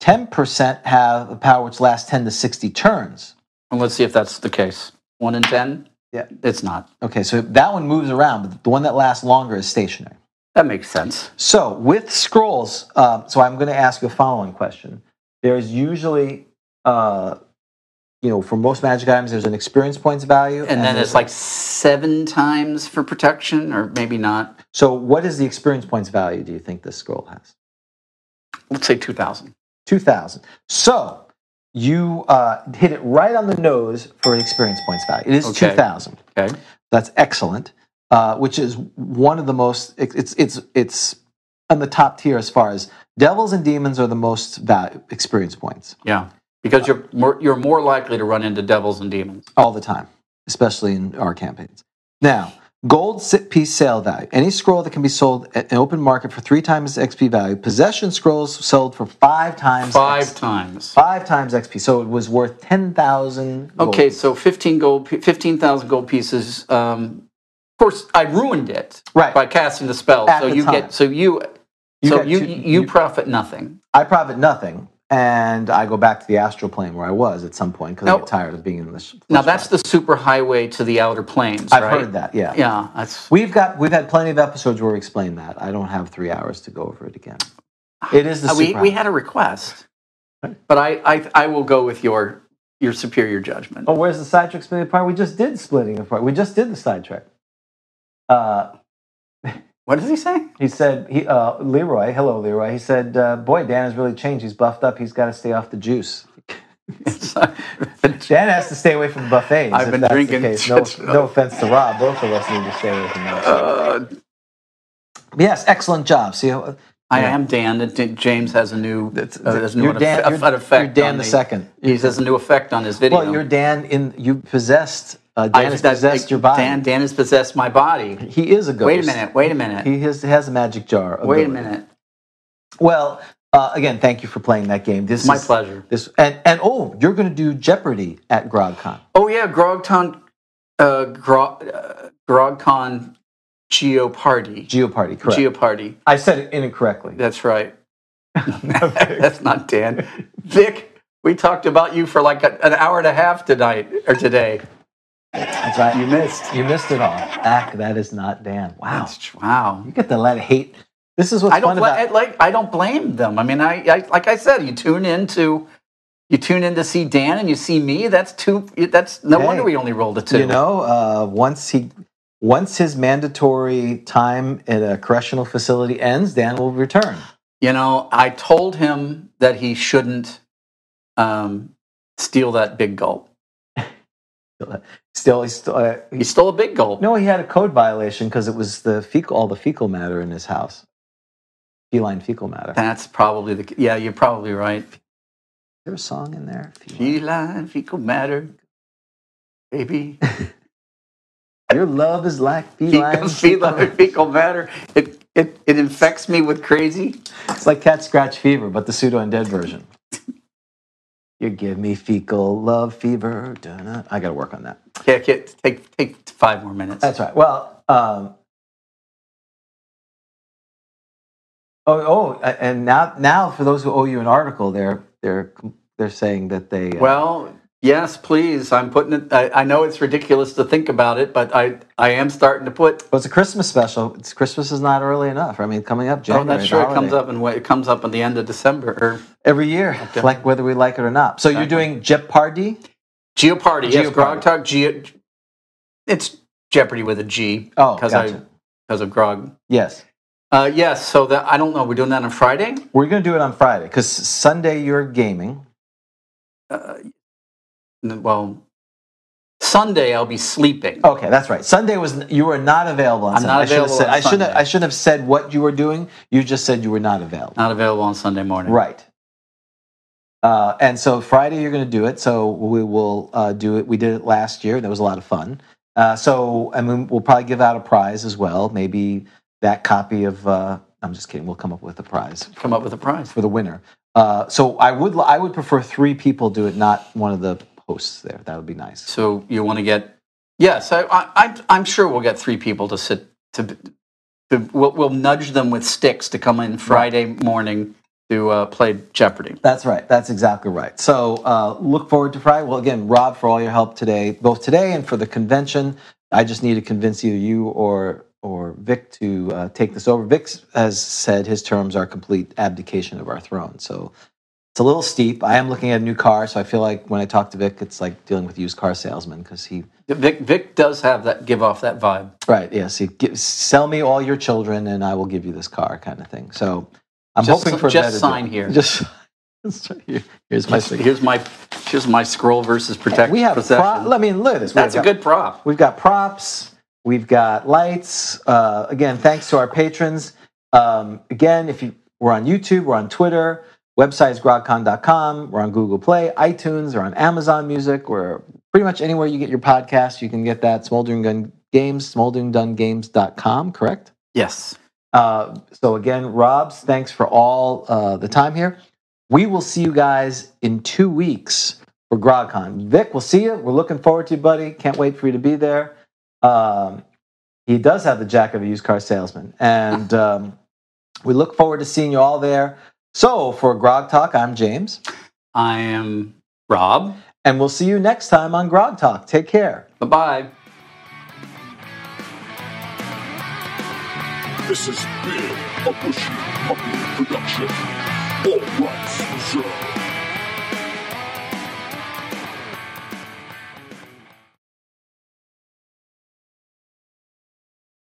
Speaker 2: 10% have a power which lasts 10 to 60 turns.
Speaker 3: And let's see if that's the case. One in ten.
Speaker 2: Yeah.
Speaker 3: it's not.
Speaker 2: Okay, so that one moves around, but the one that lasts longer is stationary.
Speaker 3: That makes sense.
Speaker 2: So, with scrolls, um, so I'm going to ask you a following question. There's usually, uh, you know, for most magic items, there's an experience points value.
Speaker 3: And then
Speaker 2: there's
Speaker 3: it's
Speaker 2: a-
Speaker 3: like seven times for protection, or maybe not.
Speaker 2: So, what is the experience points value do you think this scroll has?
Speaker 3: Let's say two thousand.
Speaker 2: 2000. So you uh, hit it right on the nose for an experience points value. It is
Speaker 3: Okay.
Speaker 2: 2000.
Speaker 3: Okay.
Speaker 2: That's excellent, uh, which is one of the most, it- it's, it's, it's on the top tier as far as devils and demons are the most value, experience points
Speaker 3: Yeah, because you're more, you're more likely to run into devils and demons.
Speaker 2: all the time, especially in our campaigns. Now, gold sit piece sale value. Any scroll that can be sold at an open market for three times XP value. Possession scrolls sold for five times
Speaker 3: Five
Speaker 2: XP.
Speaker 3: times.
Speaker 2: Five times XP, so it was worth ten thousand.
Speaker 3: Okay, so fifteen gold, fifteen thousand gold pieces. Um, course, I ruined it
Speaker 2: Right.
Speaker 3: by casting the spell.
Speaker 2: At
Speaker 3: so
Speaker 2: the
Speaker 3: you
Speaker 2: time.
Speaker 3: get so you,
Speaker 2: You
Speaker 3: so
Speaker 2: got
Speaker 3: you,
Speaker 2: two-
Speaker 3: you
Speaker 2: you-
Speaker 3: profit nothing.
Speaker 2: I profit nothing, and I go back to the astral plane where I was at some point because I
Speaker 3: Now-
Speaker 2: get tired of being in this.
Speaker 3: Now that's the super highway to the outer planes.
Speaker 2: I've
Speaker 3: right?
Speaker 2: heard that. Yeah.
Speaker 3: Yeah, that's
Speaker 2: We've got we've had plenty of episodes where we explain that. I don't have three hours to go over it again. It is the
Speaker 3: Uh, we,
Speaker 2: super
Speaker 3: we
Speaker 2: high.
Speaker 3: had a request, but I, I I will go with your your superior judgment.
Speaker 2: Oh, where's the sidetrack splitting apart? We just did splitting apart. We just did the sidetrack. Uh,
Speaker 3: What does he say?
Speaker 2: he said, he, uh, Leroy, hello, Leroy. He said, uh, boy, Dan has really changed. He's buffed up. He's got to stay off the juice.
Speaker 3: It's like-
Speaker 2: Dan has to stay away from buffets.
Speaker 3: I've
Speaker 2: if
Speaker 3: been
Speaker 2: that's the
Speaker 3: drinking
Speaker 2: case.
Speaker 3: since-
Speaker 2: No, no offense to Rob. Both of us need to stay away from that.
Speaker 3: uh,
Speaker 2: yes, excellent job. See, uh, how-
Speaker 3: I
Speaker 2: Yeah.
Speaker 3: am Dan. and D- James has a new uh, has a new
Speaker 2: you're
Speaker 3: an
Speaker 2: Dan,
Speaker 3: eff-
Speaker 2: you're,
Speaker 3: an effect.
Speaker 2: you're Dan
Speaker 3: on
Speaker 2: the second.
Speaker 3: He has a new effect on his video.
Speaker 2: Well, you're Dan in. You possessed. Uh, Dan
Speaker 3: I-
Speaker 2: has
Speaker 3: that's-
Speaker 2: possessed your body.
Speaker 3: Dan Dan has possessed my body.
Speaker 2: he is a ghost.
Speaker 3: Wait a minute. Wait a minute.
Speaker 2: He has, has a magic jar.
Speaker 3: wait a
Speaker 2: ability.
Speaker 3: minute.
Speaker 2: Well, uh, again, thank you for playing that game. This
Speaker 3: It's my
Speaker 2: is-
Speaker 3: pleasure.
Speaker 2: This and and oh, you're going to do Jeopardy at GrogCon.
Speaker 3: Oh yeah, Grogton, uh, Grog, uh, Grogcon, Geoparty,
Speaker 2: Geoparty, correct?
Speaker 3: Geoparty.
Speaker 2: I said it incorrectly.
Speaker 3: That's right. That's not Dan. Vic, we talked about you for like a, an hour and a half tonight or today.
Speaker 2: That's right.
Speaker 3: You
Speaker 2: You,
Speaker 3: missed.
Speaker 2: missed it all. Ack, that is not Dan. Wow,
Speaker 3: That's tr- wow.
Speaker 2: you get the let hate. This is what's
Speaker 3: I don't
Speaker 2: fun
Speaker 3: bla-
Speaker 2: about.
Speaker 3: I, like. I don't blame them. I mean, I, I like I said, you tune in to you tune in to see Dan and you see me. That's two. That's no
Speaker 2: Hey,
Speaker 3: wonder we only rolled a two.
Speaker 2: You know, uh, once he, once his mandatory time at a correctional facility ends, Dan will return.
Speaker 3: You know, I told him that he shouldn't um, steal that big gulp.
Speaker 2: Still, he's still. Uh,
Speaker 3: He
Speaker 2: he,
Speaker 3: stole a big gulp.
Speaker 2: no, he had a code violation because it was the fecal, all the fecal matter in his house, feline fecal matter. Is
Speaker 3: That's probably the. Yeah, you're probably right.
Speaker 2: there a song in there? Feline-
Speaker 3: Feline fecal matter, baby.
Speaker 2: Your love is like feline.
Speaker 3: Fecal, feline fecal matter. It, it it infects me with crazy.
Speaker 2: It's like cat scratch fever, but the pseudo undead version. You give me fecal love fever. Dun-dun. I got to work on that.
Speaker 3: Yeah, kid, take take five more minutes.
Speaker 2: That's right. Well, um, oh, oh, a- and now, now for those who owe you an article, they're they're they're saying that they uh,
Speaker 3: Well, yes, please. I'm putting it. I, I know it's ridiculous to think about it, but I I am starting to put.
Speaker 2: well, it's a Christmas special. It's Christmas is not early enough. I mean, coming up
Speaker 3: Oh,
Speaker 2: January.
Speaker 3: that's
Speaker 2: the
Speaker 3: sure. It
Speaker 2: holiday.
Speaker 3: comes up and it comes up in the end of December or
Speaker 2: every year, like whether we like it or not. So you're doing Jeopardy.
Speaker 3: Geoparty. Yes,
Speaker 2: Geoparty.
Speaker 3: Grog Talk. Geo. It's Jeopardy with a G.
Speaker 2: Oh,
Speaker 3: because
Speaker 2: gotcha.
Speaker 3: because of Grog.
Speaker 2: Yes.
Speaker 3: Uh, yes. So that I don't know. We're doing that on Friday.
Speaker 2: We're going to do it on Friday because Sunday you're gaming.
Speaker 3: uh, well, Sunday I'll be sleeping.
Speaker 2: Okay, that's right. Sunday was you were not available. On
Speaker 3: I'm
Speaker 2: Sunday.
Speaker 3: not
Speaker 2: I should have
Speaker 3: available
Speaker 2: said
Speaker 3: on
Speaker 2: I should have
Speaker 3: Sunday.
Speaker 2: I should have said what you were doing. You just said you were not available.
Speaker 3: Not available on Sunday morning.
Speaker 2: Right. Uh, and so Friday you're going to do it. So we will uh, do it. We did it last year. That was a lot of fun. Uh, so I mean, we'll probably give out a prize as well. Maybe that copy of. Uh, I'm just kidding. We'll come up with a prize
Speaker 3: Come up with a prize.
Speaker 2: for the winner. Uh, so I would I would prefer three people do it, not one of the hosts there. That would be nice.
Speaker 3: So you want to get? Yes, I, I, I'm. I'm sure we'll get three people to sit to. to we'll, we'll nudge them with sticks to come in Friday morning to uh, play Jeopardy.
Speaker 2: That's right. That's exactly right. So uh, look forward to Friday. Well, again, Rob, for all your help today, both today and for the convention. I just need to convince either you or or Vic to uh, take this over. Vic has said his terms are complete abdication of our throne. So it's a little steep. I am looking at a new car, so I feel like when I talk to Vic, it's like dealing with used car salesman because he
Speaker 3: Vic Vic does have that give off that vibe.
Speaker 2: Right. Yes. You give, sell me all your children, and I will give you this car, kind of thing. So I'm
Speaker 3: Just-
Speaker 2: hoping for a
Speaker 3: just
Speaker 2: better
Speaker 3: sign
Speaker 2: deal.
Speaker 3: here.
Speaker 2: Just it's right here. here's my signature.
Speaker 3: Here's my here's my scroll versus protect.
Speaker 2: We have
Speaker 3: possession.
Speaker 2: prop. Let me look at this.
Speaker 3: That's a
Speaker 2: we've
Speaker 3: good prop.
Speaker 2: We've got props. We've got lights. Uh, again, thanks to our patrons. Um, again, if you we're on YouTube, we're on Twitter. Website is grogcon.com. We're on Google Play, iTunes, we're on Amazon Music. We're pretty much anywhere you get your podcast. You can get that. Smoldering Gun Games, smolderinggungames.com, correct?
Speaker 3: Yes.
Speaker 2: Uh, so again, Rob's, thanks for all uh, the time here. We will see you guys in two weeks for GrogCon. Vic, we'll see you. We're looking forward to you, buddy. Can't wait for you to be there. Um, He does have the jack of a used car salesman. And um, we look forward to seeing you all there. So for Grog Talk, I'm James.
Speaker 3: I am Rob.
Speaker 2: And we'll see you next time on Grog Talk. Take care.
Speaker 3: Bye bye.
Speaker 1: This has been a Bushy Puppy production. All rights reserved.